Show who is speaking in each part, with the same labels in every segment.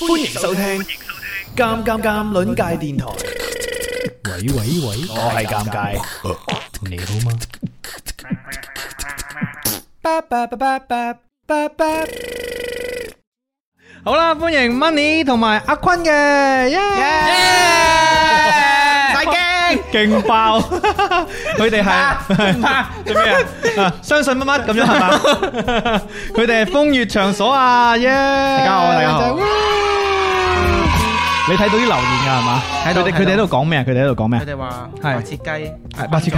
Speaker 1: 欢迎收听《尴尷尷》邻界電台。
Speaker 2: 喂喂喂，
Speaker 1: 我係尷尬，
Speaker 2: 你好嗎？
Speaker 1: 好啦，歡迎 Money 同埋阿坤嘅，耶！大驚，勁爆！佢哋係做咩啊啊？相信乜乜咁樣係嘛？佢哋係風月場所啊，耶！大
Speaker 3: 家好大家好
Speaker 1: 你睇到啲留言㗎係嘛？
Speaker 3: 睇到
Speaker 1: 佢哋
Speaker 3: 睇到
Speaker 1: 佢哋喺度講咩啊？佢哋喺
Speaker 4: À.
Speaker 1: 度講咩啊
Speaker 3: 佢？哋話
Speaker 1: 係
Speaker 3: 白切雞，
Speaker 1: 係白切雞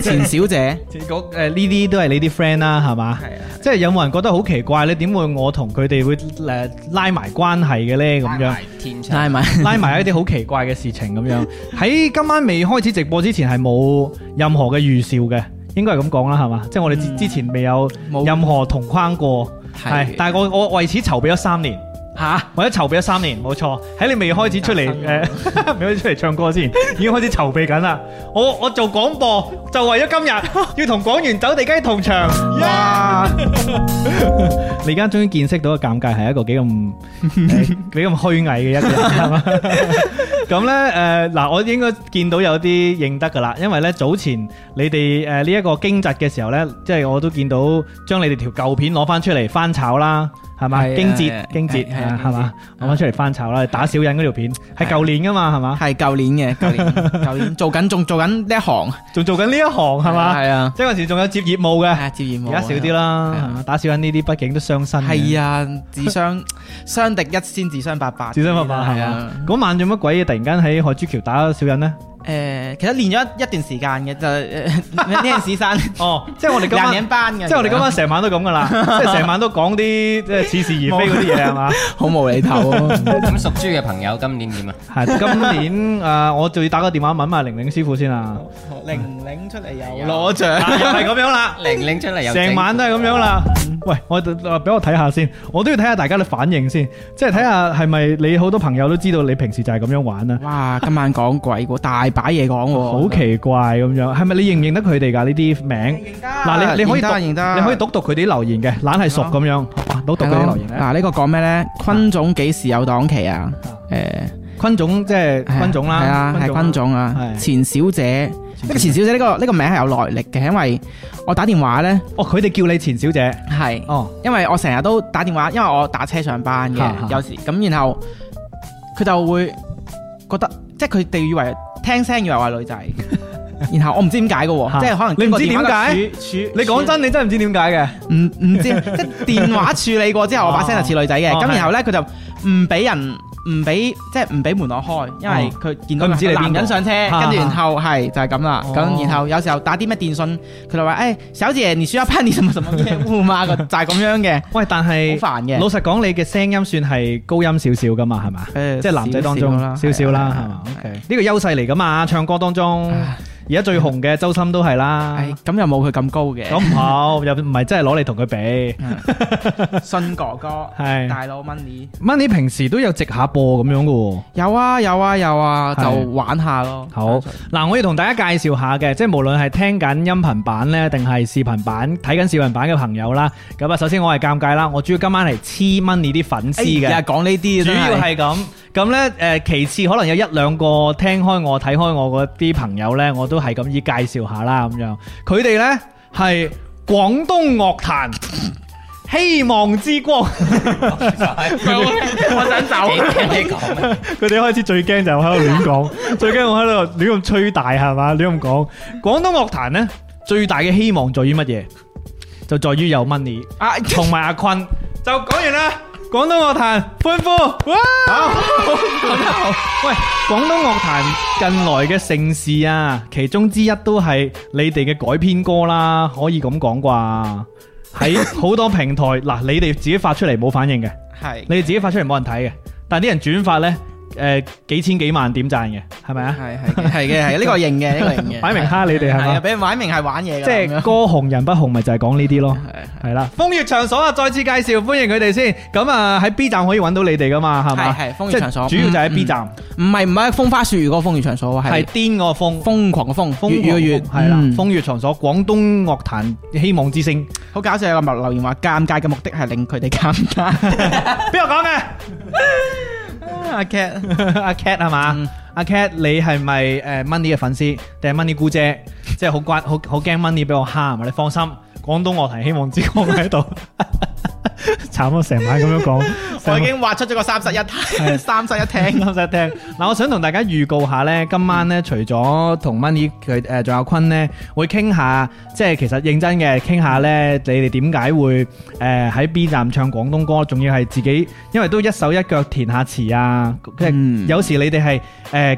Speaker 3: 錢小姐
Speaker 1: 嗰誒呢啲都係你啲 friend 啦，係嘛？
Speaker 3: 係啊係啊
Speaker 1: 即係有冇人覺得好奇怪咧？點會我同佢哋會誒拉埋關係嘅咧？咁樣
Speaker 3: 甜
Speaker 4: 拉埋
Speaker 1: 拉埋一啲好奇怪嘅事情咁 樣。喺今晚未開始直播之前係冇任何嘅預兆嘅，應該係咁講啦，係嘛？即係我哋之之前未有
Speaker 4: 冇
Speaker 1: 任何同框過，
Speaker 4: 係
Speaker 1: 係。但係我我為此籌備咗三年。
Speaker 4: 吓，
Speaker 1: 啊或者籌備咗三年，冇錯。喺你未開始 出嚟誒， 未開始出嚟唱歌之前，已經開始籌備緊啦。我我做廣播就為咗今日 要同廣園走地雞同場。哇！ 你而家終於見識到個尷尬係一個幾 咁誒幾咁虛偽嘅一個人，係嘛？咁咧誒嗱，我應該見到有啲認得噶啦，因為咧早前你哋誒呢一個經濟嘅時候咧，即係我都見到將你哋條舊片攞翻出嚟翻炒啦，係嘛？
Speaker 4: 係啊
Speaker 1: 經
Speaker 4: 係啊
Speaker 1: 節經節
Speaker 4: 係啊
Speaker 1: 係
Speaker 4: 經節
Speaker 1: 嘛？攞翻出嚟翻炒
Speaker 4: 啊
Speaker 1: 啦，打小人嗰條片係舊年噶嘛，係嘛？
Speaker 4: 係舊年嘅，舊年舊年做緊，仲做緊呢一行，
Speaker 1: 仲做緊呢一行係嘛？
Speaker 4: 係啊，
Speaker 1: 即係嗰時仲有接業務嘅，
Speaker 4: 係啊接業務
Speaker 1: 而家少啲啦
Speaker 4: 係啊
Speaker 1: 係嘛，打小人呢啲畢竟都傷身。
Speaker 4: 係啊，自相相敵一千，自相八百，
Speaker 1: 自身密碼係
Speaker 4: 係
Speaker 1: 啊
Speaker 4: 啊！
Speaker 1: 嗰晚做乜鬼嘢？突然間喺海珠橋打小人呢？
Speaker 4: 誒，其實練咗一一段時間嘅，就 誒呢陣時生
Speaker 1: 哦，即係我哋今
Speaker 4: 廿
Speaker 1: 晚
Speaker 4: 年。班嘅，
Speaker 1: 即係我哋今晚成晚都咁噶 啦，即係成晚都講啲即係似是而非嗰啲嘢係嘛？
Speaker 4: 好無厘頭啊，
Speaker 3: 咁屬豬嘅朋友今年 點啊？
Speaker 1: 係今年誒，我仲要打個電話問埋玲玲師傅先啊，
Speaker 4: 零零出嚟又
Speaker 3: 攞
Speaker 1: 又
Speaker 4: 獎，
Speaker 1: 係咁樣啦。
Speaker 3: 玲玲出嚟又
Speaker 1: 成晚都係咁樣啦。喂，我我俾我睇下先，我都要睇下大家嘅反應先，即係睇下係咪你好多朋友都知道你平時就係咁樣玩啊？
Speaker 4: 哇！今晚講鬼喎，大把嘢講喎，
Speaker 1: 好奇怪咁樣，係咪你認唔認得佢哋㗎呢啲名？嗱，你你可以讀，
Speaker 4: 認得認得
Speaker 1: 你可以讀讀佢哋啲留言嘅，懶係熟咁樣，讀讀佢啲留言咧。
Speaker 4: 嗱，呢個講咩咧？坤總幾時有檔期啊？誒。
Speaker 1: 坤總即係
Speaker 4: 係啊
Speaker 1: 坤總啦，
Speaker 4: 係啊，係
Speaker 1: 啦
Speaker 4: 坤總啊，
Speaker 1: 係
Speaker 4: 錢小姐，呢個錢小姐呢個呢個名係有來歷嘅，因為我打電話咧
Speaker 1: 哦，佢哋叫你錢小姐，
Speaker 4: 係，
Speaker 1: 哦，
Speaker 4: 因為我成日都打電話，因為我打車上班
Speaker 1: 嚇嚇
Speaker 4: 嘅，有時咁，然後佢就會覺得，即係佢哋以為聽聲以為我係 女仔，然後我唔知點解嘅
Speaker 1: 嚇
Speaker 4: 喎，即係可能
Speaker 1: 你唔知
Speaker 4: 經過電話嘅
Speaker 1: 點
Speaker 4: 處處
Speaker 1: 你講真，你真係唔知點解嘅，
Speaker 4: 唔唔知，即係電話處理過之後，我把聲就似女仔嘅。
Speaker 1: 哦
Speaker 4: 咁
Speaker 1: 係
Speaker 4: 然後咧，佢就唔俾人，唔俾即係唔俾門我開，因為佢見到
Speaker 1: 佢唔知你邊個
Speaker 4: 男人上車，
Speaker 1: 哈
Speaker 4: 跟住然後係就係咁啦。
Speaker 1: 哦
Speaker 4: 咁然後有時候打啲咩電信，佢就話：誒，小姐，你需要辦理什麼什麼業務嘛？個就係咁 樣嘅，
Speaker 1: 喂，但係
Speaker 4: 好煩嘅
Speaker 1: 老實講，你嘅聲音算係高音少少噶嘛，係嘛？
Speaker 4: 誒
Speaker 1: 即係男仔當中少
Speaker 4: 少
Speaker 1: 少
Speaker 4: 少
Speaker 1: 啦
Speaker 4: 啦，
Speaker 1: 係嘛
Speaker 4: 係
Speaker 1: ？OK，呢個優勢嚟噶嘛，唱歌當中
Speaker 4: 唉
Speaker 1: 而家最紅嘅周深都係啦，
Speaker 4: 係咁又冇佢咁高嘅
Speaker 1: 咁。唔好又唔係真係攞嚟同佢比。
Speaker 4: 信哥哥，
Speaker 1: 係
Speaker 4: 大佬 money，
Speaker 1: Money 平時都有直下播咁樣嘅喎。
Speaker 4: 有啊有啊有啊，就
Speaker 1: 係
Speaker 4: 玩下咯。
Speaker 1: 好嗱，我要同大家介紹下嘅，即係無論係聽緊音頻版呢，定係視頻版睇緊視頻版嘅朋友啦。咁啊，首先我係尷尬啦，我主要今晚係黐 Money 啲粉絲
Speaker 4: 哎
Speaker 1: 嘅，
Speaker 4: 呀，講呢
Speaker 1: 主
Speaker 4: 啲真
Speaker 1: 要係咁。咁呢，誒，其次可能有一兩個聽開我睇開我嗰啲朋友呢，我都係咁意介紹下啦，咁樣。佢哋呢係廣東樂 壇希望之光。
Speaker 3: 我想走。你講 咩？
Speaker 1: 佢哋開始最驚就係我喺度亂講，最驚我喺度亂咁吹大係嘛，亂咁講。廣東樂壇呢，最大嘅希望在於乜嘢？就在於有 money
Speaker 4: 啊
Speaker 1: 同埋阿坤。就講完啦，廣東樂壇歡呼！哇！喂，廣東樂壇近來嘅盛事啊，其中之一都係你哋嘅改編歌啦，可以咁講啩？喺 好多平台嗱，你哋自己發出嚟冇反應嘅。
Speaker 4: 係
Speaker 1: 你哋自己發出嚟冇人睇嘅，但係啲人轉發呢，诶几千幾萬點讚嘅，係咪啊？
Speaker 4: 係，係嘅，係嘅，係，呢個型嘅，呢個型嘅。
Speaker 1: 擺明蝦你哋係嘛？
Speaker 4: 係啊，俾人擺明係玩嘢㗎，
Speaker 1: 即係
Speaker 4: 咁樣。
Speaker 1: 歌紅人不紅，咪就係講呢啲咯。
Speaker 4: 係，係。
Speaker 1: 係啦，風月場所啊，再次介紹，歡迎佢哋先。咁啊喺 B 站可以揾到你哋噶嘛，係嘛？
Speaker 4: 係，係，風月
Speaker 1: 即係
Speaker 4: 場所。
Speaker 1: 主要就喺
Speaker 4: 嗯，
Speaker 1: B 站，
Speaker 4: 嗯。唔係-唔係風花雪月嗰個風月場所喎，係
Speaker 1: 係癲個風。
Speaker 4: 瘋狂嘅瘋，
Speaker 1: 風
Speaker 4: 粵語嘅粵，
Speaker 1: 係啦
Speaker 4: 嗯。，
Speaker 1: 風月場所，廣東樂壇希望之星，
Speaker 4: 好搞笑，有個留言話，尷尬嘅目的係令佢哋尷尬。
Speaker 1: 邊個講嘅？
Speaker 4: 阿 Cat，
Speaker 1: 阿 Cat 係嘛
Speaker 4: 嗯？
Speaker 1: 阿 Cat，你係咪誒 Money 嘅粉絲定係 Money 姑姐？即係好關好好驚 Money 俾我蝦，係啊咪？你放心，廣東樂壇希望之光喺度。 慘啊！成晚咁樣講，
Speaker 4: 我
Speaker 1: 成
Speaker 4: 已
Speaker 1: 晚
Speaker 4: 經畫出咗個三室一廳，三室一廳。
Speaker 1: 啱晒聽。嗱，我想同大家預告下咧，今晚咧除咗同 Money 佢誒，仲有坤咧，會傾下，即係其實認真嘅傾下咧，你哋點解會誒喺 B 站唱廣東歌，仲要係自己，因為都一手一腳填下詞啊，即係
Speaker 4: 嗯
Speaker 1: 有時你哋係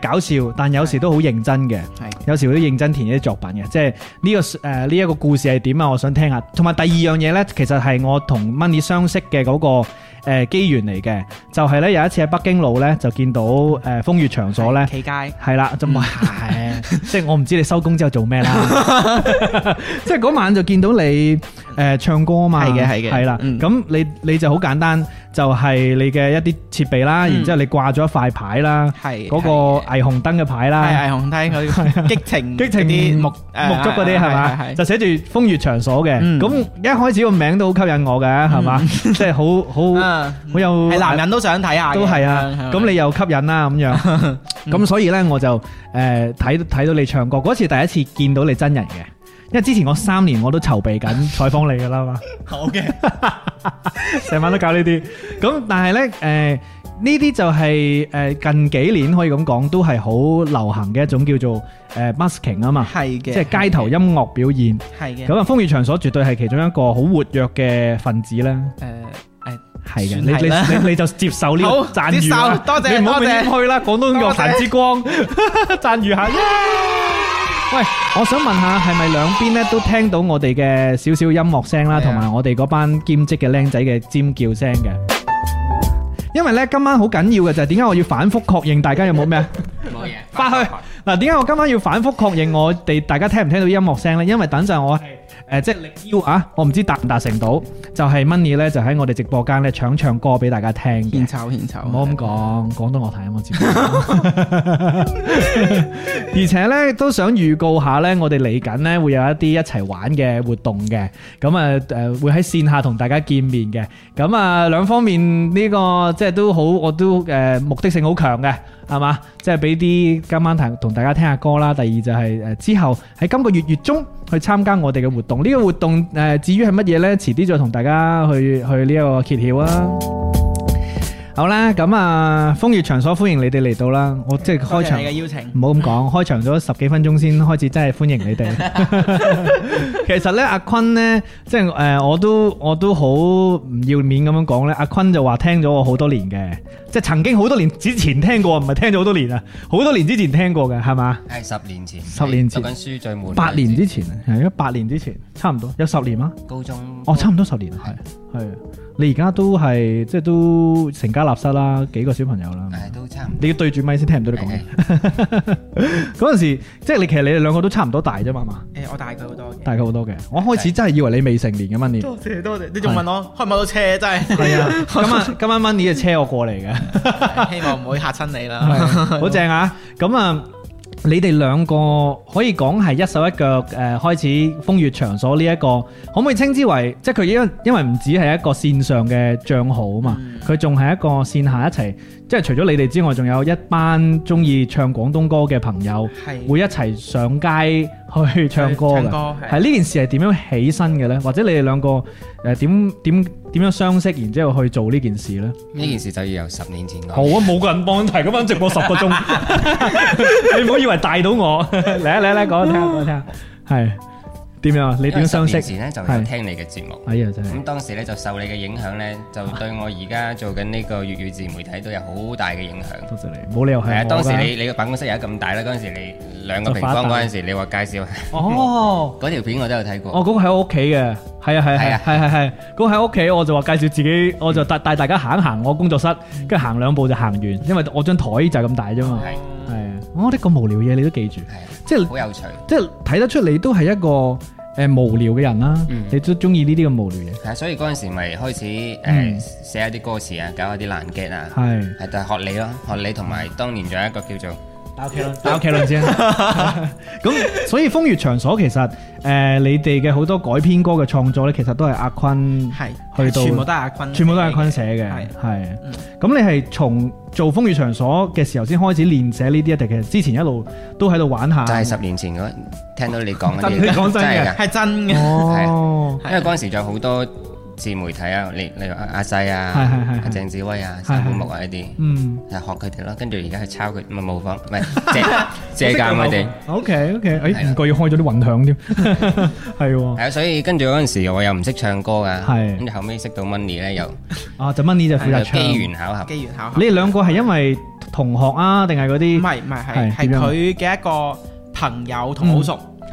Speaker 1: 誒搞笑，但有時都好認真嘅。
Speaker 4: 係
Speaker 1: 有時會都認真填啲作品嘅，即係呢、個誒呢一個故事係點啊？我想聽下。同埋第二樣嘢呢，其實係我同 Money 相識嘅嗰、個誒、呃、機緣嚟嘅，就係、呢，有一次喺北京路呢，就見到誒、呃、風月場所呢。
Speaker 4: 企街，
Speaker 1: 係啦，
Speaker 4: 嗯
Speaker 1: 就唔係，即係我唔知你收工之後做咩啦。 即係嗰晚就見到你誒唱歌嘛，
Speaker 4: 係嘅係嘅
Speaker 1: 係啦。
Speaker 4: 嗯
Speaker 1: 咁你你就好簡單，就係你嘅一啲設備啦，
Speaker 4: 嗯
Speaker 1: 然之後你掛咗一塊牌啦，
Speaker 4: 係
Speaker 1: 嗰個霓虹燈嘅牌
Speaker 4: 係
Speaker 1: 啦。
Speaker 4: 霓虹廳嗰啲激情
Speaker 1: 激情
Speaker 4: 嗰啲啊木
Speaker 1: 木竹嗰啲係嘛，就寫住風月場所嘅。
Speaker 4: 嗯
Speaker 1: 咁一開始個名都好吸引我嘅，係嘛，即係好 好好有
Speaker 4: 好啊
Speaker 1: 啊
Speaker 4: 係男人都想睇下嘅，
Speaker 1: 都係啊。咁你又吸引啦咁樣，咁所以呢，我就誒睇睇到你唱歌嗰次第一次見到你真人嘅。因為之前我三年我都籌備緊 採訪你㗎啦嘛，
Speaker 4: 好嘅，
Speaker 1: 成晚都搞呢啲。咁但係呢，誒呢啲就係誒近幾年可以咁講，都係好流行嘅一種叫做誒 busking 啊嘛，
Speaker 4: 係嘅，
Speaker 1: 即係街頭音樂表現。
Speaker 4: 係嘅。
Speaker 1: 咁啊，風月場所絕對係其中一個好活躍嘅分子啦，
Speaker 4: 誒誒，
Speaker 1: 係嘅，
Speaker 4: 算
Speaker 1: 你
Speaker 4: 係啦
Speaker 1: 你你你就接受呢個
Speaker 4: 好
Speaker 1: 讚譽啦
Speaker 4: 接受多謝
Speaker 1: 你唔好
Speaker 4: 多謝
Speaker 1: 咁謙虛啦，廣東樂壇 之光讚譽下。耶喂，我想問下，係咪兩邊咧都聽到我哋嘅少少音樂聲
Speaker 4: 係
Speaker 1: 啦，
Speaker 4: 啊
Speaker 1: 同埋我哋嗰班兼職嘅僆仔嘅尖叫聲嘅？因為咧今晚好緊要嘅就係點解我要反覆確認大家有冇咩啊？
Speaker 3: 冇嘢，
Speaker 1: 翻去嗱，點解我今晚要反覆確認我哋大家聽唔聽到音樂聲呢？因為等陣我係誒即係力邀啊，我唔知達唔達成到，就係 Money 咧就喺我哋直播間咧搶唱歌俾大家聽嘅
Speaker 4: 獻。醜獻醜，
Speaker 1: 唔好咁講，廣東樂壇音樂節目。而且咧都想預告下咧，我哋嚟緊咧會有一啲一齊玩嘅活動嘅，咁啊誒會喺線下同大家見面嘅，咁啊兩方面呢、個即係都好，我都誒、呃目的性好強嘅，係嘛？即係俾啲今晚同同大家聽下歌啦。第二就係、誒、之後喺今個月月中去參加我哋嘅活動，呢、個活動誒、呃至於係乜嘢呢？遲啲再同大家去去呢一個揭曉啊！好啦，咁啊，風月場所歡迎你哋嚟到啦！我即係
Speaker 4: 多
Speaker 1: 開
Speaker 4: 謝
Speaker 1: 場
Speaker 4: 你嘅邀請，
Speaker 1: 唔好咁講，開場咗十幾分鐘先開始，真係歡迎 你哋。其實呢，阿坤呢，即係誒、呃我都我都好唔要面咁樣講呢。阿坤就話聽咗我好多年嘅，即係曾經好多年之前聽過，唔係聽咗好多年啊，好多年之前聽過嘅，係嘛？
Speaker 3: 係十年前，
Speaker 1: 十年前
Speaker 3: 讀緊書最悶，
Speaker 1: 八年之前啊，係啊，八年之前，差唔多有十年嗎？
Speaker 3: 高中，
Speaker 1: 哦，差唔多十年啊，係係。你而家都係即係都成家立室啦，幾個小朋友啦。
Speaker 3: 誒都差唔多，
Speaker 1: 你要對住咪先聽唔到你講嘢。 嗰陣時，即係你其實你哋兩個都差唔多大啫嘛，係嘛
Speaker 4: 誒我大佢好多嘅，
Speaker 1: 大佢好多嘅。我開始真係以為你未成年嘅 Money。
Speaker 4: 多謝多謝，你仲問我開唔開到車，真係
Speaker 1: 係啊，今晚今晚 Money 就車我過嚟嘅，
Speaker 4: 希望唔會嚇親你啦。
Speaker 1: 好正啊！咁啊，你哋兩個可以講係一手一腳誒、呃、開始風月場所呢、一個，可唔可以稱之為即係佢因因為唔止係一個線上嘅帳號啊嘛，佢仲係一個線下一齊，即係除咗你哋之外，仲有一班中意唱廣東歌嘅朋友。
Speaker 4: 係
Speaker 1: 會一齊上街去唱歌
Speaker 4: 唱
Speaker 1: 嘅。
Speaker 4: 歌係
Speaker 1: 係呢件事係點樣起身嘅呢？或者你哋兩個誒點點點樣相識，然之後去做呢件事呢？
Speaker 3: 呢件事就要由十年前
Speaker 1: 好
Speaker 3: 講。
Speaker 1: 啊，冇個人幫提，咁樣直播十 個鐘，你唔好以為大到我。 嚟啊嚟啊嚟啊，講我聽下講我聽下，係點樣啊？你
Speaker 3: 你
Speaker 1: 點樣相識？
Speaker 3: 前咧就有
Speaker 1: 係
Speaker 3: 聽你嘅節目。
Speaker 1: 哎呀，真係
Speaker 3: 咁當時咧就受你嘅影響咧，就對我而家做緊呢個粵語自媒體都有好大嘅影響。
Speaker 1: 多謝你，冇理由
Speaker 3: 係啊，
Speaker 1: 係我
Speaker 3: 當時
Speaker 1: 㗎。
Speaker 3: 你你個辦公室有咁大啦，嗰陣時你兩個
Speaker 1: 就
Speaker 3: 平
Speaker 1: 發達
Speaker 3: 方嗰陣時，你話介紹
Speaker 1: 哦，
Speaker 3: 嗰條片我都有睇過。
Speaker 1: 我嗰個喺我屋企嘅，係啊哦係啊係啊嗯
Speaker 3: 係
Speaker 1: 係係係。咁喺屋企我就話介紹自己，我就帶帶大家行一行我工作室，跟住行兩步就行完，因為我張台就係咁大啫嘛。
Speaker 3: 係
Speaker 1: 係啊，哦我啲咁無聊嘢你都記住，
Speaker 3: 係
Speaker 1: 即係
Speaker 3: 好有趣，
Speaker 1: 即係睇得出你都係一個誒無聊嘅人啦
Speaker 3: 嗯，
Speaker 1: 你都中意呢啲咁無聊嘢，
Speaker 3: 係所以嗰陣時咪開始
Speaker 1: 嗯
Speaker 3: 誒寫下啲歌詞啊，搞下啲爛 get 啊，
Speaker 1: 係
Speaker 3: 係就係學你咯，學你同埋當年仲有一個叫做
Speaker 1: 打劇論打劇論先。啊 咁所以風月場所其實誒你哋嘅好多改編歌嘅創作咧，其實都係阿坤去
Speaker 4: 係，
Speaker 1: 到
Speaker 4: 全部都係阿坤，
Speaker 1: 全部都係坤寫嘅，
Speaker 4: 係
Speaker 1: 係
Speaker 4: 嗯。
Speaker 1: 咁你係從做風月場所嘅時候先開始練寫呢啲啊？定其實之前一路都喺度玩下？
Speaker 3: 就係十年前嗰聽到你講 嗰
Speaker 1: 真你
Speaker 3: 啲，
Speaker 1: 講真嘅
Speaker 3: 係㗎
Speaker 4: 係啊真嘅，
Speaker 1: 哦，
Speaker 3: 因為嗰陣時仲有好多自媒體啊，你例如阿阿西啊、
Speaker 1: 係係係係
Speaker 3: 阿鄭志威啊、
Speaker 1: 係
Speaker 3: 三本木啊呢啲，
Speaker 1: 嗯，
Speaker 3: 就學佢哋咯。跟住而家去抄佢，唔係模 仿，唔係借借
Speaker 4: 啊
Speaker 3: 鑑佢哋。
Speaker 1: OK OK，誒
Speaker 3: 係
Speaker 1: 啊
Speaker 3: 啦
Speaker 1: 哎唔覺意開咗啲混響 添，係喎。
Speaker 3: 係啊，所以跟住嗰陣時我又唔識唱歌噶，
Speaker 1: 係
Speaker 3: 咁後尾識到 Money 咧，又
Speaker 1: 啊，就 Money 就負責
Speaker 3: 又
Speaker 1: 唱。
Speaker 3: 機
Speaker 1: 你
Speaker 3: 緣巧合，
Speaker 4: 機緣巧合。
Speaker 1: 哋兩個係因為同學啊，定係嗰
Speaker 4: 唔
Speaker 1: 啲
Speaker 4: 係唔係
Speaker 1: 係
Speaker 4: 係係
Speaker 1: 點樣
Speaker 4: 佢嘅一個朋友同我好熟，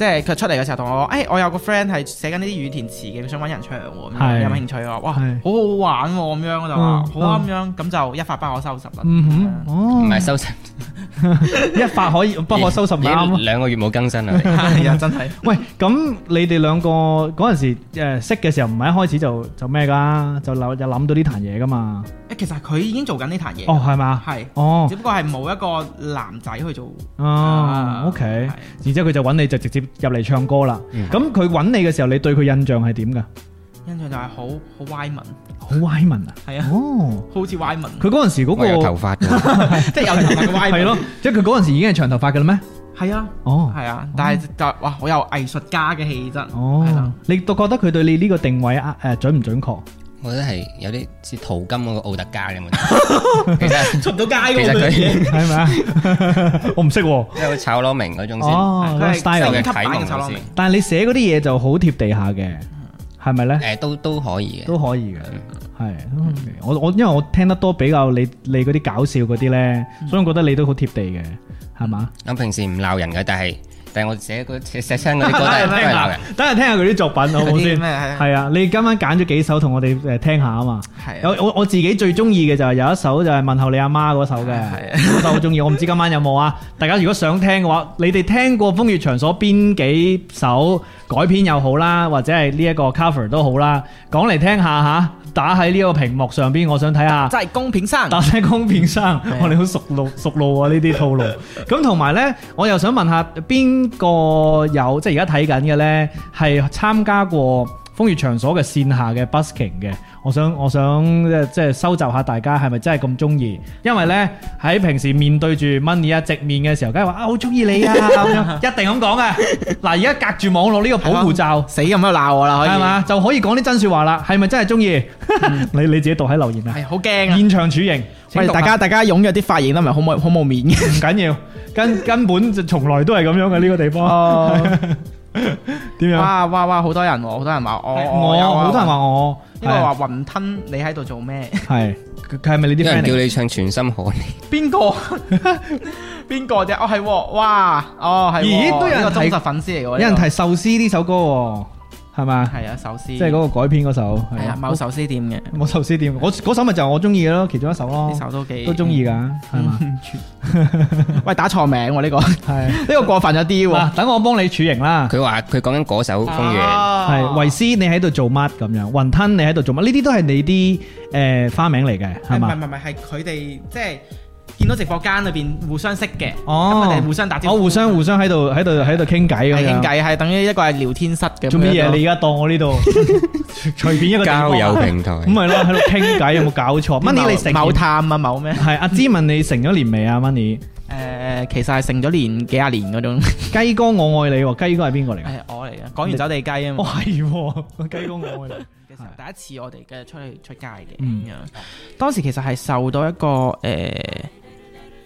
Speaker 4: 即係佢出嚟嘅時候同我講，誒、哎我有個 friend 係寫緊呢啲語填詞嘅，佢想揾人唱喎，咁樣
Speaker 1: 係
Speaker 4: 你有冇興趣啊？哇，好
Speaker 1: 係
Speaker 4: 好玩喎、咁樣我就話
Speaker 1: 嗯
Speaker 4: 好啊，咁樣咁就一發不可收拾啦。
Speaker 1: 嗯哼，
Speaker 3: 唔
Speaker 1: 哦，
Speaker 3: 係收拾，
Speaker 1: 一發可以不可收拾
Speaker 3: 已經
Speaker 1: 啱啊。
Speaker 3: 兩個月冇更新啦。
Speaker 4: 係啊，真係
Speaker 1: 喂，咁你哋兩個嗰陣時誒識嘅時候，唔係一開始就就咩㗎，就諗就諗到呢壇嘢㗎嘛？
Speaker 4: 誒，其實佢已經做緊呢壇嘢，
Speaker 1: 哦，係嘛？
Speaker 4: 係、
Speaker 1: 哦，
Speaker 4: 只不過係冇一個男仔去做。Ờ,
Speaker 1: 哦，OK Ờ,
Speaker 4: 啊係。
Speaker 1: 然之後佢就揾你就直接入嚟唱歌啦。
Speaker 3: 嗯
Speaker 1: 咁佢揾你嘅時候，你對佢印象係點㗎？
Speaker 4: 印象就係好好歪文，
Speaker 1: 好歪文啊！
Speaker 4: 係啊，
Speaker 1: 哦，
Speaker 4: 好似歪文，
Speaker 1: 佢嗰陣時嗰
Speaker 3: 我有頭
Speaker 1: 個
Speaker 3: 髮 㗎，
Speaker 4: 即係有頭髮嘅歪文。
Speaker 1: 係咯，，即係佢嗰陣時已經係長頭髮嘅啦咩？
Speaker 4: 係啊，
Speaker 1: 哦，
Speaker 4: 係啊，但
Speaker 1: Ờ.
Speaker 4: 係就哇，好有藝術家嘅氣質。係啦
Speaker 1: 哦，你都覺得佢對你呢個定位啊誒準唔準 確？
Speaker 3: 我覺得係有啲似淘金嗰個奧特加你有冇睇？其實
Speaker 4: 出唔到街
Speaker 3: 其實
Speaker 4: 喎
Speaker 3: 佢
Speaker 1: 係咪啊？ 我唔識喎。
Speaker 3: 即係好似炒螺明嗰
Speaker 1: Ờ.
Speaker 3: 種先，
Speaker 1: 哦，
Speaker 4: 佢係
Speaker 1: style
Speaker 3: 嘅
Speaker 1: 嘅。
Speaker 4: 級版
Speaker 3: 啟
Speaker 4: 嘅
Speaker 3: 蒙
Speaker 4: 炒螺
Speaker 3: 老
Speaker 4: 明
Speaker 3: 師，
Speaker 1: 但係你寫嗰啲嘢就好貼地下嘅，係咪咧？
Speaker 3: 誒都都可以嘅。
Speaker 1: 都可以嘅，係。嗯我我因為我聽得多比較你你嗰啲搞笑嗰啲咧，所以我覺得你都好貼地嘅，係嘛？
Speaker 3: 我平時唔鬧人嘅，但係但係我寫嗰寫寫親嗰嗯啲歌都
Speaker 1: Ờ,
Speaker 3: 係都係鬧人。，
Speaker 1: 等人聽下佢啲作品好唔好
Speaker 4: 嗰啲
Speaker 1: 先？
Speaker 4: 咩係
Speaker 1: 係啊，你今晚揀咗幾首同我哋誒聽下啊嘛。
Speaker 4: 係
Speaker 1: 有
Speaker 4: 啊
Speaker 1: 我我自己最中意嘅就係有一首就係問候你阿媽嗰首嘅，
Speaker 4: 係啊
Speaker 1: 嗰首好中意。我唔知今晚有冇啊？大家如果想聽嘅話，你哋聽過《風月場所》邊幾首改編又好啦，或者係呢一個 cover 都好啦，講嚟聽下吓，打喺呢個屏幕上邊，我想睇下。
Speaker 4: 即係公平生，
Speaker 1: 打聲公變生，我哋好熟路熟路啊呢啲套 路。咁同埋呢，我又想問下邊個有即係而家睇緊嘅呢，係參加過風月場所嘅線下嘅 busking 嘅？我想我想呃即係收集下大家係咪真係咁中意？因為呢，喺平時面對住 Money 啊直面嘅時候，梗係話啊好中意你 啊咁樣，一定咁講嘅。嗱而家隔住網絡呢個保護罩。
Speaker 4: 死咁樣鬧我啦，可以
Speaker 1: 係？啊嘛，就可以講啲真說話啦，係咪真係中意？ 你你自己讀喺留言嗯啊，
Speaker 4: 係好驚啊！
Speaker 1: 現場處刑。請
Speaker 4: 喂，
Speaker 1: 讀
Speaker 4: 大
Speaker 1: 下
Speaker 4: 家大家踴躍啲發言啦，咪 好冇好冇面嘅。
Speaker 1: 唔緊要，根根本就從來都係咁樣嘅呢個地方。 點樣？
Speaker 4: 哇哇哇！好多人喎，好多人話我，
Speaker 1: 啊我好多人，話我
Speaker 4: 因為
Speaker 1: À.
Speaker 4: 話雲吞你喺度做咩？
Speaker 1: 係佢佢係咪你
Speaker 3: 有
Speaker 1: 啲 friend
Speaker 3: 人叫
Speaker 1: 嚟？
Speaker 3: 你唱全心可你，
Speaker 4: 邊個？ 邊個啫？哦係喎，哇！哦係喎，
Speaker 1: 咦都有人
Speaker 4: 呢個忠
Speaker 1: 提
Speaker 4: 實粉絲嚟嘅喎，
Speaker 1: 有
Speaker 4: 呢
Speaker 1: 人
Speaker 4: 個
Speaker 1: 提壽司呢首歌喎，係嘛？
Speaker 4: 係啊，壽司，
Speaker 1: 即係嗰個改編嗰首
Speaker 4: 係啊， 某壽司店嘅
Speaker 1: 我壽司店，我嗰首咪就係我中意嘅咯，其中一首咯
Speaker 4: 呢，首都幾
Speaker 1: 都中。意㗎，係嘛？
Speaker 4: 喂，打錯名喎呢個， 呢
Speaker 1: 係
Speaker 4: 個過分咗啲喎。
Speaker 1: 嗱，等我幫你處刑啦。
Speaker 3: 佢話佢講緊嗰首風月。
Speaker 4: Ờ.
Speaker 1: 係
Speaker 4: 係
Speaker 1: 維斯，你喺度做乜咁樣？雲吞，你喺度做乜？呢啲都係你啲誒花名嚟嘅，係
Speaker 4: 唔係
Speaker 1: 嘛？
Speaker 4: 唔係唔係，係佢哋即係見到直播間裏邊互相識嘅，
Speaker 1: 哦
Speaker 4: 咁佢哋互相打招
Speaker 1: 我
Speaker 4: 呼，
Speaker 1: 互相互相喺度喺度啊喺度傾偈咁
Speaker 4: 係
Speaker 1: 樣
Speaker 4: 傾偈，係等於一個係聊天室嘅。
Speaker 1: 做乜嘢？
Speaker 4: 咁樣
Speaker 1: 你而家當我呢 度隨便一個地方
Speaker 3: 交友平台
Speaker 1: 咁咪咯，喺度傾偈有冇搞錯
Speaker 4: 某
Speaker 1: ？Money 你成
Speaker 4: 某探啊，某咩？
Speaker 1: 係阿芝問你成咗年未啊？Money
Speaker 4: 誒，其實係成咗年幾廿年嗰種，
Speaker 1: 雞哥我愛你喎，雞哥係邊個嚟㗎？
Speaker 4: 係我嚟嘅。講完走地雞啊
Speaker 1: 哦
Speaker 4: 嘛，
Speaker 1: 係喎，雞哥我愛你。
Speaker 4: 嘅時候第一次我哋嘅出去出街嘅咁
Speaker 1: 嗯
Speaker 4: 樣，當時其實係受到一個誒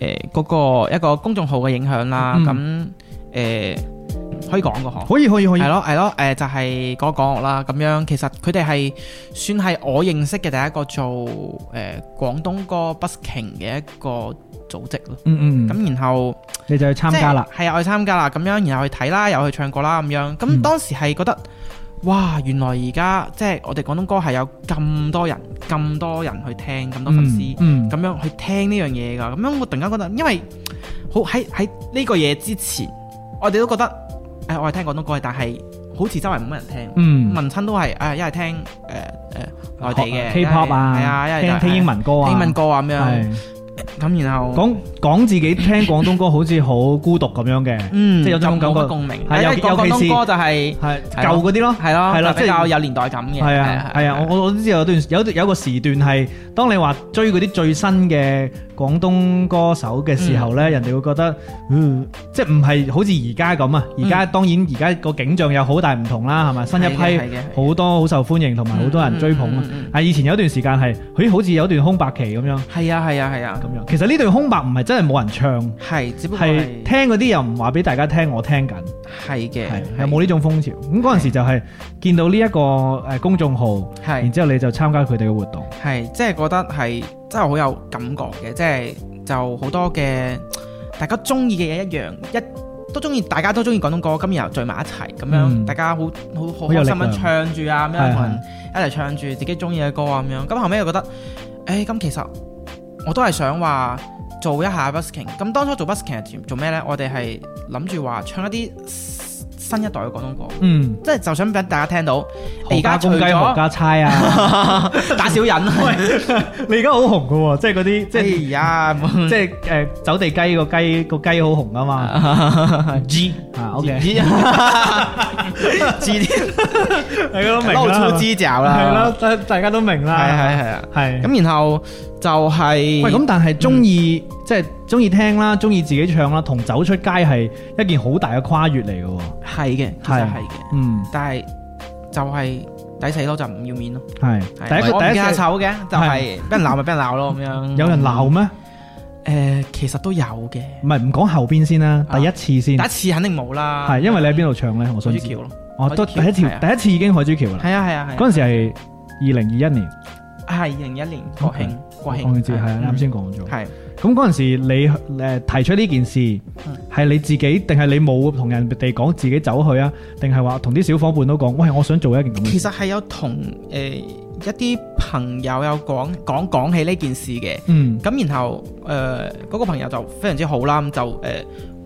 Speaker 4: 誒嗰個一個公眾號嘅影響啦。咁誒、可以講個嗬。
Speaker 1: 可以可以可以
Speaker 4: 係，咯係咯，誒、就係嗰個港樂啦，咁樣其實佢哋係算係我認識嘅第一個做誒、廣東歌 busking 嘅一個組織咯。
Speaker 1: 嗯嗯，咁
Speaker 4: 咁然後
Speaker 1: 你就去參加啦，
Speaker 4: 即係係啊，我去參加啦，咁樣然後去睇啦，又去唱過啦，咁樣。咁
Speaker 1: 嗯
Speaker 4: 當時係覺得，哇！原來而家即係我哋廣東歌係有咁多人、咁多人去聽，咁多粉絲，咁、
Speaker 1: 嗯，嗯
Speaker 4: 樣去聽呢樣嘢㗎。咁樣我突然間覺得，因為好喺喺呢個嘢之前，我哋都覺得，誒、我係聽廣東歌嘅，但係好似周圍冇乜人聽。
Speaker 1: 嗯，
Speaker 4: 問親都係誒，一係聽誒誒內地嘅
Speaker 1: K-pop 啊，
Speaker 4: 係啊，一係
Speaker 1: 聽聽英文歌啊，
Speaker 4: 英文歌啊咁樣。
Speaker 1: 係
Speaker 4: 咁然後
Speaker 1: 講講自己聽廣東歌好似好孤獨咁樣嘅，
Speaker 4: 嗯，
Speaker 1: 即係有種感覺
Speaker 4: 就冇乜共鳴。
Speaker 1: 係
Speaker 4: 因
Speaker 1: 尤
Speaker 4: 為
Speaker 1: 其
Speaker 4: 講廣
Speaker 1: 尤其
Speaker 4: 東
Speaker 1: 是
Speaker 4: 歌就係
Speaker 1: 係
Speaker 4: 係咯
Speaker 1: 舊嗰啲咯。
Speaker 4: 係咯，
Speaker 1: 係啦
Speaker 4: 就比
Speaker 1: 即係
Speaker 4: 較有年代感嘅。
Speaker 1: 係啊，係啊，我我都知道有段有有個時段係，當你話追嗰啲最新嘅廣東歌手嘅時候咧，人哋會覺得，嗯，即係唔係好似而家咁啊？而家當然而家個景象有好大唔同啦，係咪？新一
Speaker 4: 嗯係嘅
Speaker 1: 批
Speaker 4: 係嘅係
Speaker 1: 好多好受歡迎，同埋好多人追捧啊
Speaker 4: 嗯嗯嗯嗯！
Speaker 1: 但係以前有段時間係，咦，好似有段空白期咁樣，
Speaker 4: 係啊，係啊，係啊
Speaker 1: 咁，樣。其實呢段空白唔係真係冇人唱，
Speaker 4: 係，只不過
Speaker 1: 係
Speaker 4: 係
Speaker 1: 聽嗰啲又唔話俾大家聽，我聽緊。
Speaker 4: 係嘅，
Speaker 1: 係有冇呢種風潮？咁嗰陣時就係見到呢一個誒公眾號，然
Speaker 4: 係
Speaker 1: 之後你就參加佢哋嘅活動。
Speaker 4: 係，即係覺得係真係好有感覺嘅，即係就好多嘅大家中意嘅嘢一樣一。都中意，大家都中意廣東歌，咁然後聚埋一齊咁樣，
Speaker 1: 嗯
Speaker 4: 大家好好好
Speaker 1: 好有力
Speaker 4: 開心咁
Speaker 1: 量
Speaker 4: 唱住啊，
Speaker 1: 係
Speaker 4: 咁樣同人一齊唱住自己中意嘅歌啊，咁樣。咁後尾又覺得，誒、咁其實我都係想話做一下 busking。咁當初做 busking 係做咩呢？我哋係諗住話唱一啲新一代嘅廣東歌。
Speaker 1: 嗯，
Speaker 4: 即係就想俾大家聽到，
Speaker 1: 何家
Speaker 4: 而家除
Speaker 1: 公雞、何
Speaker 4: 咗
Speaker 1: 家差 啊！
Speaker 4: 打小人，喂，
Speaker 1: 你而家好紅噶喎，即係嗰啲即係
Speaker 4: 哎呀，
Speaker 1: 即係誒走地雞個雞個雞好紅啊嘛。
Speaker 4: G
Speaker 1: 啊，OK，
Speaker 4: G G
Speaker 1: 你都明
Speaker 4: 撈
Speaker 1: 啦
Speaker 4: 粗，枝爪 啦，
Speaker 1: 係啦，大大家都明
Speaker 4: 係，
Speaker 1: 啦，
Speaker 4: 係係係啊。
Speaker 1: 係咁。
Speaker 4: 咁嗯然後就係
Speaker 1: 喂，咁但係中意即係中意聽啦，中意自己唱啦，同走出街係一件好大嘅跨越嚟嘅喎。
Speaker 4: 係嘅，其實係嘅，
Speaker 1: 嗯，
Speaker 4: 但係就係抵死咯，就唔要面咯。
Speaker 1: 係
Speaker 4: 係
Speaker 1: 第一個
Speaker 4: 我唔
Speaker 1: 第一
Speaker 4: 記得
Speaker 1: 次
Speaker 4: 醜嘅，就係俾人鬧咪俾人鬧咯，咁 樣。
Speaker 1: 有人鬧咩？
Speaker 4: 誒，其實都有嘅，
Speaker 1: 唔係唔講後邊先啦，
Speaker 4: 啊
Speaker 1: 第一次
Speaker 4: 第
Speaker 1: 先
Speaker 4: 一次肯定冇啦。
Speaker 1: 係，因為你喺邊度唱咧？我
Speaker 4: 水
Speaker 1: 想
Speaker 4: 珠
Speaker 1: 知
Speaker 4: 橋。咯。
Speaker 1: 哦，都第一
Speaker 4: 海珠橋
Speaker 1: 次，
Speaker 4: 係啊
Speaker 1: 第一次已經海珠橋啦。
Speaker 4: 係啊係啊係啊。
Speaker 1: 嗰陣時係二零二一年，
Speaker 4: 係二零一年國慶，國慶
Speaker 1: 我知係啊
Speaker 4: 嗯
Speaker 1: 啱先講咗。
Speaker 4: 係
Speaker 1: 咁嗰陣時你誒提出呢件事，
Speaker 4: 嗯
Speaker 1: 係你自己定係你冇同人哋講自己走去啊？定係話同啲小伙伴都講，喂，我想做一件咁嘅
Speaker 4: 其
Speaker 1: 事。
Speaker 4: 實係有同誒、呃一啲朋友有講講講起呢件事嘅，
Speaker 1: 嗯
Speaker 4: 咁然後呃誒嗰、個朋友就非常之好啦，咁就誒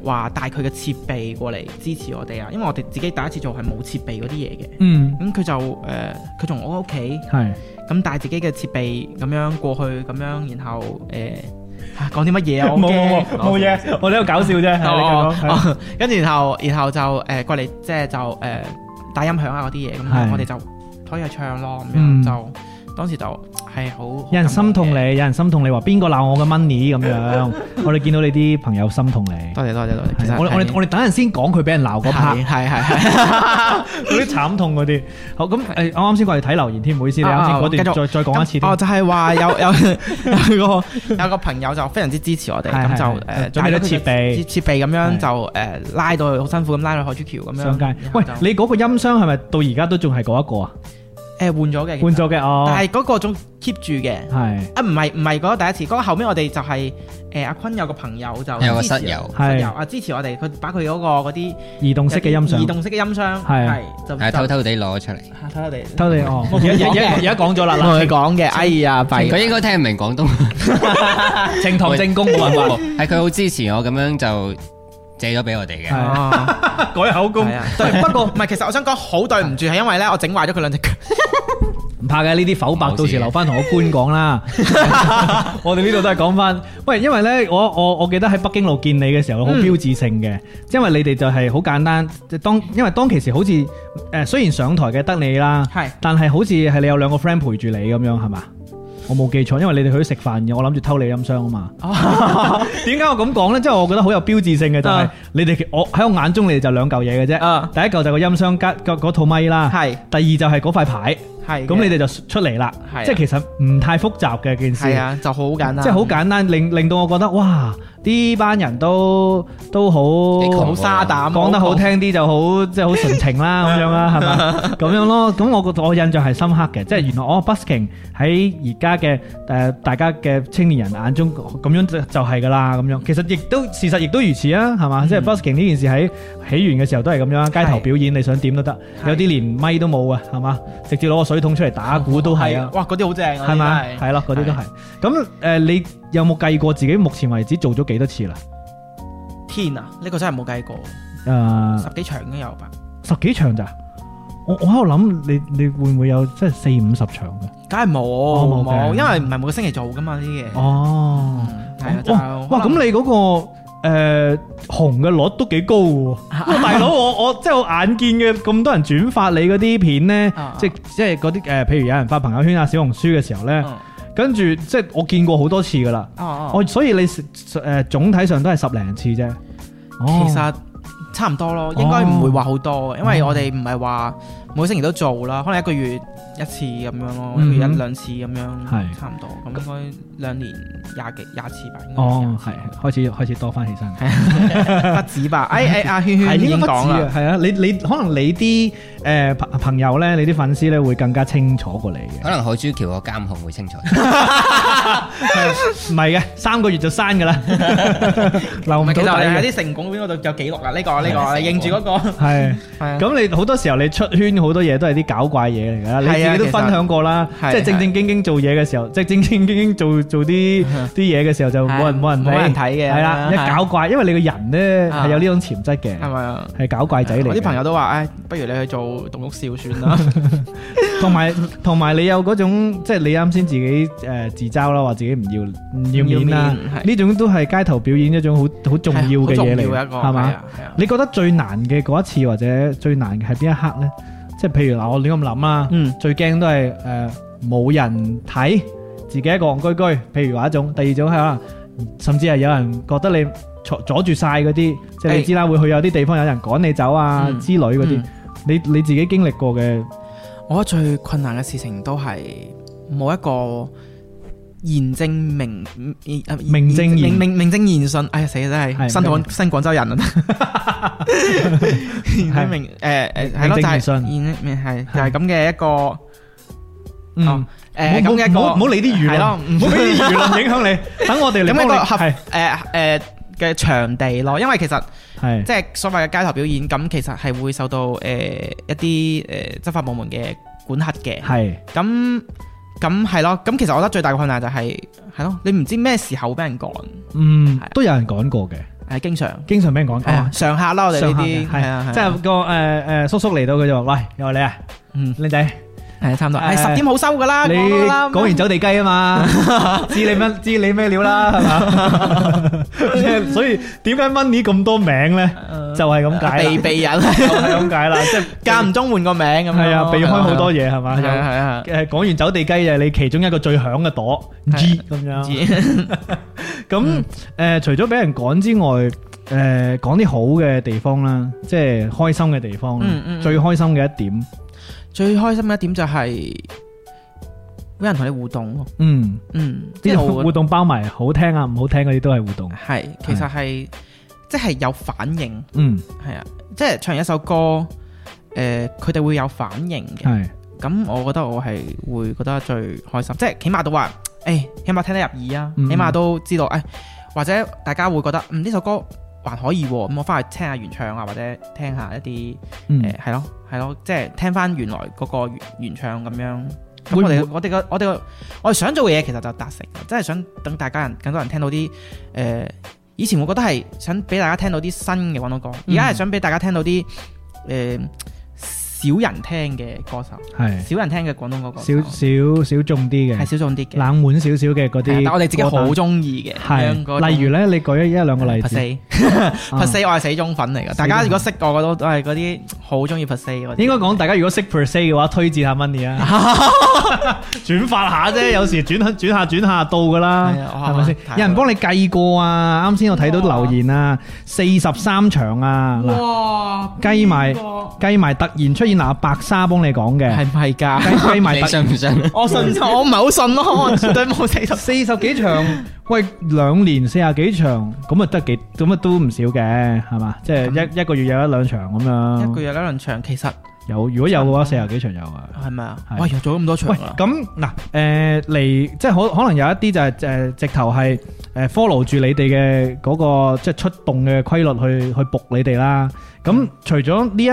Speaker 4: 話、帶佢嘅設備過嚟支持我哋啊，因為我哋自己第一次做係冇設備嗰啲嘢嘅，
Speaker 1: 嗯，
Speaker 4: 咁佢就誒佢從我屋企
Speaker 1: 係
Speaker 4: 咁帶自己嘅設備咁樣過去咁樣，然後誒啊 講啲乜嘢啊，我
Speaker 1: 冇冇冇
Speaker 4: 驚
Speaker 1: 冇嘢，我呢度搞笑啫。係你
Speaker 4: 哦
Speaker 1: 繼續講係
Speaker 4: 哦，跟住然後然後就誒過嚟，即係就誒打音響啊嗰啲嘢，
Speaker 1: 係
Speaker 4: 咁我哋就可以去唱咯，咁
Speaker 1: 嗯
Speaker 4: 樣就當時就係好
Speaker 1: 有人心痛，你，
Speaker 4: 好感動嘅
Speaker 1: 有人心痛你話邊個鬧我嘅 money 咁 樣，我哋見到你啲朋友心痛你。
Speaker 4: 多謝多謝多謝，其
Speaker 1: 係
Speaker 4: 實
Speaker 1: 我哋我哋我哋等陣先講佢俾人鬧嗰 part，
Speaker 4: 係係係係
Speaker 1: 嗰啲慘痛嗰啲。好咁誒，我啱先過嚟睇留言添，唔好意思，你啱
Speaker 4: 啊
Speaker 1: 先
Speaker 4: 啊
Speaker 1: 嗰
Speaker 4: 繼
Speaker 1: 段
Speaker 4: 續
Speaker 1: 再再 講一次
Speaker 4: 咁
Speaker 1: 添。
Speaker 4: 哦，就係話有有有個有個朋友就非常之支持我哋，
Speaker 1: 係
Speaker 4: 咁就
Speaker 1: 係係
Speaker 4: 呃誒
Speaker 1: 準備咗設備
Speaker 4: 設備咁
Speaker 1: 係
Speaker 4: 樣就誒拉到去好辛苦咁拉到去海珠橋咁樣
Speaker 1: 上街，喂
Speaker 4: 然後，就
Speaker 1: 你嗰個音箱係咪到而家都仲係嗰一個啊？
Speaker 4: 誒呃換咗嘅，
Speaker 1: 換
Speaker 4: 其實，
Speaker 1: 咗嘅哦，
Speaker 4: 但係嗰個仲 keep 住嘅。
Speaker 1: 係
Speaker 4: 啊，唔係唔係嗰個第一次，嗰、個後面我哋就係、誒阿坤有個朋友就
Speaker 3: 有個
Speaker 4: 支持
Speaker 3: 室友
Speaker 1: 係
Speaker 4: 室友啊支持我哋，佢把佢嗰個嗰啲
Speaker 1: 移動式嘅音箱
Speaker 4: 移，動式嘅音箱
Speaker 1: 係
Speaker 4: 就
Speaker 3: 係偷
Speaker 4: 就啊
Speaker 3: 偷地攞出嚟，
Speaker 4: 偷偷地
Speaker 1: 偷你哦，而家而 家而家講咗啦，
Speaker 4: 同佢
Speaker 1: 嗱
Speaker 4: 講嘅，哎呀弊
Speaker 3: 佢應該聽唔明廣東 話。
Speaker 1: 情情堂正宮冇 辦法
Speaker 3: 係佢好支持我，咁樣就借咗俾我哋嘅。
Speaker 1: 係
Speaker 4: 啊，
Speaker 1: 改口供
Speaker 4: 係，啊，對不過唔係，其實我想講好對唔住，係因為咧我整壞咗佢兩隻腳，
Speaker 1: 唔怕嘅呢啲剖白，
Speaker 3: 冇事嘅
Speaker 1: 到時留翻同我官講 啦。我哋呢度都係講翻，喂，因為呢，我我我記得喺北京路見你嘅時候好
Speaker 4: 嗯
Speaker 1: 標誌性嘅，因為你哋就係好簡單，即當因為當其時好似誒雖然上台嘅得你啦。
Speaker 4: 係
Speaker 1: 但係好似係你有兩個 friend 陪住你咁樣係嘛？我冇記錯，因為你哋去咗食飯嘅，我諗住偷你音箱啊嘛。 點解我咁講呢？即係我覺得好有標誌性嘅就係
Speaker 4: 啊
Speaker 1: 你哋其我喺我眼中你哋就兩嚿嘢嘅啫。
Speaker 4: 啊
Speaker 1: 第一嚿就係個音箱加嗰嗰套咪啦，
Speaker 4: 係
Speaker 1: 第二就係嗰塊牌。
Speaker 4: 係嘅
Speaker 1: 咁你哋就出嚟啦
Speaker 4: 係啊。
Speaker 1: 即係其實唔太複雜嘅件事。
Speaker 4: 係啊，就好簡單，
Speaker 1: 即係好簡單，令令到我覺得哇！呢班人都都好
Speaker 3: 幾窮
Speaker 4: 好沙膽，啊
Speaker 1: 講得好聽啲就好，即係好純情 啦咁樣啦，係咪？咁樣咯，咁我覺我印象係深刻嘅，即係原來我 busking 喺而家嘅誒大家嘅青年人眼中咁樣就就係㗎啦，咁樣其實亦都事實亦都如此啊，係嘛？即係 busking 呢件事喺起源嘅時候都係咁樣啊，街頭表演你想點都得，
Speaker 4: 係
Speaker 1: 有啲連咪都冇啊，係嘛？直接攞個水桶出嚟打鼓都係啊。
Speaker 4: 哇，嗰啲好正啊，
Speaker 1: 係咪？
Speaker 4: 真係
Speaker 1: 係咯，嗰啲都係。咁誒，你有冇計過自己目前為止做咗幾多次啦？
Speaker 4: 天啊！呢個真係冇計過，
Speaker 1: 啊誒，
Speaker 4: 十幾場已經有吧？
Speaker 1: 十幾場咋？我我喺度諗，你你會唔會有即係四五十場嘅？
Speaker 4: 梗係冇
Speaker 1: 冇嘅
Speaker 4: 冇，因為唔係每個星期做噶嘛呢啲嘢。
Speaker 1: 哦，
Speaker 4: 嗯，係啊，就
Speaker 1: 哇哇！咁
Speaker 4: 可能
Speaker 1: 你嗰個誒紅嘅率都幾高喎。
Speaker 4: 啊
Speaker 1: 喂大佬， 我我即係我眼見嘅咁多人轉發你嗰啲片咧
Speaker 4: 啊啊，
Speaker 1: 即即係嗰啲誒，譬如有人發朋友圈啊、小紅書嘅時候咧，
Speaker 4: 嗯
Speaker 1: 跟住即係我見過好多次噶啦。
Speaker 4: 哦哦
Speaker 1: 我所以你誒總體上都係十零次啫。哦
Speaker 4: 其實差唔多咯，應該唔會話好多，因為我哋唔係話每星期都做啦，可能一個月一次咁樣咯，一個
Speaker 1: 嗯
Speaker 4: 月一兩次咁樣，
Speaker 1: 係
Speaker 4: 差唔多。咁應該兩年廿幾廿次吧，應該
Speaker 1: 哦，
Speaker 4: 廿次
Speaker 1: 係開始開始多翻起身，
Speaker 4: 不止吧？哎哎，阿 圈
Speaker 1: 係
Speaker 4: 圈已
Speaker 1: 應
Speaker 4: 經
Speaker 1: 該不
Speaker 4: 講
Speaker 1: 止
Speaker 4: 啦
Speaker 1: 啊，，係啊，你你可能你啲誒朋朋友咧，你啲粉絲咧會更加清楚過 你嘅，
Speaker 3: 可能海珠橋個監控會清楚啲。
Speaker 1: 唔係嘅，三個月就刪噶 啦，留
Speaker 4: 唔
Speaker 1: 唔到
Speaker 4: 係其
Speaker 1: 底
Speaker 4: 實我哋喺
Speaker 1: 嘅，
Speaker 4: 啲成功邊嗰度有記錄啦，呢個呢
Speaker 3: 係啊
Speaker 4: 個，你認住 嗰個。
Speaker 1: 係。
Speaker 4: 係
Speaker 1: 咁你好多時候你出圈好多嘢都係啲搞怪嘢嚟㗎啦，你
Speaker 4: 係啊
Speaker 1: 自己都
Speaker 4: 其實
Speaker 1: 分享過啦，即
Speaker 4: 係
Speaker 1: 係正正經經做嘢嘅時候，即係正正經經做做 啲啲嘢嘅時候就冇人
Speaker 4: 係
Speaker 1: 冇人
Speaker 4: 冇人睇嘅
Speaker 1: 係啦，
Speaker 4: 係
Speaker 1: 一
Speaker 4: 啊
Speaker 1: 搞怪，因為你個人咧
Speaker 4: 啊
Speaker 1: 係有呢種潛質嘅，
Speaker 4: 係咪啊？
Speaker 1: 係搞怪仔嚟嘅。
Speaker 4: 我啲朋友都話：，唉，不如你去做棟篤笑算啦。
Speaker 1: 同埋同埋你有嗰種即係你啱先自己誒自嘲啦，話自己唔要唔 要面啦
Speaker 4: 唔要面，係
Speaker 1: 呢種都係街頭表演一種好好重要嘅嘢嚟，
Speaker 4: 係好重要嘅一個
Speaker 1: 係
Speaker 4: 係
Speaker 1: 嘛
Speaker 4: 啊？係啊
Speaker 1: 你覺得最難嘅嗰一次或者最難嘅係邊一刻呢？即係譬如嗱，我亂咁諗啦，
Speaker 4: 嗯
Speaker 1: 最驚都係誒冇人睇，自己一個戇居居。譬如話一種，第二種係可能甚至係有人覺得你阻阻住晒嗰啲，即係你
Speaker 4: 係
Speaker 1: 知啦，會去有啲地方有人趕你走啊
Speaker 4: 嗯
Speaker 1: 之類嗰啲
Speaker 4: 嗯。
Speaker 1: 你你自己經歷過嘅，
Speaker 4: 我覺得最困難嘅事情都係冇一個言正明呃
Speaker 1: 名正言
Speaker 4: 明明明正言順。哎呀死啦，真係
Speaker 1: 係
Speaker 4: 新
Speaker 1: 咩
Speaker 4: 廣新廣州人啊！ 言正明誒誒係
Speaker 1: 名
Speaker 4: 咯，
Speaker 1: 正
Speaker 4: 就係
Speaker 1: 言順
Speaker 4: 言明係就係咁嘅一個
Speaker 1: 嗯
Speaker 4: 哦。誒咁嘅一個
Speaker 1: 唔好唔好理啲輿論
Speaker 4: 係咯，唔
Speaker 1: 唔
Speaker 4: 好
Speaker 1: 好俾啲輿論影 響你。等我哋嚟
Speaker 4: 咁
Speaker 1: 幫
Speaker 4: 一
Speaker 1: 你
Speaker 4: 個合
Speaker 1: 係
Speaker 4: 誒誒嘅場地咯，因為其實。
Speaker 1: 係
Speaker 4: 即係所謂嘅街頭表演，咁其實係會受到誒、呃一啲誒、呃、執法部門嘅管轄嘅。
Speaker 1: 係
Speaker 4: 咁咁係咯，咁其實我覺得最大嘅困難就係係咯，你唔知咩時候俾人趕，
Speaker 1: 嗯
Speaker 4: 係
Speaker 1: 都有人講過嘅，
Speaker 4: 係經常
Speaker 1: 經常俾人講
Speaker 4: 係啊上下啦，我哋
Speaker 1: 哦
Speaker 4: 呢
Speaker 1: 上下嘅
Speaker 4: 啲
Speaker 1: 係
Speaker 4: 係啊，
Speaker 1: 即係個誒誒叔叔嚟到佢就話：喂，又係你啊，
Speaker 4: à。嗯
Speaker 1: 靚仔，
Speaker 4: 係差唔多，
Speaker 1: 誒
Speaker 4: 係十點好收㗎啦，
Speaker 1: 你
Speaker 4: 講啦
Speaker 1: 講完走地雞啊 嘛，知你乜知你咩料啦，係嘛？即係所以點解 Money 咁多名咧？就係咁解
Speaker 4: 避
Speaker 1: 啦，
Speaker 4: 避人，
Speaker 1: 就係咁解啦，即係
Speaker 4: 間唔中換個名咁樣咯，
Speaker 1: 係啊，避開好多
Speaker 4: 嘢，
Speaker 1: 嘢係嘛？
Speaker 4: 係
Speaker 1: 有
Speaker 4: 啊係啊。
Speaker 1: 誒講完走地雞就係你其中一個最響嘅朵
Speaker 4: 係啊
Speaker 1: G 咁樣。 咁誒、呃除咗俾人趕之外，誒講啲好嘅地方啦，即係開心嘅地方啦，
Speaker 4: 嗯嗯嗯
Speaker 1: 最開心嘅一點，
Speaker 4: 最開心嘅一點就係有人同你互動咯，
Speaker 1: 嗯，
Speaker 4: 嗯，即
Speaker 1: 呢
Speaker 4: 係
Speaker 1: 種
Speaker 4: 我
Speaker 1: 活動包埋好聽啊、唔好聽嗰啲都係活動，
Speaker 4: 係，其實係即係有反應，
Speaker 1: 嗯，
Speaker 4: 係啊，即係唱一首歌，誒、佢哋會有反應嘅。
Speaker 1: 係
Speaker 4: 咁我覺得我係會覺得最開心，即係起碼都話，誒、起碼聽得入耳啊，
Speaker 1: 嗯
Speaker 4: 起碼都知道，誒、或者大家會覺得，嗯，呢首歌還可以喎、咁我翻去聽下原唱啊，或者聽下一啲，
Speaker 1: 嗯，
Speaker 4: 誒、係咯，係咯，即係聽翻原來嗰個原原唱咁樣。咁
Speaker 1: 會唔會
Speaker 4: 我哋我哋個我哋個我哋想做嘅嘢其實就達成，真係想等大家人更多人聽到啲誒、呃以前我覺得係想俾大家聽到啲新嘅廣東歌，而家係想俾大家聽到啲誒少人聽嘅歌手，
Speaker 1: 係
Speaker 4: 少人聽嘅廣東歌歌手
Speaker 1: 少少少眾啲
Speaker 4: 係
Speaker 1: 嘅，
Speaker 4: 少眾啲嘅，
Speaker 1: 冷門少少嘅嗰
Speaker 4: 係啊
Speaker 1: 啲，
Speaker 4: 但我哋自己好。中意嘅，咁樣嗰種
Speaker 1: 係，例如咧，你舉一一兩個例
Speaker 4: 佛
Speaker 1: 子，
Speaker 4: 四佛四我係死忠粉嚟㗎，大家如果識我嘅都都係嗰啲好中意佛四嗰啲，
Speaker 1: 應該講大家如果識 per se 嘅話，推薦下 Money 啊，轉發下啫，有時轉下轉下轉下到噶啦，
Speaker 4: 係啊哇
Speaker 1: 係咪先
Speaker 4: 太好啦？
Speaker 1: 有人幫你計過啊，啱先我睇到留言啊，四十三場啊，嗱，
Speaker 4: 哇
Speaker 1: 計埋
Speaker 4: 邊個
Speaker 1: 計埋突然出現以嗱白沙幫你講嘅，
Speaker 4: 係 咪㗎？
Speaker 1: 計計埋
Speaker 3: 你信唔信？
Speaker 4: 我信，我唔係好信咯，我 絕對冇四十。
Speaker 1: 四十幾場，喂兩年四十幾場，咁啊得幾，咁啊都唔少嘅，係嘛？即係一一個月有一兩場咁
Speaker 4: 一個
Speaker 1: 樣，
Speaker 4: 月兩輪場，其實
Speaker 1: 有如果有嘅話，四十幾場有啊。
Speaker 4: 係咪啊？
Speaker 1: 係
Speaker 4: 喂，又做咗咁多場
Speaker 1: 喂，
Speaker 4: 啦，
Speaker 1: 咁嗱，誒嚟即係可可能有一啲就係誒直頭係誒 follow 住你哋嘅嗰個即係出動嘅規律去去仆你哋啦。咁除咗呢一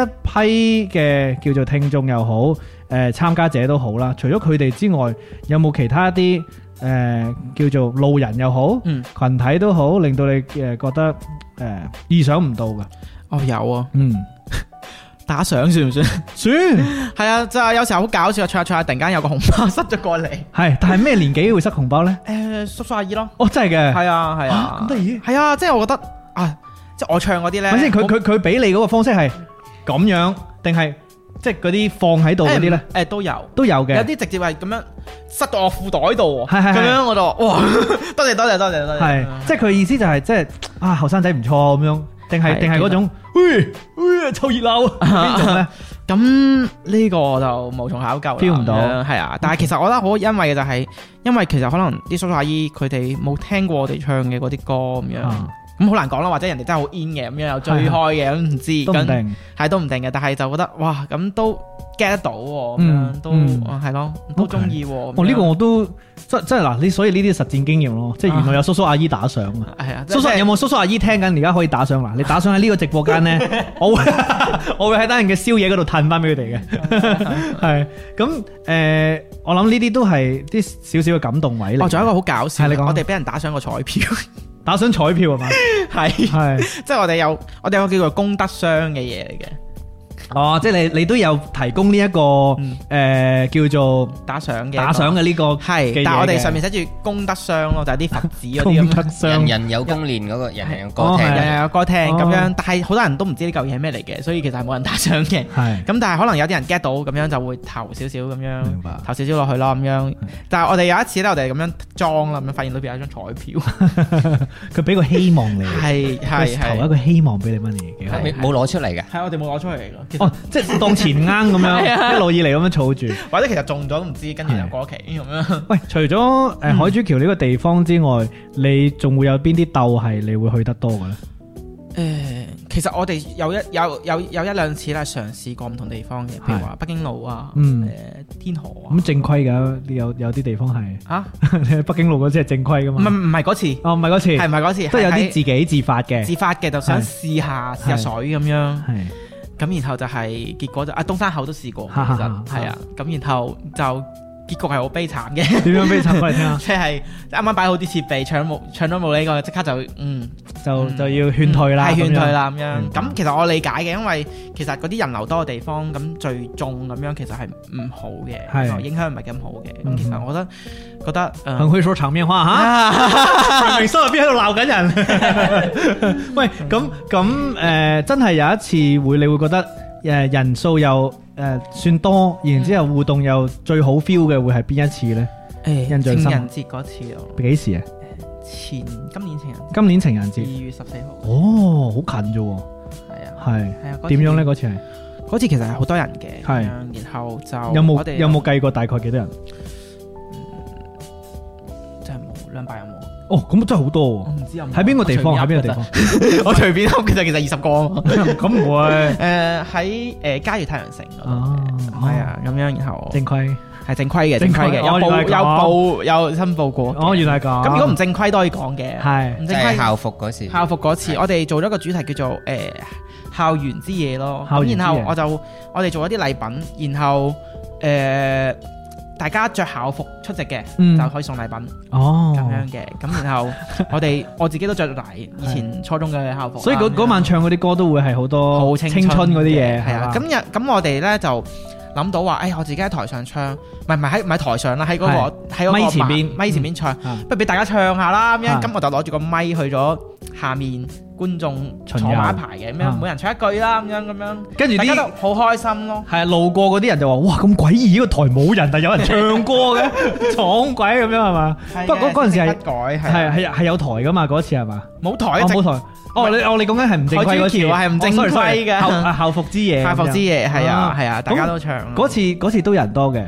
Speaker 1: 批嘅叫做聽眾又好，誒、參加者都好啦，除咗佢哋之外，有冇其他一啲誒、叫做路人又好，
Speaker 4: 嗯
Speaker 1: 群體都好，令到你誒覺得誒、意想唔到嘅？
Speaker 4: 哦有啊，
Speaker 1: 嗯，
Speaker 4: 打賞算唔 算？
Speaker 1: 算
Speaker 4: 係啊，就係有時候好搞笑啊，唱下唱下，突然間有個紅包塞咗過嚟，
Speaker 1: 係，但係咩年紀會塞紅包呢？
Speaker 4: 誒叔叔阿姨咯，
Speaker 1: 哦，真係嘅，
Speaker 4: 係啊係
Speaker 1: 啊
Speaker 4: 啊，
Speaker 1: 咁得意。
Speaker 4: 係啊，即係我覺得啊，即係我唱嗰啲咧，
Speaker 1: 咪先，佢
Speaker 4: 我
Speaker 1: 佢佢俾你嗰個方式係咁樣，定係即係嗰啲放喺度嗰啲咧
Speaker 4: 誒誒都有。
Speaker 1: 都有
Speaker 4: 有
Speaker 1: 嘅，
Speaker 4: 啲直接係咁樣塞到我褲袋度喎，
Speaker 1: 係係係
Speaker 4: 咁樣我就哇， 多謝多謝多謝多謝，
Speaker 1: 係即係佢意思就係即係啊後生仔唔錯咁樣，定係
Speaker 4: 係
Speaker 1: 定係哎嗰種，喂喂湊熱鬧啊 邊種咧？
Speaker 4: 咁呢個我就無從考究啦
Speaker 1: Feel 唔到
Speaker 4: 咁樣係啊！但係其實我覺得好欣慰嘅就係，因為其實可能啲叔叔阿姨佢哋冇聽過我哋唱嘅嗰啲歌咁樣，
Speaker 1: 啊
Speaker 4: 咁好難講啦。或者人哋真係好 in 嘅咁樣，又追開嘅咁唔知，
Speaker 1: 嗯都唔
Speaker 4: 咁
Speaker 1: 定。
Speaker 4: 係都唔定嘅。但係就覺得哇，咁都 get 得到喎，咁
Speaker 1: 嗯
Speaker 4: 樣都
Speaker 1: 嗯
Speaker 4: 啊係咯，都中意喎。
Speaker 1: 哦，
Speaker 4: 咁樣
Speaker 1: 呢個我都真真係嗱，你所以呢啲實戰經驗咯，即係原來有叔叔阿姨打賞啊！
Speaker 4: 係啊，
Speaker 1: 叔叔有
Speaker 4: 冇？
Speaker 1: 冇叔叔阿姨聽緊？而家可以打賞 嗱，你打賞喺呢個直播間咧，我會 我會喺單人嘅宵夜嗰度褪翻俾佢哋 嘅。係咁誒，我諗呢啲都係啲少少嘅感動位嚟。
Speaker 4: 哦，仲有一個好搞笑
Speaker 1: 係你
Speaker 4: 嘅，
Speaker 1: 講
Speaker 4: 我哋俾人打上個彩票，
Speaker 1: 打賞彩票係啊嘛？
Speaker 4: 係
Speaker 1: 係
Speaker 4: 即係我哋有我哋有個叫做功德箱嘅嘢嚟嘅，
Speaker 1: 哦，即係你你都有提供呢一個
Speaker 4: 嗯
Speaker 1: 誒叫做
Speaker 4: 打賞嘅
Speaker 1: 打賞嘅呢 個嘅
Speaker 4: 係
Speaker 1: 嘢，
Speaker 4: 但係我哋
Speaker 1: 嘅
Speaker 4: 上面寫住功德箱咯，就係啲佛寺嗰啲
Speaker 1: 功
Speaker 4: 咁
Speaker 1: 德
Speaker 4: 樣。
Speaker 1: 箱
Speaker 3: 人。人有功練嗰個，人人有歌
Speaker 1: 哦
Speaker 3: 聽
Speaker 1: 係
Speaker 3: 嗰個。
Speaker 4: 誒有歌聽咁
Speaker 1: 哦
Speaker 4: 樣，但係好多人都唔知呢嚿嘢係咩嚟嘅，所以其實係冇人打賞嘅。
Speaker 1: 係
Speaker 4: 咁但係可能有啲人 get 到，咁樣就會投少少咁樣
Speaker 1: 明白，
Speaker 4: 投少少落去咯咁樣。但係我哋有一次咧，我哋咁樣裝啦，咁樣發現裏邊有一張彩票，
Speaker 1: 佢俾個希望你，
Speaker 4: 係係
Speaker 1: 佢投一
Speaker 4: 係，
Speaker 1: 個希望俾你 money 幾好。
Speaker 3: 你冇攞出嚟嘅，
Speaker 4: 係我哋冇攞出嚟咯。其實
Speaker 1: 哦，即係當前啱咁
Speaker 4: 啊
Speaker 1: 樣，一路以嚟咁樣儲住。
Speaker 4: 或者其實中咗都唔知，跟住就過期咁樣。
Speaker 1: 喂，除咗誒
Speaker 4: 嗯
Speaker 1: 海珠橋呢個地方之外，你仲會有邊啲竇係你會去得多嘅咧？
Speaker 4: 誒，呃其實我哋有一有有有一兩次咧嘗試過唔同地方嘅，譬如話北京路啊，
Speaker 1: 嗯
Speaker 4: 誒天河啊
Speaker 1: 咁，正規㗎，有有啲地方係
Speaker 4: 啊
Speaker 1: 你喺北京路嗰次係 正規㗎
Speaker 4: 唔係
Speaker 1: 嘛？
Speaker 4: 唔係嗰次，
Speaker 1: 哦，唔係嗰次，
Speaker 4: 係唔係嗰次？
Speaker 1: 都有
Speaker 4: 係
Speaker 1: 啲
Speaker 4: 喺
Speaker 1: 自己自發嘅，
Speaker 4: 自發嘅，就想
Speaker 1: 係
Speaker 4: 試下試下
Speaker 1: 係
Speaker 4: 水咁樣，
Speaker 1: 係
Speaker 4: 咁然後就係結果就啊東山口都試過，其實係啊，咁然後就結局係好悲慘嘅，
Speaker 1: 點樣俾你插過嚟聽啊下？
Speaker 4: 即係啱啱擺好啲設備，搶冇搶到冇呢個，即刻就嗯
Speaker 1: 就
Speaker 4: 嗯
Speaker 1: 就要勸退啦，咁
Speaker 4: 係勸
Speaker 1: 樣
Speaker 4: 退。啦咁樣。
Speaker 1: 嗯
Speaker 4: 咁其實我理解嘅，因為其實嗰啲人流多嘅地方，咁聚眾咁樣其實係唔好
Speaker 1: 係
Speaker 4: 嘅，影響唔係咁好嘅。
Speaker 1: 嗯
Speaker 4: 咁其實我覺得覺得
Speaker 1: 很
Speaker 4: 誒
Speaker 1: 會說場面 話嚇，明明心入邊喺度鬧緊人。
Speaker 4: 嗯
Speaker 1: 喂，咁咁誒，真係有一次會，你會覺得誒人數又誒算多，然之後互動又最好 feel 嘅會係邊一次咧？
Speaker 4: 誒
Speaker 1: 印象深
Speaker 4: 情人節嗰次咯，
Speaker 1: 幾時啊？
Speaker 4: 前今年情人節
Speaker 1: 今年情人節。
Speaker 4: 二月十四號，
Speaker 1: 哦，好近啫喎，
Speaker 4: 係啊。
Speaker 1: 係
Speaker 4: 係啊，嗰次
Speaker 1: 點樣呢？嗰次係
Speaker 4: 嗰次其實係好多人嘅，咁
Speaker 1: 係
Speaker 4: 樣然後就
Speaker 1: 有冇
Speaker 4: 我哋
Speaker 1: 有冇計過大概幾多人？
Speaker 4: 真係冇兩百有冇？
Speaker 1: 哦，咁真係好
Speaker 4: 我
Speaker 1: 多
Speaker 4: 唔知有冇
Speaker 1: 喎。喺邊個地
Speaker 4: 嗯
Speaker 1: 方？喺邊個地方？？
Speaker 4: 我隨便噏嘅啫，其實二十個啊嘛。
Speaker 1: 咁唔 會
Speaker 4: 誒喺誒嘉裕太陽城嗰
Speaker 1: 哦
Speaker 4: 度嘅，係啊咁樣，然後
Speaker 1: 正規。
Speaker 4: 係正規嘅，
Speaker 1: 正
Speaker 4: 正
Speaker 1: 規
Speaker 4: 規嘅，
Speaker 1: 哦
Speaker 4: 有
Speaker 1: 原來
Speaker 4: 報
Speaker 1: 係咁
Speaker 4: 有報有申報過嘅。
Speaker 1: 哦，原來係咁。
Speaker 4: 啊咁如果唔啊正規都可以講嘅，
Speaker 1: 係
Speaker 4: 唔
Speaker 3: 即
Speaker 4: 正
Speaker 3: 係
Speaker 4: 規
Speaker 3: 校服嗰時。
Speaker 4: 校服嗰次，我哋做咗個主題叫做誒校園之夜咯。
Speaker 1: 校園之夜
Speaker 4: 咁然後我就我哋做咗啲禮品，然後誒大家着校服出席嘅
Speaker 1: 嗯
Speaker 4: 就可以送禮品。
Speaker 1: 哦
Speaker 4: 咁樣嘅，咁然後我哋我自己都着到大以前初中嘅校服 啦，
Speaker 1: 所以嗰
Speaker 4: 咁樣
Speaker 1: 嗰晚唱嗰啲歌都會係好多
Speaker 4: 好
Speaker 1: 青
Speaker 4: 青
Speaker 1: 春嗰啲嘢，
Speaker 4: 係啊，
Speaker 1: 嘛
Speaker 4: 咁又咁我哋咧就諗到話，哎誒我自己喺台上唱，唔係唔係喺唔係台上啦，喺嗰個喺嗰個
Speaker 1: 咪前邊
Speaker 4: 咪前邊唱，
Speaker 1: 啊
Speaker 4: 不如俾大家唱下啦咁
Speaker 1: 啊
Speaker 4: 樣，咁我就攞住個咪去咗下面觀眾
Speaker 1: 巡遊
Speaker 4: 坐埋一排嘅，咁樣
Speaker 1: 啊
Speaker 4: 每人唱一句啦，咁樣咁樣，
Speaker 1: 跟住
Speaker 4: 大家
Speaker 1: 啲
Speaker 4: 都好開心咯。
Speaker 1: 係啊路過嗰啲人就話：哇，咁詭異！呢個台冇人，但有人唱歌嘅， 闖鬼咁樣係嘛？不過嗰嗰陣時係
Speaker 4: 不啊改
Speaker 1: 係啊
Speaker 4: 係
Speaker 1: 係係有台噶嘛？嗰次係嘛？
Speaker 4: 啊冇
Speaker 1: 哦
Speaker 4: 台一直
Speaker 1: 冇台。哦，你哦你講緊係唔正規嗰次，
Speaker 4: 海珠橋啊係唔正
Speaker 1: 哦，sorry，sorry，
Speaker 4: 規嘅
Speaker 1: 校啊校服之夜，
Speaker 4: 泰服之夜係啊
Speaker 1: 啊
Speaker 4: 係啊，大家都唱
Speaker 1: 嗰次嗰次都人多嘅。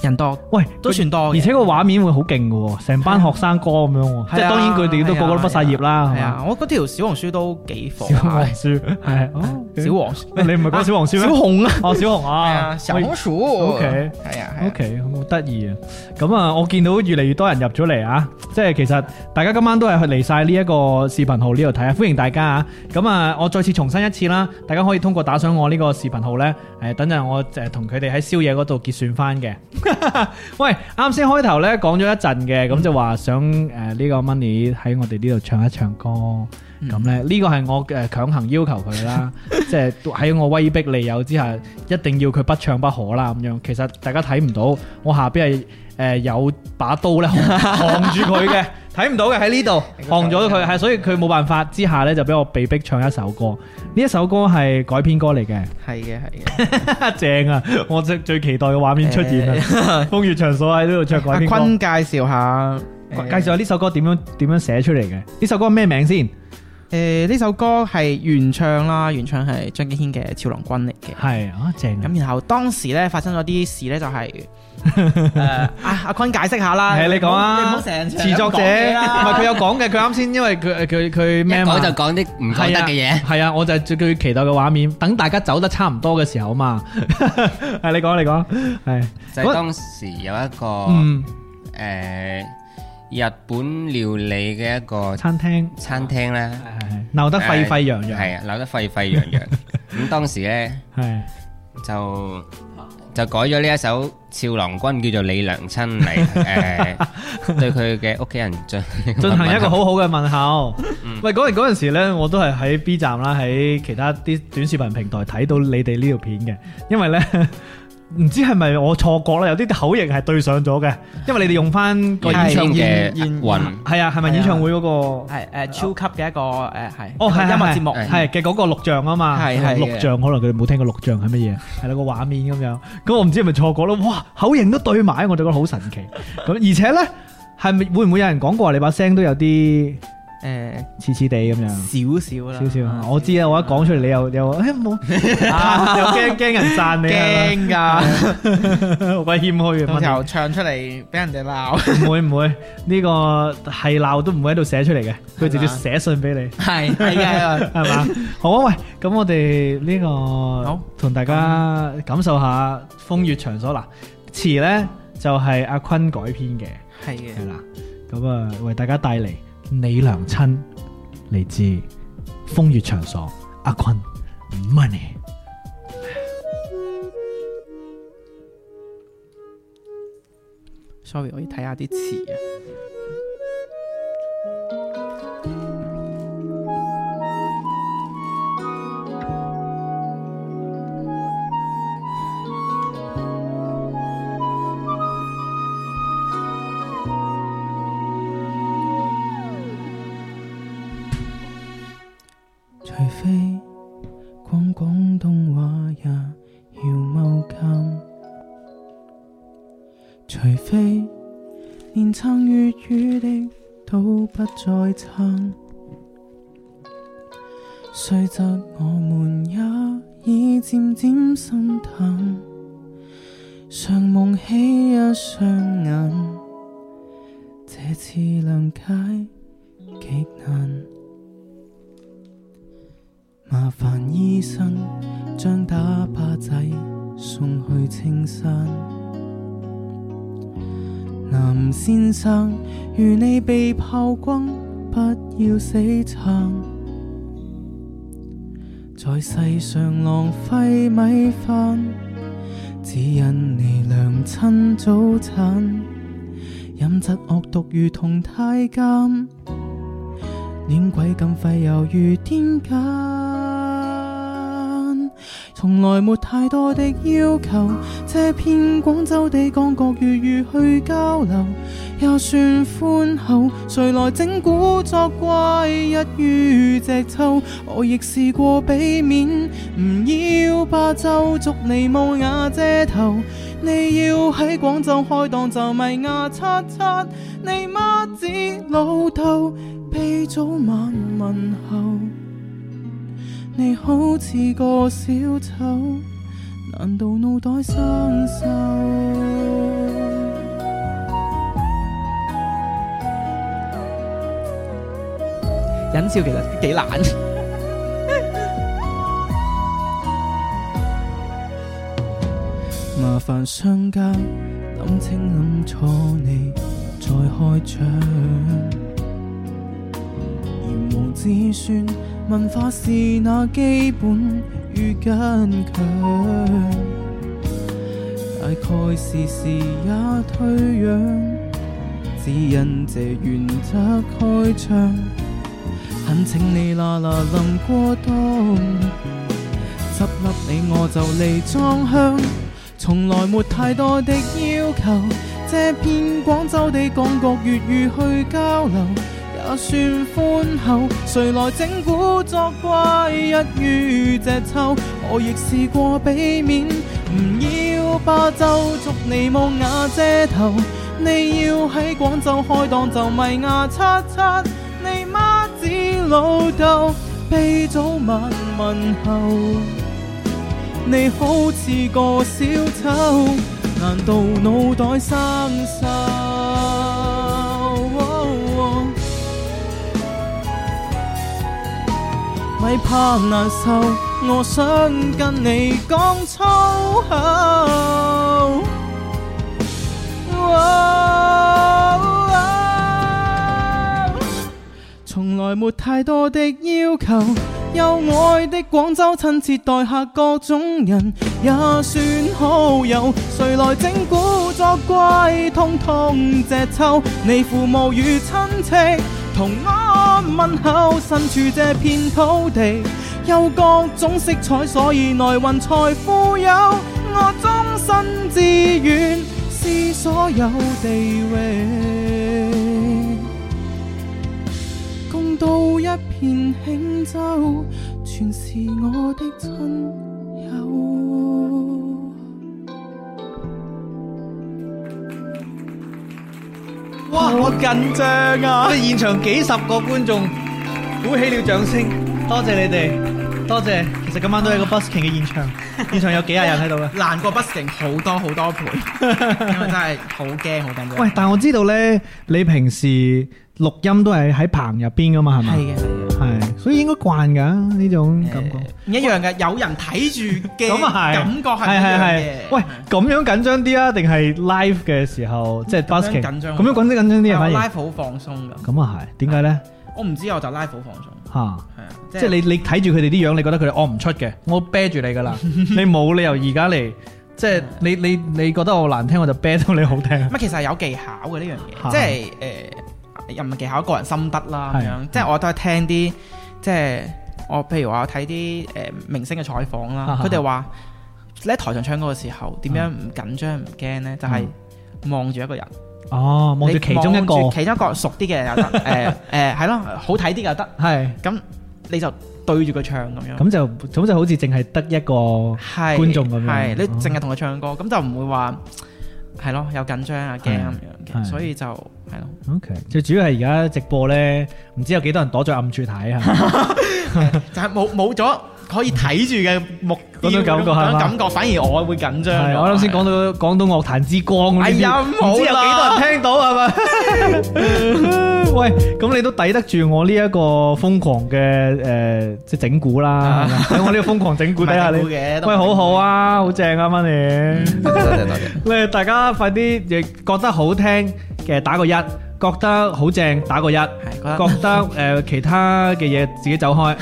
Speaker 4: 人多
Speaker 1: 喂，
Speaker 4: 都算多嘅，
Speaker 1: 而且個畫面會好勁嘅喎，成班學生哥咁樣喎，即係
Speaker 4: 係啊
Speaker 1: 當然佢哋都個個都畢晒業啦，係
Speaker 4: 係
Speaker 1: 嘛？
Speaker 4: 啊，我嗰條小紅書都幾火
Speaker 1: 小
Speaker 4: 下
Speaker 1: 黃
Speaker 4: 嘅，
Speaker 1: 書係哦，
Speaker 4: 啊小黃
Speaker 1: 你唔係講小黃書咩
Speaker 4: 小？紅啊，
Speaker 1: 哦，小紅
Speaker 4: 係
Speaker 1: 啊
Speaker 4: 啊，，小紅薯
Speaker 1: OK
Speaker 4: 係啊係
Speaker 1: O
Speaker 4: 啊
Speaker 1: K，好得意啊！咁啊，我見到越嚟越多人入咗嚟啊，即係其實大家今晚都係去嚟晒呢一個視頻號呢度睇啊，歡迎大家啊！咁啊，我再次重申一次啦，大家可以通過打賞我呢個視頻號呢。誒等陣我誒同佢哋喺宵夜嗰度結算翻嘅。喂，啱先開頭呢講咗一陣嘅，咁就話想誒呢個 Money 喺我哋呢度唱一唱歌。咁咧，呢個係我誒強行要求佢啦，嗯 即係喺我威逼利誘之下，一定要佢不唱不可啦咁樣。其實大家睇唔到，我下邊係誒有把刀 咧扛住佢嘅， 睇唔到嘅喺呢度 扛咗佢，係所以佢冇辦法之下咧就俾我被逼唱一首歌。呢一首歌係改編歌嚟嘅，
Speaker 4: 係嘅係嘅，
Speaker 1: 正啊！我最最期待嘅畫面出 現啦，風月場所喺呢度唱改
Speaker 4: 阿
Speaker 1: 編歌。
Speaker 4: 啊坤介紹下誒
Speaker 1: 介紹下呢首歌點樣點樣寫出嚟嘅？呢首歌咩名先？
Speaker 4: 誒呢首歌係原唱啦，原唱係張敬軒嘅《俏郎君》嚟嘅。
Speaker 1: 係啊，正啊！
Speaker 4: 咁然後當時咧發生咗啲事咧，就係 誒啊阿坤解釋下啦。
Speaker 1: 係你講啊
Speaker 4: 你唔好成日
Speaker 1: 持作者，唔
Speaker 4: 講嘢啦
Speaker 1: 係佢有講嘅，佢啱先因為佢佢佢咩嘛
Speaker 3: 講就講啲唔講得
Speaker 1: à?
Speaker 3: 嘅嘢。
Speaker 1: 係啊，我就係最最期待嘅畫面，等大家走得差唔多嘅時候啊嘛， 係你講你講，係
Speaker 3: 就係當時有一個誒、
Speaker 1: 嗯
Speaker 3: à, 日本料理嘅一個
Speaker 1: 餐廳
Speaker 3: 餐廳咧，
Speaker 1: 係係鬧
Speaker 3: À,
Speaker 1: 得沸沸揚揚，
Speaker 3: 係啊，鬧得沸沸揚揚。咁當時咧
Speaker 1: 係
Speaker 3: 就就改咗呢一首《俏郎君》叫做《你娘親》嚟誒，對佢嘅屋企人進
Speaker 1: 進行一個好好嘅問候。
Speaker 4: 嗯
Speaker 1: 喂，嗰陣嗰陣時咧，我都係喺 B 站啦，喺其他啲短視頻平台睇到你哋呢條片嘅，因為咧。 唔知係咪我錯覺啦？有啲口型係對上咗嘅，因為你哋用翻個
Speaker 3: 原
Speaker 1: 演唱
Speaker 3: 先
Speaker 4: 現
Speaker 3: 嘅
Speaker 4: 現
Speaker 3: 雲
Speaker 1: 係啊，係咪
Speaker 4: 係啊
Speaker 1: 演唱會嗰個？
Speaker 4: 係誒超級嘅一個誒係
Speaker 1: 哦，係
Speaker 4: 音樂節目
Speaker 1: 係係嘅嗰個錄像啊嘛，
Speaker 4: 係係嘅
Speaker 1: 錄像，可能佢哋冇聽過錄像係乜嘢，係啦個畫面咁樣。咁我唔知係咪錯過咯。哇，口型都對埋，我就覺得好神奇。咁而且咧，係咪會唔會有人講過話你把聲都有啲似似地咁樣？
Speaker 4: 誒少少啦，
Speaker 1: 少少，我知啊！啊我一講出嚟，你又又誒冇， 又驚驚人讚你係
Speaker 4: 驚 㗎，
Speaker 1: 嘛， 好鬼謙虛
Speaker 4: 到 時
Speaker 1: 啊！
Speaker 4: 候唱出嚟俾人哋鬧。
Speaker 1: 唔會唔會，呢個係鬧都唔會喺度寫出嚟嘅，佢直接寫信俾你。
Speaker 4: 係係嘅，
Speaker 1: 系嘛？ 好啊，喂，咁我哋呢、個
Speaker 4: 好
Speaker 1: 同大家感受下風月場所嗱，詞呢就係阿坤改編嘅，
Speaker 4: 係
Speaker 1: 係
Speaker 4: 嘅。
Speaker 1: 啦，咁啊為大家帶嚟你娘親嚟自風月場所阿坤 money。
Speaker 4: Sorry，我要睇下啲詞啊。除非講廣東話也要踎監。除非連撐粵語的都不再撐，雖則我們也已漸漸心淡，常夢起一雙眼，這次諒解極難。麻煩醫生將打靶仔送去青山。男先生，如你被炮轟，不要死撐。在世上浪費米飯，只因你娘親早產。飲質惡毒如同太監，戀鬼咁廢又如癲癇。從來沒太多的要求，這片廣州地講國粵語去交流，也算寬厚。誰來整蠱作怪，一於隻抽。我亦試過俾面，唔要霸州，祝你冇瓦遮頭。你要喺廣州開檔就咪牙刷刷，你媽子老豆俾早晚問候。你好似個小丑，難道腦袋生鏽？忍笑其實幾難。麻煩商家諗清諗楚你再開張，而無止酸文化是那基本與根強，大概時時也退讓，只因這原則開唱。懇請你嗱嗱臨過冬，執笠你我就嚟裝香。從來沒太多的要求，這片廣州地講國粵語去交流，也算寬厚。誰來整蠱作怪，一於隻抽。我亦試過俾面，唔要霸州，祝你冇瓦遮頭。你要喺廣州開檔就咪牙刷刷，你媽子老豆俾早晚問候。你好似個小丑，難道腦袋生鏽？咪怕難受，我想跟你講粗口。從來沒太多的要求，有愛的廣州親切待客各種人也算好友。誰來整蠱作怪，通通隻抽。你父母與親戚同我問候，身處這片土地有各種色彩，所以內蘊才富有。我終身志願是所有地域。共度一片輕舟，全是我的親友。哇！我緊張啊！
Speaker 1: 我哋現場幾十個觀眾鼓起了掌聲，多謝你哋，多謝。其實今晚都係一個 busking 嘅現 場，現場有幾廿人喺度嘅。
Speaker 4: 難過不成好多好 多倍，因為真係好驚好緊張。
Speaker 1: 喂，但我知道咧，你平時錄音都係喺棚入邊噶嘛，係咪？
Speaker 4: 係嘅，係嘅。
Speaker 1: 係，所以應該慣㗎呢種感覺。
Speaker 4: 唔一樣嘅，有人睇住嘅
Speaker 1: 咁啊係，
Speaker 4: 感覺係唔一
Speaker 1: 係
Speaker 4: 樣
Speaker 1: 係
Speaker 4: 嘅。
Speaker 1: 喂，咁樣緊張啲啊，定係 live 嘅時候即係
Speaker 4: 咁樣
Speaker 1: busking
Speaker 4: 緊張
Speaker 1: 咁樣緊張緊張啲啊，
Speaker 4: 我
Speaker 1: 反而
Speaker 4: live 好放鬆噶，
Speaker 1: 咁啊係，點解咧？
Speaker 4: 我唔知我就 live 好放鬆，
Speaker 1: 嚇！
Speaker 4: 係啊，
Speaker 1: 即係你你睇住佢哋啲樣，你覺得佢哋哦按唔出嘅，我啤住你噶 啦，你冇理由而家嚟，即係你你你覺得我難聽，我就啤到你好聽。
Speaker 4: 乜其實係有技巧嘅呢
Speaker 1: 嚇
Speaker 4: 樣嘢，即係誒又唔係技巧，個人心得啦咁
Speaker 1: 係
Speaker 4: 樣。即係我都係聽啲即係我譬如話我睇啲誒明星嘅採訪啦，
Speaker 1: 嚇
Speaker 4: 佢哋話你喺台上唱歌嘅時候點樣唔緊張唔驚呢？就係望住一個人，
Speaker 1: 哦，嗯望住其中一
Speaker 4: 你
Speaker 1: 個
Speaker 4: 望住其中一個熟啲嘅 又得，誒誒係咯，好睇啲嘅又得，
Speaker 1: 係，
Speaker 4: 咁你就對住佢唱咁樣。
Speaker 1: 咁就咁就好似淨係得一個
Speaker 4: 係
Speaker 1: 觀眾咁樣
Speaker 4: 係你
Speaker 1: 哦
Speaker 4: 淨係同佢唱歌，咁就唔會話係咯有緊張啊驚咁樣
Speaker 1: 係
Speaker 4: 嘅，所以就係咯。
Speaker 1: OK。最主要係而家直播咧，唔知有幾多人躲咗暗處睇啊？
Speaker 4: 就係冇冇咗可以睇住嘅目標
Speaker 1: 嗰種感覺
Speaker 4: 嗰
Speaker 1: 係嘛
Speaker 4: 種感覺，反而我會緊張。
Speaker 1: 係，我啱先講到講到樂壇之光呢啲
Speaker 4: 哎呀
Speaker 1: 唔知有幾多人聽到係咪？喂，咁你都抵得住我呢一個瘋狂嘅誒即係整蠱啦， 係咪喺我呢個瘋狂整蠱底下你
Speaker 4: 唔係整。蠱嘅都唔係
Speaker 1: 喂，好好啊，好正啊，翻你。
Speaker 3: 多謝多謝。
Speaker 1: 喂，大家快啲，亦覺得好聽嘅打個一，覺得好正打個一，
Speaker 4: 覺得
Speaker 1: 覺得誒其他嘅嘢自己 走開，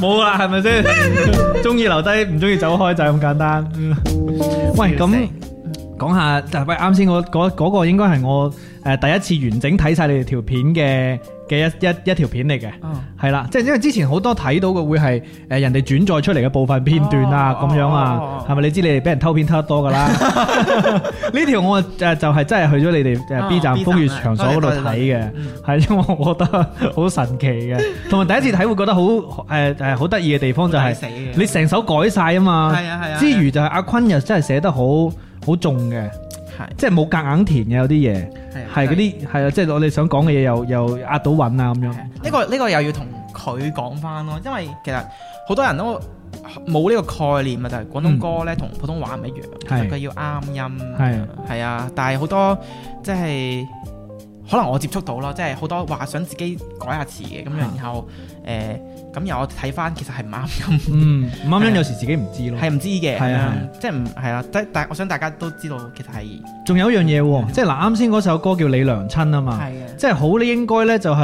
Speaker 1: 冇啦，係咪先？中意留低，唔中意走開就係咁簡單。嗯喂，咁講下，但係喂，啱先我嗰嗰個應該係我誒第一次完整睇晒你哋條片嘅嘅一一一條片嚟嘅。
Speaker 4: 啊
Speaker 1: 係啦，即係因為之前好多睇到嘅會係誒人哋轉載出嚟嘅部分片段啊，
Speaker 4: 哦
Speaker 1: 咁樣
Speaker 4: 哦
Speaker 1: 啊，係咪？你知你哋俾人偷片偷得多 噶啦？呢條我誒就係真係去咗你哋誒
Speaker 4: 啊
Speaker 1: B 站
Speaker 4: B 站
Speaker 1: 風月場所嗰度睇嘅
Speaker 4: 啊多謝多謝多，
Speaker 1: 係因為我覺得好神奇嘅，同埋第一次睇會覺得好誒誒好得意嘅地方就
Speaker 4: 好
Speaker 1: 係
Speaker 4: 抵死嘅
Speaker 1: 你成首改晒啊嘛，
Speaker 4: 係啊係啊
Speaker 1: 之餘就係阿坤又真係寫得好好重嘅，
Speaker 4: 係啊
Speaker 1: 即係冇夾硬填嘅有啲嘢。
Speaker 4: 係啊
Speaker 1: 係嗰啲係啊，即係我哋想講嘅嘢又又壓到韻啊咁樣。
Speaker 4: 呢個呢個又要同佢講翻咯，因為其實好多人都冇呢個概念啊，就係廣東歌咧同普通話唔一樣，其
Speaker 1: 嗯係
Speaker 4: 實佢要啱音，
Speaker 1: 係
Speaker 4: 係啊，但係好多即係可能我接觸到咯，即係好多話想自己改下詞嘅，咁
Speaker 1: 啊
Speaker 4: 然後誒咁又我睇翻其實係唔啱音，
Speaker 1: 嗯，唔啱音有時自己唔知咯。
Speaker 4: 係唔知嘅，
Speaker 1: 係啊
Speaker 4: 咁樣即係唔係啦，即係但係我想大家都知道其實係
Speaker 1: 仲有一樣嘢喎，即係嗱，啱先嗰首歌叫《你娘親》啊嘛，
Speaker 4: 嗯係嘅，
Speaker 1: 即係好咧，應該咧就係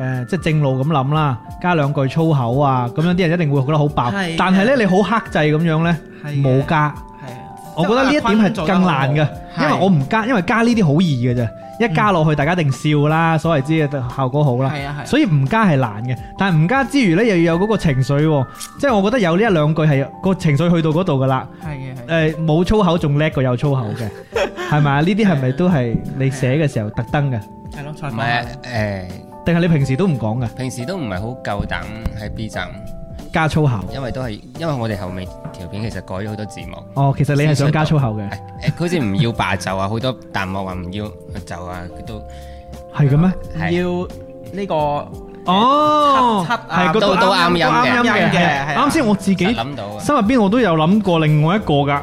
Speaker 1: 誒，即係正路咁諗啦，加兩句粗口啊，咁樣啲人一定會覺得好爆
Speaker 4: 係嘅。
Speaker 1: 但係咧，你好克制咁樣咧，
Speaker 4: 係嘅
Speaker 1: 冇加，
Speaker 4: 係啊，
Speaker 1: 我覺得呢一點係更難嘅，因為我唔加，因為加呢啲好易嘅啫，一加落去大家一定笑啦，所謂之嘅效果好啦。
Speaker 4: 嗯係啊係啊
Speaker 1: 所以唔加係難嘅，但係唔加之餘呢，又要有嗰個情緒喎，即係我覺得有呢一兩句係個情緒去到嗰度噶啦。
Speaker 4: 係嘅係嘅。啊
Speaker 1: 誒冇粗口仲叻過有粗口嘅，係咪啊？呢啲係咪都係你寫嘅時候特登嘅？
Speaker 4: 係咯，採
Speaker 3: 唔
Speaker 4: 訪
Speaker 3: 係
Speaker 4: 下
Speaker 3: 啊
Speaker 4: 你
Speaker 3: 誒，
Speaker 1: 定係你平時都唔講嘅
Speaker 3: 平時都唔係好夠膽喺 B 站，
Speaker 1: 加粗口？
Speaker 3: 因為都係因為我哋後面條片其實改咗好多字幕。
Speaker 1: 哦，其實你係想加粗口嘅，
Speaker 3: 誒，佢好似唔要罷就啊，好多彈幕話唔要就啊，佢都
Speaker 1: 係嘅咩？
Speaker 3: 係
Speaker 4: 要呢個
Speaker 1: 哦，
Speaker 4: 七七啊
Speaker 1: 嗰個
Speaker 3: 都都啱音嘅
Speaker 1: 啱音
Speaker 4: 啱音嘅
Speaker 1: 嘅。
Speaker 4: 係
Speaker 1: 啱先我自己
Speaker 3: 實諗到啊。
Speaker 1: 心入邊我都有諗過另外一個㗎，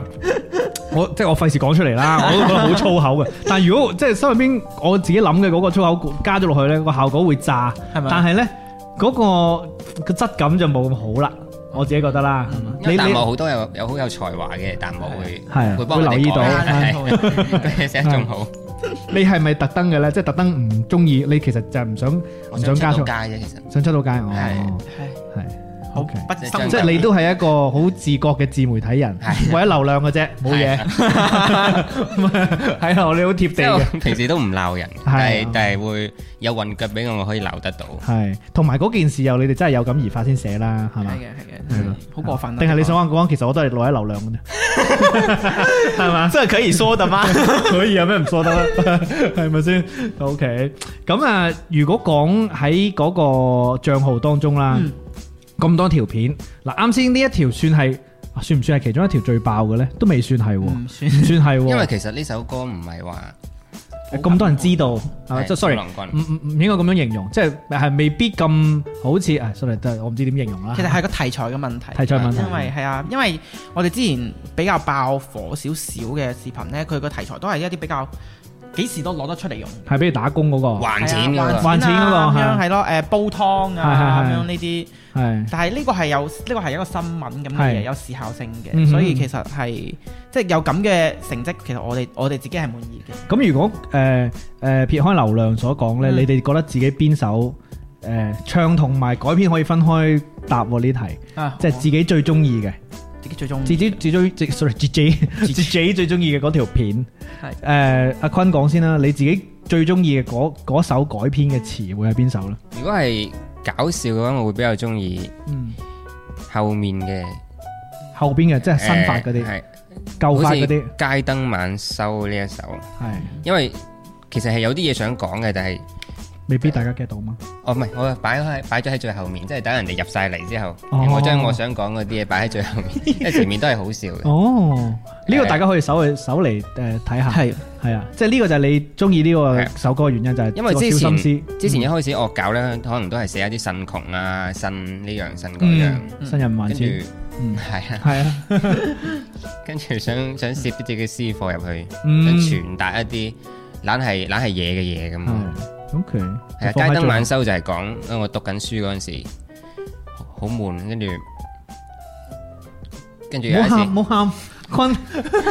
Speaker 1: 我即係我費事講出嚟啦，我都覺得好粗口嘅。但係如果即係心入邊我自己諗嘅嗰個粗口加咗落去呢，個效果會炸，
Speaker 4: 係咪
Speaker 1: 但係呢，嗰個個質感就冇咁好啦，我自己覺得啦。係嘛
Speaker 3: 因為彈幕好多有有好有才華嘅彈幕會
Speaker 1: 係
Speaker 3: 會幫我哋
Speaker 1: 啊會留意到嗯
Speaker 3: 改
Speaker 4: 單
Speaker 3: 係
Speaker 4: 套嘅
Speaker 3: 佢寫得仲好，
Speaker 1: 你係咪特登嘅咧？即係特登唔中意你，其實就係唔想唔
Speaker 3: 我
Speaker 1: 想
Speaker 3: 想
Speaker 1: 加
Speaker 3: 加
Speaker 1: 速
Speaker 3: 到，街啫，啊其實
Speaker 1: 想出到街哦。
Speaker 3: 係
Speaker 4: 係
Speaker 1: 係
Speaker 4: 好
Speaker 1: OK
Speaker 4: 不
Speaker 3: 即
Speaker 4: 心
Speaker 3: 係
Speaker 1: 即係你都係一個好自覺嘅自媒體人，
Speaker 3: 係
Speaker 1: 為咗流量嘅啫，冇嘢。
Speaker 3: 啊
Speaker 1: 係啊，你好貼
Speaker 3: 即
Speaker 1: 地
Speaker 3: 係
Speaker 1: 嘅。啊
Speaker 3: 我平時都唔鬧人，但係但係會有運腳俾我，我可以鬧得到。
Speaker 1: 係，同埋嗰件事又你哋真係有感而發先寫啦，係
Speaker 4: 係
Speaker 1: 嘛？
Speaker 4: 嘅係
Speaker 1: 係咯
Speaker 4: 嘅，好過分啊！
Speaker 1: 定係你想講，其實我都係攞喺流量嘅啫，係嘛？
Speaker 4: 真係可以說的嗎？
Speaker 1: 所以有咩唔說得 啦？係咪先？OK，咁啊，如果講喺嗰個帳號當中啦，
Speaker 4: 嗯
Speaker 1: 咁、多條片，嗱啱先呢一條算係啊算唔算係其中一條最爆嘅呢？都未算係喎，唔、
Speaker 4: 唔算
Speaker 1: 算係
Speaker 3: 因為
Speaker 1: 喎，
Speaker 3: 其實呢首歌唔係話
Speaker 1: 咁多人知道，啊，即係 sorry。
Speaker 3: 狼棍
Speaker 1: 唔，唔唔應該咁樣形容，即係係未必咁好似啊，sorry，都係我唔知點形容啦。
Speaker 4: 其實係個題材嘅問題。
Speaker 1: 題材問題
Speaker 4: 因為係啊，因為我哋之前比較爆火少少嘅視頻咧，佢個題材都係一啲比較幾時都攞得出嚟用。
Speaker 1: 係俾你打工嗰、個，
Speaker 3: 還錢
Speaker 4: 係啊
Speaker 3: 㗎，
Speaker 1: 還錢嗰個
Speaker 4: 啊咁
Speaker 1: 係啊
Speaker 4: 樣係咯，誒煲湯啊
Speaker 1: 係係係
Speaker 4: 咁樣呢啲，
Speaker 1: 係
Speaker 4: 但係呢個係有呢個係一個新聞咁嘅
Speaker 1: 係
Speaker 4: 嘢，有時效性
Speaker 1: 嗯
Speaker 4: 嘅，
Speaker 1: 哼
Speaker 4: 所以其實係即係有咁嘅成績，其實我哋我哋自己係滿意嘅。
Speaker 1: 咁如果誒誒、呃呃撇開流量所講呢，
Speaker 4: 嗯
Speaker 1: 你哋覺得自己邊首誒、呃唱同埋改編可以分開答喎呢題？
Speaker 4: 啊
Speaker 1: 即係自己最中意嘅，
Speaker 4: 自己最中意
Speaker 1: 自己最中意，sorry，自己 自己最中意嘅嗰條片。
Speaker 4: 係
Speaker 1: 誒，阿坤講先啦，你自己最中意嘅嗰嗰首改編嘅詞會係邊首呢？
Speaker 3: 如果係搞笑嘅話，我會比較中意
Speaker 1: 嗯，
Speaker 3: 後面嘅
Speaker 1: 後邊嘅即係新發嗰
Speaker 3: 誒
Speaker 1: 啲、
Speaker 3: 係
Speaker 1: 舊發
Speaker 3: 好
Speaker 1: 嗰
Speaker 3: 似
Speaker 1: 啲，
Speaker 3: 街燈晚修呢一首，
Speaker 1: 係
Speaker 3: 因為其實係有啲嘢想講嘅，但係。
Speaker 1: 未必大家 get 到嘛？
Speaker 3: 哦，唔係，我擺喺擺咗喺最後面，即係等人哋入晒嚟之後，
Speaker 1: 哦
Speaker 3: 我將我想講嗰啲嘢擺喺 最後面，因為前面都係好笑嘅。
Speaker 1: 哦，呢個
Speaker 3: 誒
Speaker 1: 大家可以搜去搜嚟誒呃睇下，
Speaker 4: 係
Speaker 1: 係啊，即係呢個就係你中意呢個
Speaker 3: 係
Speaker 1: 首歌嘅原因就係
Speaker 3: 因為之
Speaker 1: 小心
Speaker 3: 前
Speaker 1: 思。
Speaker 3: 之前一開始惡搞咧，可能都係寫一啲呻窮啊、呻呢樣呻嗰樣，
Speaker 1: 新人嗯還
Speaker 3: 跟住
Speaker 1: 錢，嗯
Speaker 3: 係啊，
Speaker 1: 係啊，
Speaker 3: 跟住想想攝啲自己私貨入去，想
Speaker 1: 嗯，係
Speaker 3: 傳達一啲懶係懶係嘢嘅嘢咁。
Speaker 1: 哦 OK，
Speaker 3: 係
Speaker 1: 放
Speaker 3: 啊，街
Speaker 1: 喺最
Speaker 3: 燈
Speaker 1: 後
Speaker 3: 晚修就係講，因為我讀緊書嗰陣時好好悶，跟住跟住有
Speaker 1: 冇
Speaker 3: 一次
Speaker 1: 喊。冇喊，坤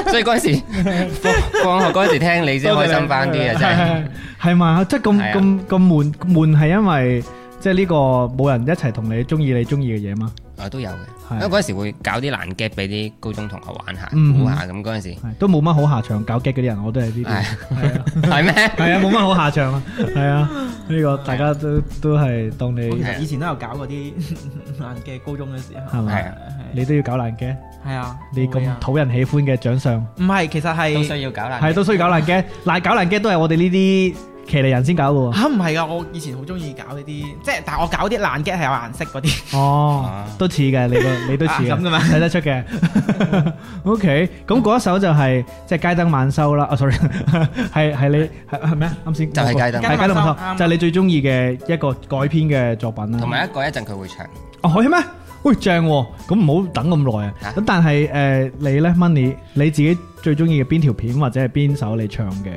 Speaker 3: 所以嗰陣時放放學嗰陣時聽 你先開心翻啲啊，真 係
Speaker 1: 係係嘛？即係咁
Speaker 3: 係啊
Speaker 1: 咁咁悶悶係因為即係呢個冇人一齊同你中意你中意嘅嘢嘛？
Speaker 3: 啊都有嘅，
Speaker 1: 係
Speaker 3: 因為嗰陣時會搞啲爛 g 俾啲高中同學玩下、
Speaker 1: 嗯
Speaker 3: 估下咁嗰陣時，
Speaker 1: 係都冇乜好下場，搞激嗰啲人我都係呢啲，
Speaker 3: 係
Speaker 1: 係啊，
Speaker 3: 係咩？
Speaker 1: 係啊，冇乜好下場啊，係啊，呢個大家都都係當你
Speaker 4: 我其實以前都有搞嗰啲 眼鏡，高中嘅時候
Speaker 1: 係
Speaker 3: 係
Speaker 1: 咪？
Speaker 3: 啊，
Speaker 1: 你都要搞爛嘅，
Speaker 4: 係啊，
Speaker 1: 你
Speaker 4: 會
Speaker 1: 咁
Speaker 4: 啊
Speaker 1: 討人喜歡嘅獎賞，
Speaker 4: 唔係，其實
Speaker 3: 都
Speaker 4: 係
Speaker 3: 需要搞爛 gag。
Speaker 1: 係都需要搞爛嘅，爛搞爛嘅都係我哋呢啲騎呢人先搞 嘅喎。
Speaker 4: 啊嚇唔係噶，我以前好中意搞呢啲，即係但係我搞啲爛 get 係有顏色嗰啲，
Speaker 1: 哦
Speaker 3: 啊，
Speaker 1: 都似嘅，你個你都似嘅，
Speaker 4: 啊咁嘅咩
Speaker 1: 睇得出嘅。OK，咁嗰一首就係即係街燈晚修啦。啊，sorry，係 係你係係咩啊？啱先
Speaker 3: 就係街
Speaker 1: 係
Speaker 3: 燈
Speaker 1: 街燈晚
Speaker 4: 街燈
Speaker 1: 修，
Speaker 4: 晚修
Speaker 1: 就係你最中意嘅一個改編嘅作品啦。
Speaker 3: 同埋一個一陣佢會唱，
Speaker 1: 哦，可以咩？喂，正喎，咁唔好等咁耐啊
Speaker 3: 嚇。
Speaker 1: 咁但係誒，你咧，Money，你自己最中意嘅邊條片或者係邊首你唱嘅？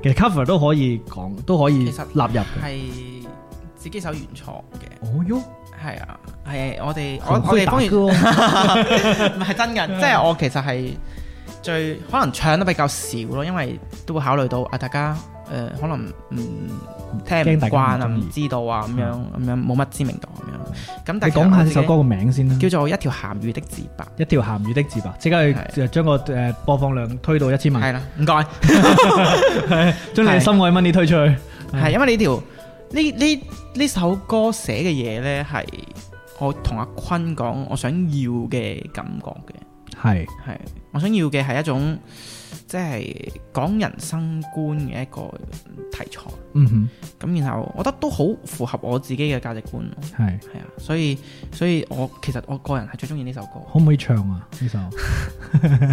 Speaker 1: 其實 cover 都可以講，都可以
Speaker 4: 其實
Speaker 1: 納入嘅。
Speaker 4: 係自己手原創嘅。
Speaker 1: 哦喲，
Speaker 4: 係啊，係我哋我
Speaker 1: 我
Speaker 4: 我
Speaker 1: 我哋
Speaker 4: 哋方
Speaker 1: 當
Speaker 4: 言
Speaker 1: 然
Speaker 4: 唔係真
Speaker 1: 嗯
Speaker 4: 嘅，即係我其實係最可能唱得比較少咯，因為都會考慮到啊，大家誒、呃可能唔聽唔
Speaker 1: 驚大
Speaker 4: 慣
Speaker 1: 家唔
Speaker 4: 啊，
Speaker 1: 中意嗯
Speaker 4: 唔知道啊，咁樣咁樣冇乜知名度啊咁樣。咁但係
Speaker 1: 你講下
Speaker 4: 其實我
Speaker 1: 呢
Speaker 4: 自己
Speaker 1: 首歌個名先啦。
Speaker 4: 叫做一條鹹魚的自白。
Speaker 1: 一條鹹魚的字吧，即刻去將個誒播放量推到一千
Speaker 4: 係
Speaker 1: 萬，
Speaker 4: 啦，唔該，
Speaker 1: 將你嘅心愛 money 推出去。
Speaker 4: 係因為呢條呢呢呢首歌寫嘅嘢呢，係我同阿坤講我想要嘅感覺嘅。
Speaker 1: 係
Speaker 4: 係，我想要嘅係一種即係講人生觀嘅一個題材。
Speaker 1: 嗯
Speaker 4: 咁然後我覺得都好符合我自己嘅價值觀咯，
Speaker 1: 哼，係
Speaker 4: 係啊，所以所以我其實我個人係最中意呢首歌。
Speaker 1: 可唔可以唱啊？呢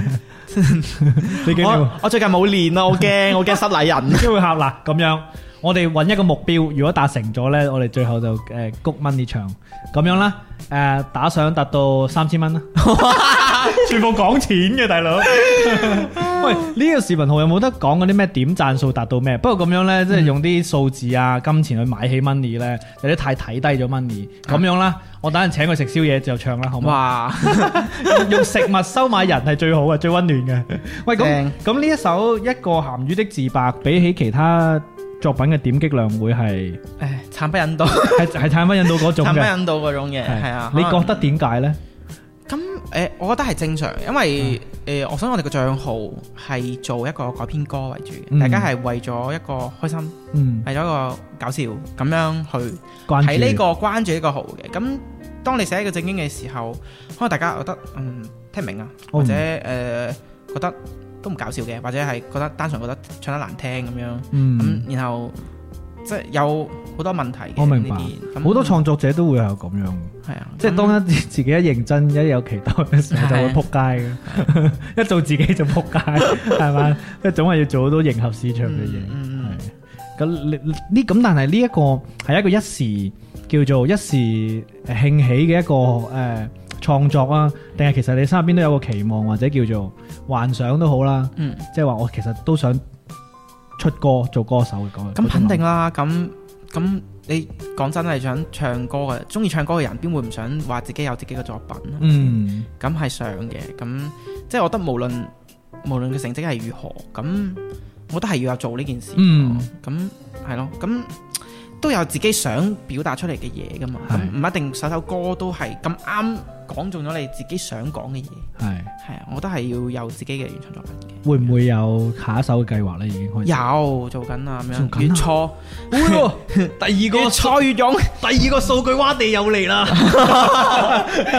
Speaker 1: 首你幾秒？
Speaker 4: 我最近冇練啊，我驚我驚失禮人。
Speaker 1: 機會客嗱咁樣，我哋揾一個目標，如果達成咗呢，我哋最後就誒谷 money 場咁樣啦。誒打賞達到三千蚊啦，全部講錢嘅大佬。喂，呢個視頻號有冇得講嗰啲咩點贊數達到咩？不過咁樣呢，即係用啲數字啊、金錢去買起 money 呢，有啲太睇低咗 money。咁樣啦，我等陣請佢食宵夜就唱啦，好唔好？
Speaker 4: 哇！
Speaker 1: 用食物收買人係最好嘅，最温暖嘅。喂，咁
Speaker 4: 正
Speaker 1: 咁呢一首一個鹹魚的自白，比起其他作品嘅點擊量會 係
Speaker 4: 唉，慘不忍睹，
Speaker 1: 係係產品引到嗰種
Speaker 4: 慘不
Speaker 1: 嘅。
Speaker 4: 忍睹嗰種嘢，係啊。
Speaker 1: 你
Speaker 4: 可能
Speaker 1: 覺得點解呢？
Speaker 4: 咁誒？我覺得係正常，因為
Speaker 1: 嗯
Speaker 4: 誒，我想我哋個帳號係做一個改編歌為主
Speaker 1: 嗯
Speaker 4: 嘅，大家係為咗一個開心，
Speaker 1: 嗯，
Speaker 4: 為咗一個搞笑咁樣去。
Speaker 1: 關
Speaker 4: 喺呢
Speaker 1: 注
Speaker 4: 個關注呢個號嘅。咁當你寫一個正經嘅時候，可能大家覺得嗯聽唔明啊，
Speaker 1: 我唔
Speaker 4: 或者誒、呃、覺得都唔搞笑嘅，或者係覺得單純覺得唱得難聽咁樣。咁、
Speaker 1: 嗯，
Speaker 4: 然後即係有好多問題嘅。
Speaker 1: 我明白
Speaker 4: 呢啲咁
Speaker 1: 好多創作者都會係咁樣嘅，
Speaker 4: 係啊，
Speaker 1: 即係
Speaker 4: 咁
Speaker 1: 當一自己一認真一有期待嘅 時 候就會撲街嘅，一做自己就撲街，係嘛？即係總係要做好多迎合市場嘅嘢。
Speaker 4: 嗯嗯嗯
Speaker 1: 係咁你呢咁，但係呢一個係一個一時叫做一時興起嘅一個誒、呃、創作啊，定係其實你心入邊都有個期望或者叫做幻想都好啦，
Speaker 4: 嗯
Speaker 1: 即係話我其實都想出歌做歌手嘅嗰
Speaker 4: 咁肯定啦，咁咁。你講真係想唱歌嘅，中意唱歌嘅人邊會唔想話自己有自己嘅作品啊？
Speaker 1: 嗯
Speaker 4: 咁係上嘅，咁即係我覺得無論無論佢成績係如何，咁我覺得係要有做呢件事，
Speaker 1: 嗯
Speaker 4: 咁係咯，咁都有自己想表達出嚟嘅嘢噶嘛，
Speaker 1: 係
Speaker 4: 咁唔一定首首歌都係咁啱講中咗你自己想講嘅嘢，
Speaker 1: 係
Speaker 4: 係啊，我覺得係要有自己嘅原創作品嘅，
Speaker 1: 會唔會有下一首嘅計劃咧？已經開始
Speaker 4: 有做緊啊，咁
Speaker 1: 做
Speaker 4: 樣
Speaker 1: 緊
Speaker 4: 越
Speaker 1: 啊
Speaker 4: 錯，第二 個越錯越勇，
Speaker 1: 第二個數據洼地有嚟啦，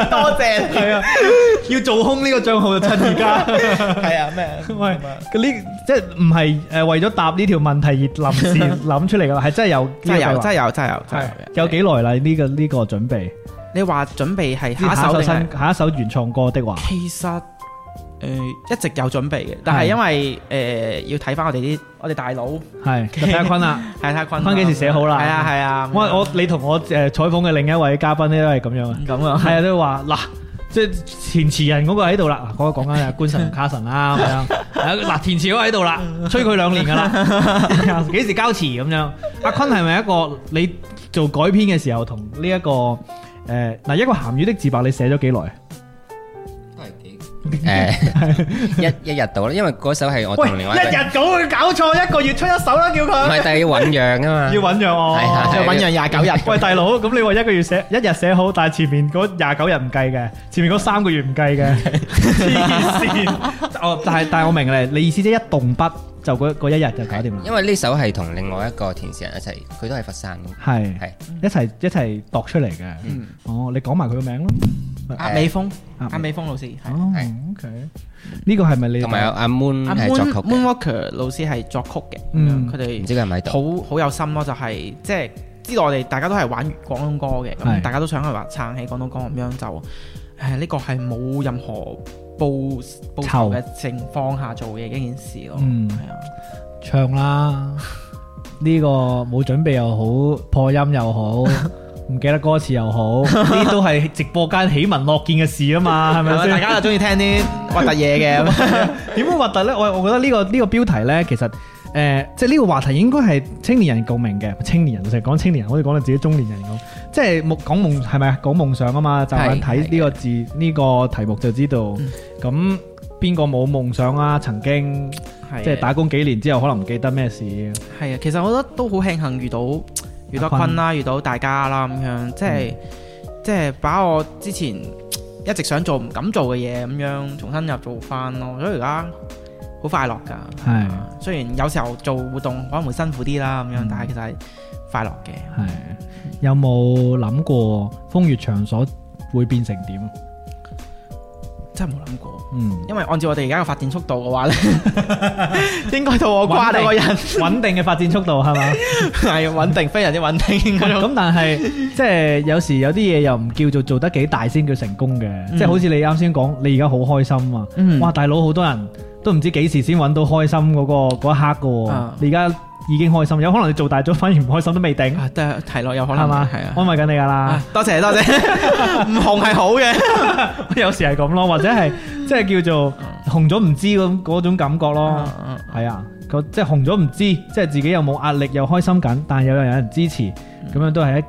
Speaker 4: 多謝你，
Speaker 1: 係啊， 要做空呢個帳號就趁而家。
Speaker 4: 係啊咩？
Speaker 1: 喂，呢即係唔係誒為咗答呢條問題而臨時諗出嚟㗎，係真係有呢個
Speaker 4: 真係
Speaker 1: 計
Speaker 4: 有，
Speaker 1: 劃
Speaker 4: 真係有，真係有，真係有。
Speaker 1: 有幾耐啦？呢個呢個準備，
Speaker 4: 你話準備係下一首定係
Speaker 1: 新下一首原創歌的話，
Speaker 4: 其實誒、呃一直有準備嘅，但
Speaker 1: 係
Speaker 4: 係因為誒、呃要睇翻我哋啲我哋大佬
Speaker 1: 係就睇下坤 啦。
Speaker 4: 係睇坤
Speaker 1: 坤幾時寫好啦
Speaker 4: 係啊係啊，
Speaker 1: 我我你同我誒採訪嘅另一位嘉賓咧都係咁樣啊，
Speaker 4: 咁啊，
Speaker 1: 係啊都話嗱。即係填詞人嗰個喺度啦，嗱嗰個講緊係官神同卡神啦咁樣，係啊嗱填詞嗰個喺度啦，吹佢兩年㗎啦， 幾時交詞咁樣？阿坤係咪一個你做改編嘅時候同呢一個誒嗱、一個鹹魚的自白你寫咗幾耐？
Speaker 3: 都係 À. 誒，一-一日到啦，因為嗰首係我同
Speaker 1: 喂，
Speaker 3: 另外一個
Speaker 1: 一
Speaker 3: -
Speaker 1: 日稿佢搞錯，一個月出一首啦，叫佢。
Speaker 3: 唔係，但係要醞釀㗎嘛。
Speaker 1: 要醞釀喎。
Speaker 3: 係，係，係。
Speaker 1: 喂，大佬，咁你話一個月寫-一日寫好，但係前面嗰廿九日唔計嘅，前面嗰三個月唔計嘅。 黐線。哦，但係-但係我明你，你意思即係一動筆就嗰-嗰一日就搞掂啦。
Speaker 3: 因為呢首係同另外一個填詞人一齊，佢都係佛山嘅。
Speaker 1: 係。一齊-一齊度出嚟嘅。
Speaker 4: 嗯。
Speaker 1: 哦，你講埋佢個名咯。
Speaker 4: 阿美峰，
Speaker 1: 啊
Speaker 4: 阿美峰老師係。
Speaker 1: 哦，
Speaker 3: 係。
Speaker 1: OK。呢個係咪你-
Speaker 3: 同埋有阿Moon
Speaker 4: 阿
Speaker 3: 嗯係作曲嘅。
Speaker 4: Moon Moonwalker 啊老師係作曲嘅，咁
Speaker 1: 嗯
Speaker 4: 樣佢哋
Speaker 3: 唔知佢係咪喺度？
Speaker 4: 好好有心咯，就係即係知道我哋大家都係玩廣東歌嘅，
Speaker 1: 係
Speaker 4: 咁大家都想係話撐起廣東歌咁樣就，誒呢個係冇任何報
Speaker 1: 酬
Speaker 4: 報酬嘅情況下做嘅一件事咯，
Speaker 1: 嗯
Speaker 4: 係啊，
Speaker 1: 唱啦，呢、個冇準備又好，破音又好，唔記得歌詞又好，呢啲都係直播間喜聞樂見嘅事啊嘛，係咪
Speaker 4: 大
Speaker 1: 先？
Speaker 4: 家就中意聽啲核突嘢 嘅，
Speaker 1: 點會核突呢？我我覺得呢、個呢、個標題呢，其實誒、呃即係呢個話題應該係青年人共鳴嘅。青年人成日講青年人，好似講到自己中年人咁，即係夢講夢係咪啊？講夢想啊嘛，就眼
Speaker 3: 係
Speaker 1: 睇呢個字呢、個題目就知道。咁邊個冇夢想啊？曾經
Speaker 4: 係
Speaker 1: 即係打工幾年之後，可能唔記得咩事。
Speaker 4: 係啊，其實我覺得都好慶幸遇到遇
Speaker 1: 阿
Speaker 4: 到
Speaker 1: 坤
Speaker 4: 坤啦，遇到大家啦咁樣，即係、即係把我之前一直想做唔敢做嘅嘢咁樣，重新又做翻咯，所以而家好快樂㗎。
Speaker 1: 係
Speaker 4: 雖然有時候做活動可能會辛苦啲啦咁樣，但係其實係快樂嘅。
Speaker 1: 係有冇諗過風月場所會變成點？
Speaker 4: 真係冇諗過，
Speaker 1: 嗯，
Speaker 4: 因為按照我哋而家嘅發展速度嘅 話呢，應該到我瓜到個人
Speaker 1: 穩定嘅發展速度係嘛？
Speaker 4: 係穩定，非常之穩定嗰種。
Speaker 1: 咁但 係即係有時有啲嘢又唔叫做做得幾大先叫成功嘅，即係好似你啱先講，你而家好開心啊！
Speaker 4: 嗯
Speaker 1: 哇，大佬好多人都唔知幾時先揾到開心嗰、個嗰一刻嘅喎，
Speaker 4: 啊
Speaker 1: 你而家已經開心，有可能你做大咗反而唔開心都未定，
Speaker 4: 啊，都係提落有可能
Speaker 1: 係嘛？
Speaker 4: 係啊。
Speaker 1: 安慰緊你㗎啦
Speaker 4: 啊。多謝多謝， 唔紅係好 嘅。
Speaker 1: 有時係咁咯，或者 係即係叫做紅咗唔知咁嗰種感覺咯，
Speaker 4: 嗯
Speaker 1: 係啊，個即係紅咗唔知，即係自己又冇壓力又開心緊，但係又有人支持，
Speaker 4: 嗯
Speaker 1: 咁樣都係一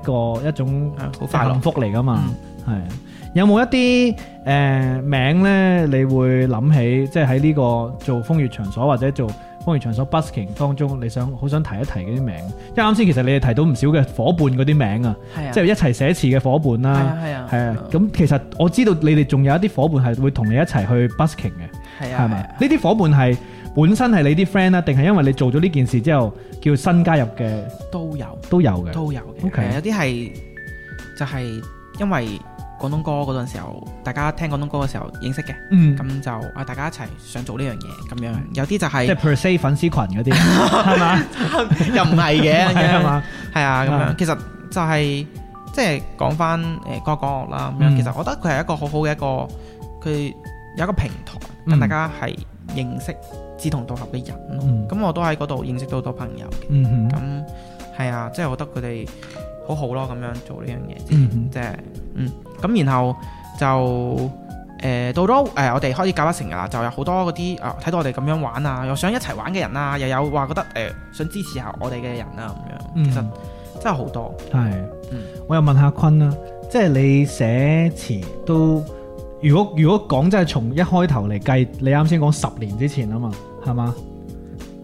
Speaker 1: 個一種
Speaker 4: 啊好快樂嗯
Speaker 1: 幸福嚟噶嘛，係啊。有冇一啲誒、呃名呢？你會諗起，即係喺呢個做風月場所或者做風月場所 busking 當中，你想好想提一提嗰啲名，因為啱先其實你哋提到唔少嘅伙伴嗰啲名啊，
Speaker 4: 係啊，
Speaker 1: 即係一齊寫詞嘅伙伴啦、
Speaker 4: 係啊係啊
Speaker 1: 係啊，咁其實我知道你哋仲有一啲伙伴係會同你一齊去 busking 嘅，
Speaker 4: 係啊
Speaker 1: 係咪？呢啲伙伴係本身係你啲 friend 啊啦，定係因為你做咗呢件事之後叫新加入嘅
Speaker 4: 都有
Speaker 1: 都有嘅。
Speaker 4: 都有嘅
Speaker 1: OK
Speaker 4: 係啊有啲係就係因為廣東歌嗰陣時候，大家聽廣東歌嘅時候認識嘅，
Speaker 1: 嗯，
Speaker 4: 咁就啊大家一齊想做呢樣嘢咁樣，有啲就
Speaker 1: 即係
Speaker 4: 係
Speaker 1: per se 粉絲群嗰 啲係嘛？
Speaker 4: 又唔 係嘅，
Speaker 1: 係嘛？
Speaker 4: 係啊咁
Speaker 1: 啊
Speaker 4: 樣，其實就係即係講呃翻誒歌歌樂啦咁樣，
Speaker 1: 嗯
Speaker 4: 其實我覺得佢係一個好好嘅一個佢有一個平台，
Speaker 1: 嗯
Speaker 4: 等大家係認識志同道合嘅人咯
Speaker 1: 嗯，
Speaker 4: 咁我都喺嗰度認識到好多朋友嘅。
Speaker 1: 嗯哼
Speaker 4: 咁係啊，即係我覺得佢哋好好咯，咁樣做呢樣嘢，
Speaker 1: 嗯哼
Speaker 4: 即係嗯咁，然後就誒、呃到咗誒、呃我哋開始搞得成日啦，就有好多嗰啲啊睇到我哋咁樣玩啊，又想一齊玩嘅人啊，又有話覺得誒、呃想支持下我哋嘅人啊，咁樣、
Speaker 1: 嗯
Speaker 4: 其實真係好多，
Speaker 1: 係
Speaker 4: 嗯，
Speaker 1: 我又問下坤啦，即係你寫詞都，如果如果講真係從一開頭嚟計，你啱先講十年之前啊嘛，係嘛？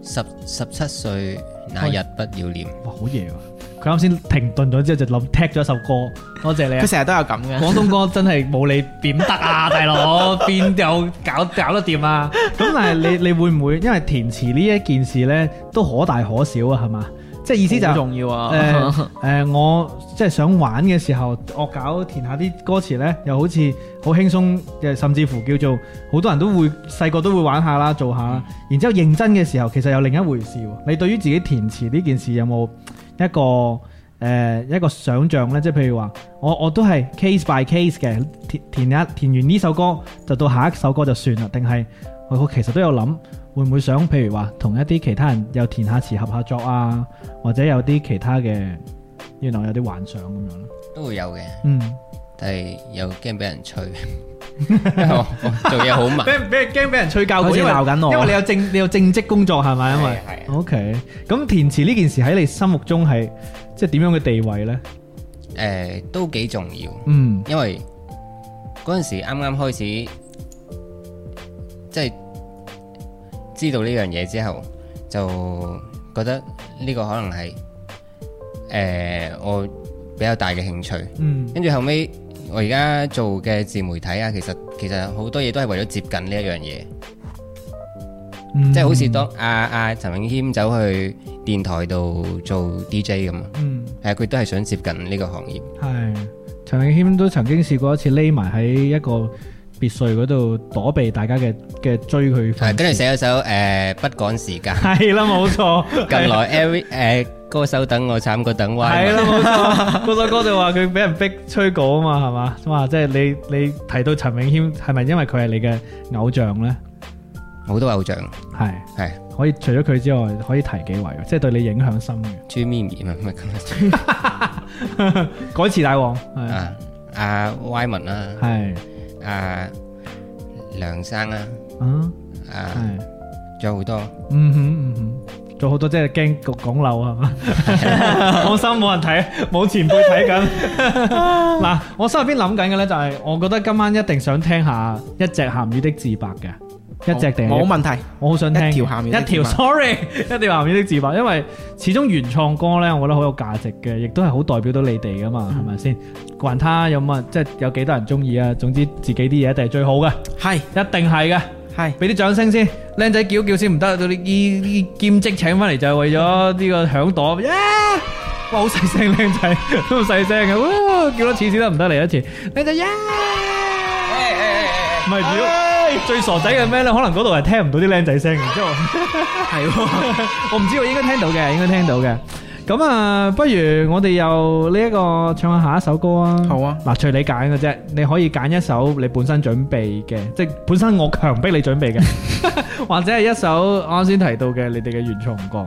Speaker 3: 十-17歲那日不要臉。
Speaker 1: 哇，好嘢喎！佢啱先停頓咗之後就諗踢咗一首歌，多謝你啊
Speaker 4: 佢！成日都有咁 嘅，
Speaker 1: 廣東歌真係冇你點得 啊，大佬邊有搞搞得掂啊？咁但係你你會唔會因為填詞呢一件事呢，都可大可小啊？係嘛？即係意思就
Speaker 4: 好
Speaker 1: 係
Speaker 4: 重要啊，
Speaker 1: 誒誒，我即係想玩嘅時候，惡搞填下啲歌詞呢，又好似好輕鬆嘅，甚至乎叫做好多人都會細個都會玩下啦，做下啦。然之後認真嘅時候，其實有另一回事喎。你對於自己填詞呢件事有冇一個誒、呃一個想像呢？即係譬如話，我我都係 case by case 嘅，填填一填完呢首歌就到下一首歌就算啦，定係我我其實都有諗。會唔會想，譬如話同一啲其他人又填下詞合下作啊，或者有啲其他嘅，原來有啲幻想咁樣咯。嗯，
Speaker 3: 都會有嘅，但係又驚俾人吹。因為我做嘢好慢。
Speaker 1: 俾俾驚俾人吹教
Speaker 4: 好似鬧緊我
Speaker 1: 因為你有正你有正職工作係咪？因為
Speaker 3: 係係
Speaker 1: OK，咁填詞呢件事喺你心目中係即係點樣嘅地位呢？
Speaker 3: 誒，都幾重要。
Speaker 1: 嗯
Speaker 3: 因為嗰陣時啱啱開始即係知道呢樣嘢之後，就覺得呢個可能係诶、呃我比較大嘅興趣。
Speaker 1: 嗯
Speaker 3: 跟住後尾，我而家做嘅自媒體啊，其實其實好多嘢都係為咗接近呢一樣嘢，
Speaker 1: 嗯
Speaker 3: 即係好似當阿阿陳永謙走去電台度做 DJ 咁啊，
Speaker 1: 嗯
Speaker 3: 係佢都係想接近呢個行業。
Speaker 1: 系陳永謙都曾經試過一次匿埋喺一個別墅嗰度躲避大家嘅嘅追佢粉
Speaker 3: 係
Speaker 1: 絲。，
Speaker 3: 啊跟住寫咗首诶不趕時間
Speaker 1: 係啦，冇錯。
Speaker 3: 近來 every 诶歌手等我慘過等
Speaker 1: 係
Speaker 3: 歪，
Speaker 1: 啦，冇錯。嗰首歌就話佢俾人逼催稿啊嘛，係嘛？哇！即係你你提到陳永謙，係咪因為佢係你嘅偶像咧？
Speaker 3: 好多偶像
Speaker 1: 係
Speaker 3: 係
Speaker 1: 可以除咗佢之外，可以提幾位，即係對你影響深嘅。
Speaker 3: 朱咪咪咪咪咁
Speaker 1: 改詞大王係啊
Speaker 3: 啊阿歪文啦，
Speaker 1: 係
Speaker 3: 阿梁生啦，
Speaker 1: 啊
Speaker 3: 啊
Speaker 1: 係。
Speaker 3: 仲有好多。
Speaker 1: 嗯哼嗯哼，做好多即係驚講講漏係嘛？放心，冇人睇，冇前輩睇緊。嗱，我心入邊諗緊嘅咧就係，我覺得今晚一定想聽下一隻鹹魚的自白嘅，一隻定係
Speaker 4: 冇問題，
Speaker 1: 我好想聽
Speaker 4: 一條鹹魚的
Speaker 1: 一條
Speaker 4: 自白
Speaker 1: sorry 一條鹹魚的自白，因為始終原創歌咧，我覺得好有價值嘅，亦都係好代表到你哋噶
Speaker 4: 嗯
Speaker 1: 嘛，係咪先？還他有乜即係有幾多人中意啊？總之自己啲嘢一定係最好嘅，
Speaker 4: 係
Speaker 1: 一定係嘅。
Speaker 4: 係。
Speaker 1: 俾啲掌聲先，靚仔叫叫先唔得，到你依依兼職請翻嚟就係為咗呢個響朵，耶！哇，好細聲靚仔，都好細聲嘅，哇叫多次先得，唔得嚟一次，靚仔耶！唔係，如果最傻仔嘅咩咧？可能嗰度係聽唔到啲靚仔聲，然之後係喎， 我唔知我應該聽到嘅，應該聽到嘅。咁啊，不如我哋又呢一個唱下下一首歌啊。
Speaker 4: 好啊
Speaker 1: 嗱，隨你揀嘅啫，你可以揀一首你本身準備嘅，即係本身我強迫你準備嘅，或者係一首啱先提到嘅你哋嘅原創歌。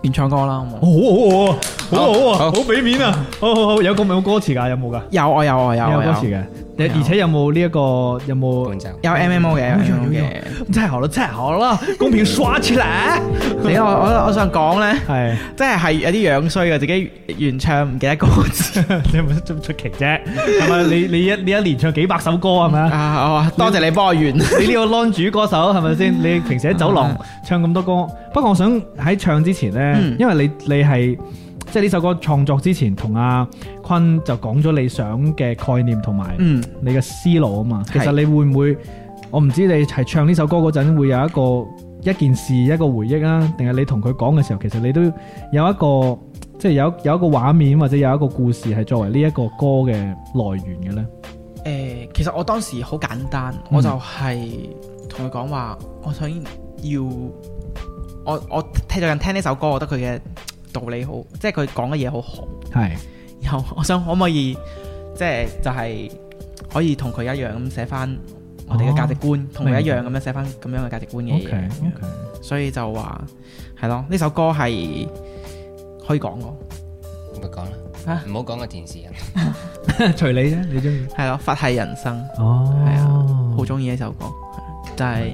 Speaker 4: 原唱歌啦，好冇？
Speaker 1: 好
Speaker 3: 好好好啊好
Speaker 1: 好俾面啊！好好好，有咁有歌詞㗎，有冇㗎？
Speaker 4: 有我有啊我有
Speaker 1: 有啊
Speaker 4: 我
Speaker 1: 歌詞
Speaker 4: 有
Speaker 1: 嘅，而且有冇呢一個有冇？
Speaker 3: 伴奏。
Speaker 4: 有 M M O 嘅，有 M M O 嘅。
Speaker 1: 太好了，太好了，公屏刷起來。
Speaker 4: 你我我我想講咧，
Speaker 1: 係，
Speaker 4: 即係係有啲樣衰嘅，自己原唱唔記得歌詞
Speaker 1: 你有冇咁出奇啫？係咪？你你一你一年唱幾百首歌係咪啊？
Speaker 4: 啊！我多謝你幫我完。
Speaker 1: 你呢個 non 主歌手係咪先？你平時喺走廊唱咁多歌，不過我想喺唱之前呢
Speaker 4: 啊嗯，
Speaker 1: 因為你你係即係呢首歌創作之前，同阿坤就講咗你想嘅概念同埋
Speaker 4: 嗯，
Speaker 1: 你嘅思路啊嘛。其實
Speaker 4: 係
Speaker 1: 你會唔會？我唔知你係唱呢首歌嗰陣會有一個一件事一個回憶啊，定係你同佢講嘅時候，其實你都有一個即係有有一個畫面或者有一個故事係作為呢一個歌嘅來源嘅呢？
Speaker 4: 誒，其實我當時好簡單，
Speaker 1: 嗯
Speaker 4: 我就係同佢講話，我想要我我聽最近聽呢首歌，我覺得佢嘅道理好，即係佢講嘅嘢好好。
Speaker 1: 係，
Speaker 4: 然後 我想可唔可以即係就係可以同佢一樣咁寫翻我哋嘅價值觀，同佢一樣咁樣寫翻咁樣嘅價值觀嘅嘢。
Speaker 1: 哦 OK OK，
Speaker 4: 所以就話係咯，呢首歌係可以講嘅，
Speaker 3: 咪講啦
Speaker 4: 啊，
Speaker 3: 唔好講個填詞人。
Speaker 1: 隨你啫，你中意
Speaker 4: 係咯，法系人生
Speaker 1: 哦
Speaker 4: 係啊，好中意呢首歌，就係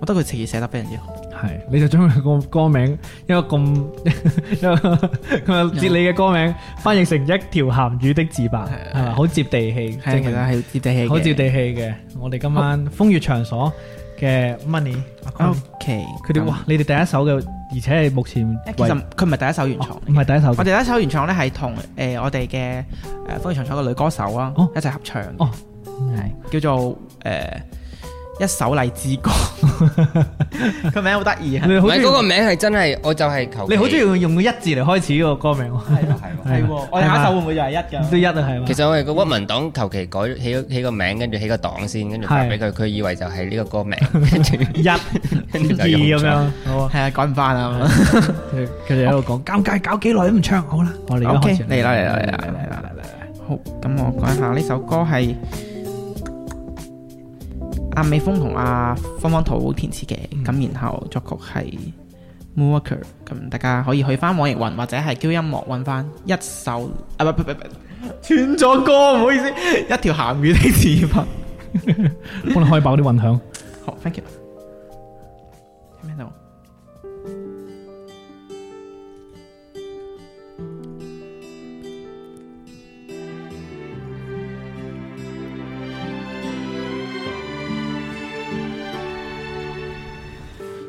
Speaker 4: 我覺得佢詞寫得非常之好。
Speaker 1: 係，你就將佢個 歌名一個咁 一個咁哲理嘅歌名翻譯成一條鹹魚的自白，係
Speaker 4: 係
Speaker 1: 咪好接地氣？
Speaker 4: 係啊，其實係接地氣嘅。
Speaker 1: 好接地氣嘅。我哋今晚風月場所嘅 Money，阿坤
Speaker 4: OK，
Speaker 1: 佢哋哇，你哋第一首嘅，而且係目前
Speaker 4: 咁！誒其
Speaker 1: 為
Speaker 4: 實佢唔係第一首原
Speaker 1: 哦
Speaker 4: 創，
Speaker 1: 唔係第一首
Speaker 4: 我
Speaker 1: 嘅。
Speaker 4: 哋第一首原創咧係同誒我哋嘅誒風雨場所嘅女歌手啦
Speaker 1: 哦
Speaker 4: 一齊合唱嘅。
Speaker 1: 哦，
Speaker 4: 叫做誒一首荔枝 歌，佢名好得意啊
Speaker 1: 你！
Speaker 3: 唔
Speaker 1: 好
Speaker 3: 係嗰個
Speaker 1: 中意，
Speaker 3: 名係真係，我就係求其
Speaker 1: 你好中意用個一字嚟開始嗰個歌名喎，
Speaker 3: 係咯
Speaker 4: 啊
Speaker 3: 係咯。
Speaker 1: 係嘛
Speaker 4: 我哋下一首會唔會就係一㗎？
Speaker 1: 都一啊，係嘛
Speaker 3: 其？實我哋個屈文黨求其改起個起個名，跟住起個黨先，跟住發俾佢，佢以為就係呢個歌名，跟住
Speaker 1: 一、
Speaker 3: 跟住就
Speaker 1: 二
Speaker 3: 用
Speaker 1: 咁
Speaker 3: 咗。
Speaker 1: 樣，好啊！
Speaker 4: 係啊，趕唔翻啊！
Speaker 1: 佢佢哋喺度講尷尬，搞幾耐都唔唱，好啦，我哋而家
Speaker 4: OK，
Speaker 1: 開始
Speaker 4: 嚟啦嚟啦嚟啦嚟啦嚟好，咁我講一下呢首歌係阿美峰同阿方方桃填詞嘅，咁然後作曲係 Moonwalker，咁大家可以去翻網易雲或者係叫音樂揾翻一首啊不不不不斷咗歌，唔好意思，一條鹹魚的啊字拍。
Speaker 1: 幫你開爆啲混響。
Speaker 4: 好，thank you。聽唔聽到？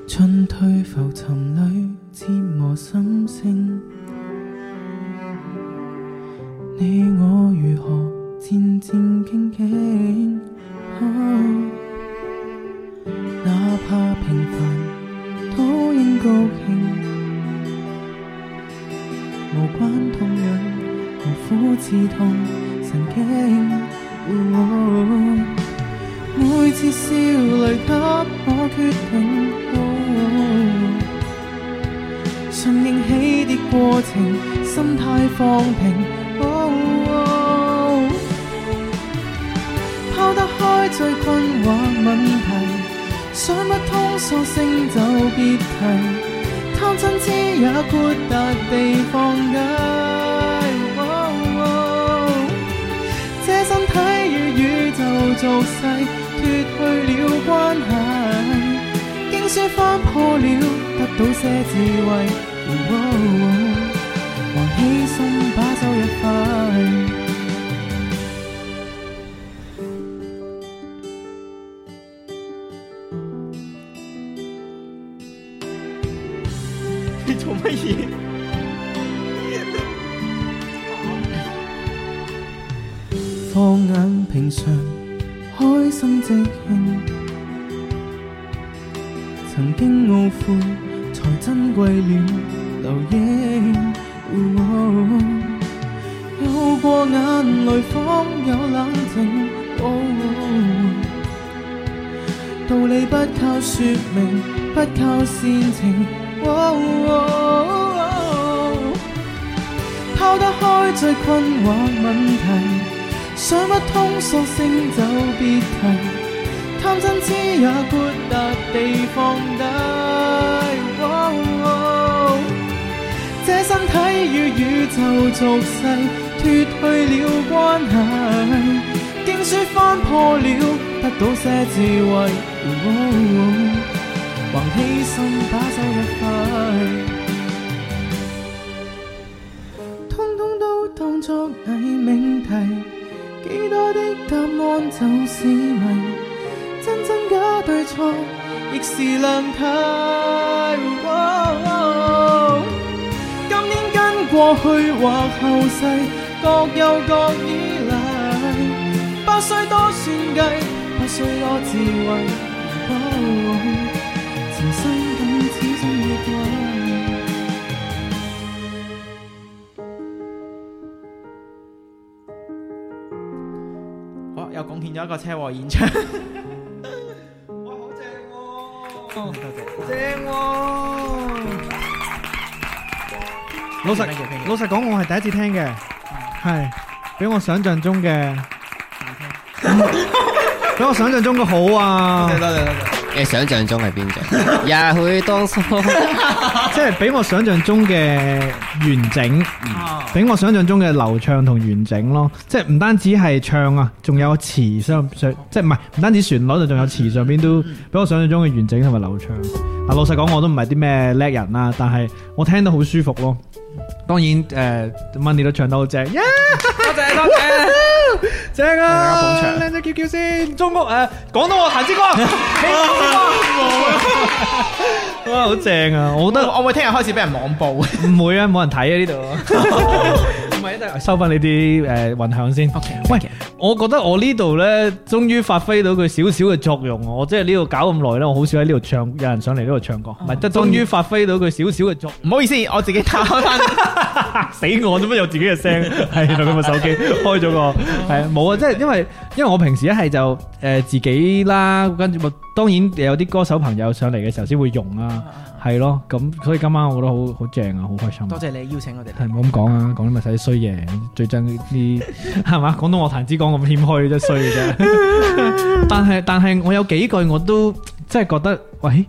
Speaker 5: 一
Speaker 4: 進退浮沉裏折磨心性，你我如何戰戰兢兢？啊哪怕平凡都應高興，無關痛癢，何苦刺痛神經？哦每次笑淚給我決定，哦順應起跌過程，心態放平。哦拋得開最困惑問題，想不通索性就別提，貪嗔痴也豁達地放低。哦哦這身體與宇宙俗世脫去了關係，經書翻破了，得到些智慧。哦哦還犧牲把酒一塊。
Speaker 1: 你做乜嘢？
Speaker 4: 放眼平常，開心即興。曾經懊悔，才珍貴了留影。哦有過眼淚，方有冷靜。哦道理不靠說明，不靠煽情。哦拋得開最困惑問題。想不通，索性就別提，貪嗔痴也豁達地放低。哦哦這身體與宇宙俗世脫去了關係，經書翻破了，得到些智慧。哦還犧牲把手一塊。通通都當作偽命題，幾多的答案就是謎，真真假對錯亦是兩睇。哦今年跟過去或後世，各有各依賴，不需多算計，不需多智慧。哦前生今始終要歸。好，又貢獻咗一個車禍現場。
Speaker 1: 哇，好正
Speaker 4: 多
Speaker 1: 喎！
Speaker 4: 謝。
Speaker 1: 正喎！老實
Speaker 4: 咩叫咩叫
Speaker 1: 老實講，我係第一次聽嘅，係比我想象中嘅，比我想象中嘅好啊！
Speaker 4: 多謝多謝。
Speaker 3: 你想象中係邊種？也許當初
Speaker 1: 即係比我想象中嘅完整，
Speaker 4: 啊，
Speaker 1: 比我想象中嘅流暢同完整咯。即係唔單止係唱啊，仲有詞上上，即係唔係唔單止旋律啊，仲有詞上邊都比我想象中嘅完整同埋流暢。嗱，啊老實講我都唔係啲咩叻人啦，但係我聽得好舒服咯。當然誒、m o 都唱得好正，耶
Speaker 4: 多謝多謝。
Speaker 1: 正
Speaker 4: 大家
Speaker 1: 啊！
Speaker 4: 捧場
Speaker 1: 靚仔叫叫先，中國誒、講到我行 之光， 哇，好正啊！我覺得。
Speaker 4: 我會聽日開始俾人網暴。
Speaker 1: 唔會啊，冇人睇啊呢度。唔係，等收翻你啲誒混響先。
Speaker 4: OK，
Speaker 1: 喂
Speaker 4: thank you，
Speaker 1: 我覺得我呢度呢，終於發揮到佢少少嘅作用。我即係呢度搞咁耐呢，我好少喺呢度唱，有人上嚟呢度唱過，唔係即係終於發揮到佢少少嘅作用。
Speaker 4: 唔好意思，我自己打開翻。
Speaker 1: 嚇死我，做乜有自己嘅聲？係原來佢部手機開咗個係冇啊！即係因為因為我平時一係就誒自己啦，跟住咪當然有啲歌手朋友上嚟嘅時候先會用啦，係咯。咁所以今晚我覺得好好正啊，好開心啊。
Speaker 4: 多謝你邀請我哋嚟。
Speaker 1: 係唔好咁講啊，講啲咪使衰嘢，最憎呢啲係嘛？廣東樂壇之講咁謙虛，真係衰嘅啫。 但係但係，我有幾句我都真係覺得，喂，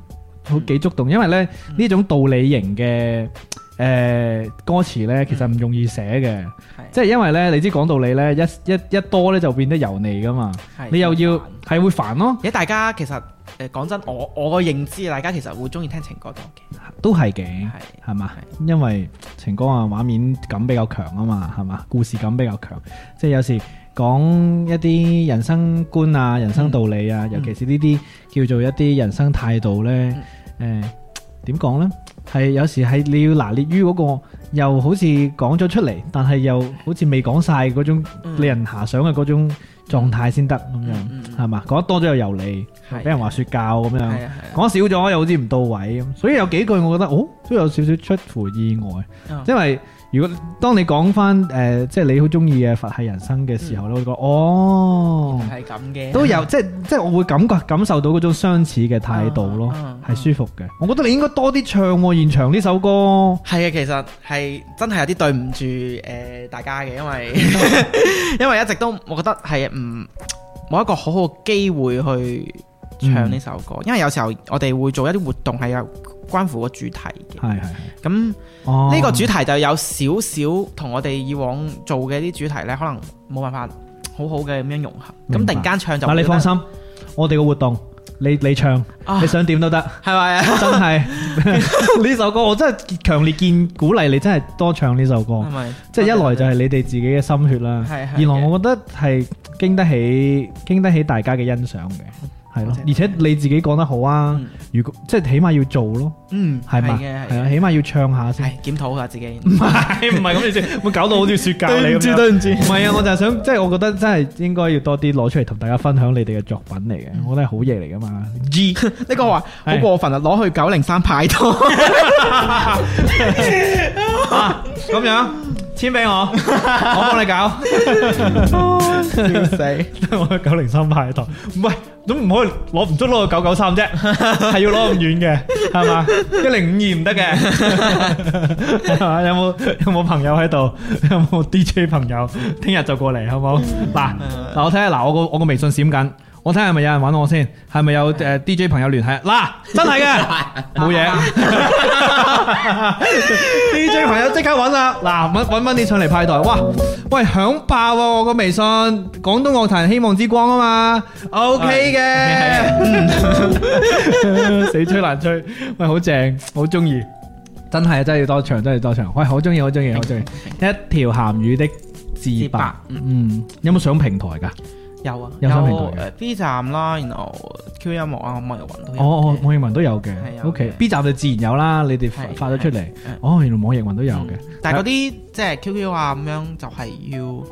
Speaker 1: 好幾觸動，因為咧呢種道理型嘅誒歌詞咧，其實唔容易寫嘅，
Speaker 4: 係
Speaker 1: 嗯即係因為咧，你知講道理咧，一一一多咧就變得油膩噶嘛，
Speaker 4: 係
Speaker 1: 你又要
Speaker 4: 好煩
Speaker 1: 係會煩咯，
Speaker 4: 而家大家其實誒講真，我我個認知，大家其實會中意聽情歌多嘅。
Speaker 1: 都係嘅。
Speaker 4: 係
Speaker 1: 係嘛？因為情歌啊，畫面感比較強啊嘛，係嘛？故事感比較強，即係有時講一啲
Speaker 4: 嗯
Speaker 1: 人生觀啊、人生道理啊，尤其是呢啲叫做一啲人生態度呢。
Speaker 4: 嗯
Speaker 1: 誒點講呢？係有時係你要拿捏於嗰、個又好似講咗出嚟，但係又好似未講晒嗰種
Speaker 4: 嗯
Speaker 1: 令人遐想嘅嗰種狀態先得咁
Speaker 4: 嗯嗯
Speaker 1: 樣，
Speaker 4: 嗯
Speaker 1: 係嘛？講得多咗又油膩，
Speaker 4: 係
Speaker 1: 俾人話説教咁樣。
Speaker 4: 係啊係啊，
Speaker 1: 講少咗又好似唔到位咁，所以有幾句我覺得，哦，都有少少出乎意外，
Speaker 4: 嗯
Speaker 1: 因為如果當你講翻誒，呃即係你好中意嘅佛系人生嘅
Speaker 4: 嗯
Speaker 1: 時候咧，我會覺得哦，
Speaker 4: 係咁嘅，嗯
Speaker 1: 都有，即係即係我會感覺感受到嗰種相似嘅態度咯
Speaker 4: 嗯，
Speaker 1: 係舒服嘅。我覺得你應該多啲唱喎現場呢首歌，
Speaker 4: 係啊，其實係真係有啲對唔住誒大家嘅，因為 因為一直都我覺得係唔冇一個好好嘅機會去唱呢首歌，因為有時候我哋會做一啲活動係有關乎個主題嘅，
Speaker 1: 係係係
Speaker 4: 咁呢
Speaker 1: 哦，
Speaker 4: 個主題就有少少同我哋以往做嘅啲主題呢，可能冇辦法好好嘅咁樣融合，咁
Speaker 1: 明白
Speaker 4: 突然間唱就
Speaker 1: 嗱你
Speaker 4: 覺得
Speaker 1: 放心，我哋嘅活動。你你唱，
Speaker 4: 啊
Speaker 1: 你想點都得，
Speaker 4: 係咪啊？
Speaker 1: 真 係呢首歌我真係強烈建鼓勵你真係多唱呢首歌。
Speaker 4: 係咪？
Speaker 1: 即係一來就係你哋自己嘅心血啦，
Speaker 4: 係係
Speaker 1: 二來我覺得係經得起經得起大家嘅欣賞嘅，係
Speaker 4: 多
Speaker 1: 咯
Speaker 4: 謝。
Speaker 1: 而且你自己講得好啊
Speaker 4: 嗯，
Speaker 1: 如果即係起碼要做咯，
Speaker 4: 嗯
Speaker 1: 係嘛？
Speaker 4: 嘅
Speaker 1: 係
Speaker 4: 係
Speaker 1: 啊，
Speaker 4: 嘅，
Speaker 1: 起碼要唱下 先。
Speaker 4: 係檢討下自己。
Speaker 1: 係唔係咁你先會搞到好似説教你咁樣？
Speaker 4: 對唔住
Speaker 1: 唔係啊，我就係想即係我覺得真係應該要多啲攞出嚟同大家分享你哋嘅作品嚟嘅，我覺得係好嘢嚟噶嘛。G
Speaker 4: 呢個話好
Speaker 1: 係
Speaker 4: 過分啊！攞去九零三派拖，
Speaker 1: 咁樣簽俾我，我幫你搞。
Speaker 4: 笑死！
Speaker 1: 我喺九零三派台，唔係咁唔可以攞唔足攞到九九三啫，係要攞咁遠嘅，係嘛？一零五二唔得嘅，係嘛？ 有冇有冇朋友喺度？有冇 DJ 朋友？聽日就過嚟，好冇？嗱嗱，我睇下嗱，我個我個微信閃緊。我睇下係咪有人揾我先，係咪有誒 DJ 朋友聯繫？啊嗱，真係嘅， 冇嘢。DJ 朋友即刻揾啦，嗱揾揾翻啲上嚟派台，哇！喂，響爆喎、我個微信，廣東樂壇希望之光啊嘛，OK 嘅， 死吹難吹，喂，好正，好中意，真係真係要多場，真係要多場，喂，好中意，好中意，好中意，一條鹹魚的自
Speaker 4: 自白
Speaker 1: 白，嗯，有冇上平台㗎？
Speaker 4: 有啊，
Speaker 1: 有
Speaker 4: 有
Speaker 1: 新平台嘅
Speaker 4: 誒 B 站啦，然後 Q 音樂啊，網易雲都有。
Speaker 1: 哦哦，網易雲都有嘅
Speaker 4: 係有嘅
Speaker 1: ，OK B 站就自然有啦，你哋發
Speaker 4: 係
Speaker 1: 發咗出嚟
Speaker 4: 係，
Speaker 1: 哦，原來網易雲都有嘅
Speaker 4: 嗯，但係嗰啲即係 QQ 啊咁樣，就係要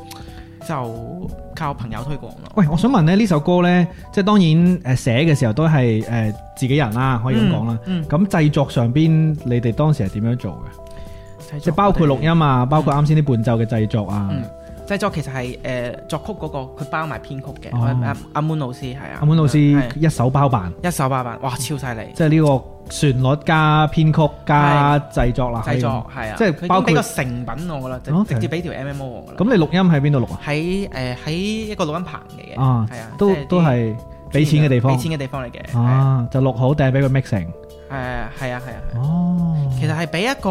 Speaker 4: 就靠朋友推廣咯。
Speaker 1: 喂，我想問咧，呢首歌呢，即係當然誒呃寫嘅時候都係誒、呃自己人啦，可以咁講啦。
Speaker 4: 嗯
Speaker 1: 咁、製作上邊，你哋當時係點樣做嘅？
Speaker 4: 製
Speaker 1: 即
Speaker 4: 作
Speaker 1: 係包括
Speaker 4: 我
Speaker 1: 錄
Speaker 4: 哋，
Speaker 1: 音啊，包括啱先啲伴奏嘅製作啊。
Speaker 4: 嗯製作其實係誒作曲嗰個佢包埋編曲嘅，
Speaker 1: 哦
Speaker 4: 我阿阿 Moon 老師係啊，
Speaker 1: 阿滿老師
Speaker 4: 係
Speaker 1: 一手包辦，
Speaker 4: 一手包辦，哇超犀利！
Speaker 1: 即係呢個旋律加編曲加製作啦。
Speaker 4: 製作係啊，
Speaker 1: 即係
Speaker 4: 佢已經
Speaker 1: 包括
Speaker 4: 俾個成品我啦，就
Speaker 1: OK
Speaker 4: 直接俾條 MMO 我啦
Speaker 1: 係。嘛。咁你錄音喺邊度錄啊？
Speaker 4: 喺誒喺一個錄音棚嚟嘅，
Speaker 1: 啊
Speaker 4: 係啊，
Speaker 1: 都
Speaker 4: 即係啲啊
Speaker 1: 都係俾錢嘅地方
Speaker 4: 俾。錢嘅地方嚟嘅，係啊
Speaker 1: 啊，就錄好掟俾佢 mixing。
Speaker 4: 誒係啊係啊，係啊
Speaker 1: 哦，
Speaker 4: 其實係俾一個，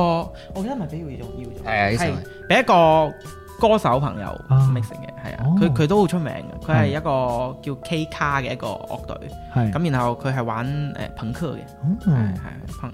Speaker 4: 我記得咪俾姚仲姚仲，
Speaker 3: 係啊呢首係
Speaker 4: 係俾一個歌手朋友
Speaker 1: 啊
Speaker 4: mixing 嘅，係啊
Speaker 1: 哦，
Speaker 4: 佢佢都好出名嘅，佢係
Speaker 1: 係
Speaker 4: 一個叫 K 卡嘅一個樂隊，
Speaker 1: 係
Speaker 4: 咁然後佢係玩誒朋克嘅，係
Speaker 1: 嗯
Speaker 4: 係朋誒，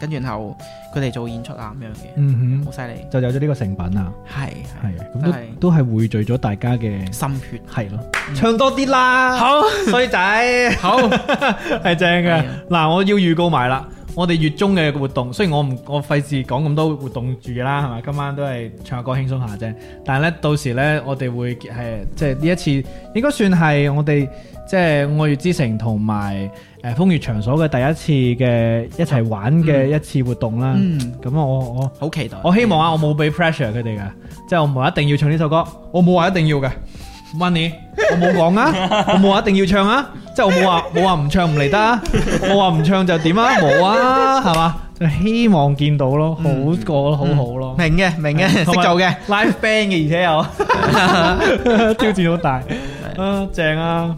Speaker 4: 跟住然後佢哋做演出啊咁樣嘅，
Speaker 1: 嗯
Speaker 4: 好犀利
Speaker 1: 哼，，就有咗呢個成品啊啦。
Speaker 4: 係
Speaker 1: 係
Speaker 4: 係嗯真
Speaker 1: 咁
Speaker 4: 係
Speaker 1: 都都係匯聚咗大家嘅。
Speaker 4: 心血，
Speaker 1: 系咯，唱多啲啦， 好衰仔，好系正嘅
Speaker 4: 係啊。
Speaker 1: 嗱，我要預告埋啦，我哋月中嘅活動，雖然我唔我費事講咁多活動住啦，係嘛，今晚都係唱下歌輕鬆下啫。但係咧，到時咧我哋會係即係呢一次應該算係我哋即係愛月之城同埋誒風月場所嘅第一次嘅一齊玩嘅一次活動啦。
Speaker 4: 嗯，
Speaker 1: 咁我我。
Speaker 4: 好期待，
Speaker 1: 我希望啊，我冇俾 pressure 佢哋噶，即係我唔係一定要唱呢首歌，我冇話一定要嘅。Money，我冇講啊，我冇話一定要唱啊，即係我冇話冇話唔唱唔嚟得啊，我話唔唱就點啊，冇啊，係嘛？就希望見到咯，好過好好咯。
Speaker 4: 明嘅明嘅，識
Speaker 1: 同埋
Speaker 4: 做嘅。
Speaker 1: live band 嘅，而且 又挑戰好大，啊正啊！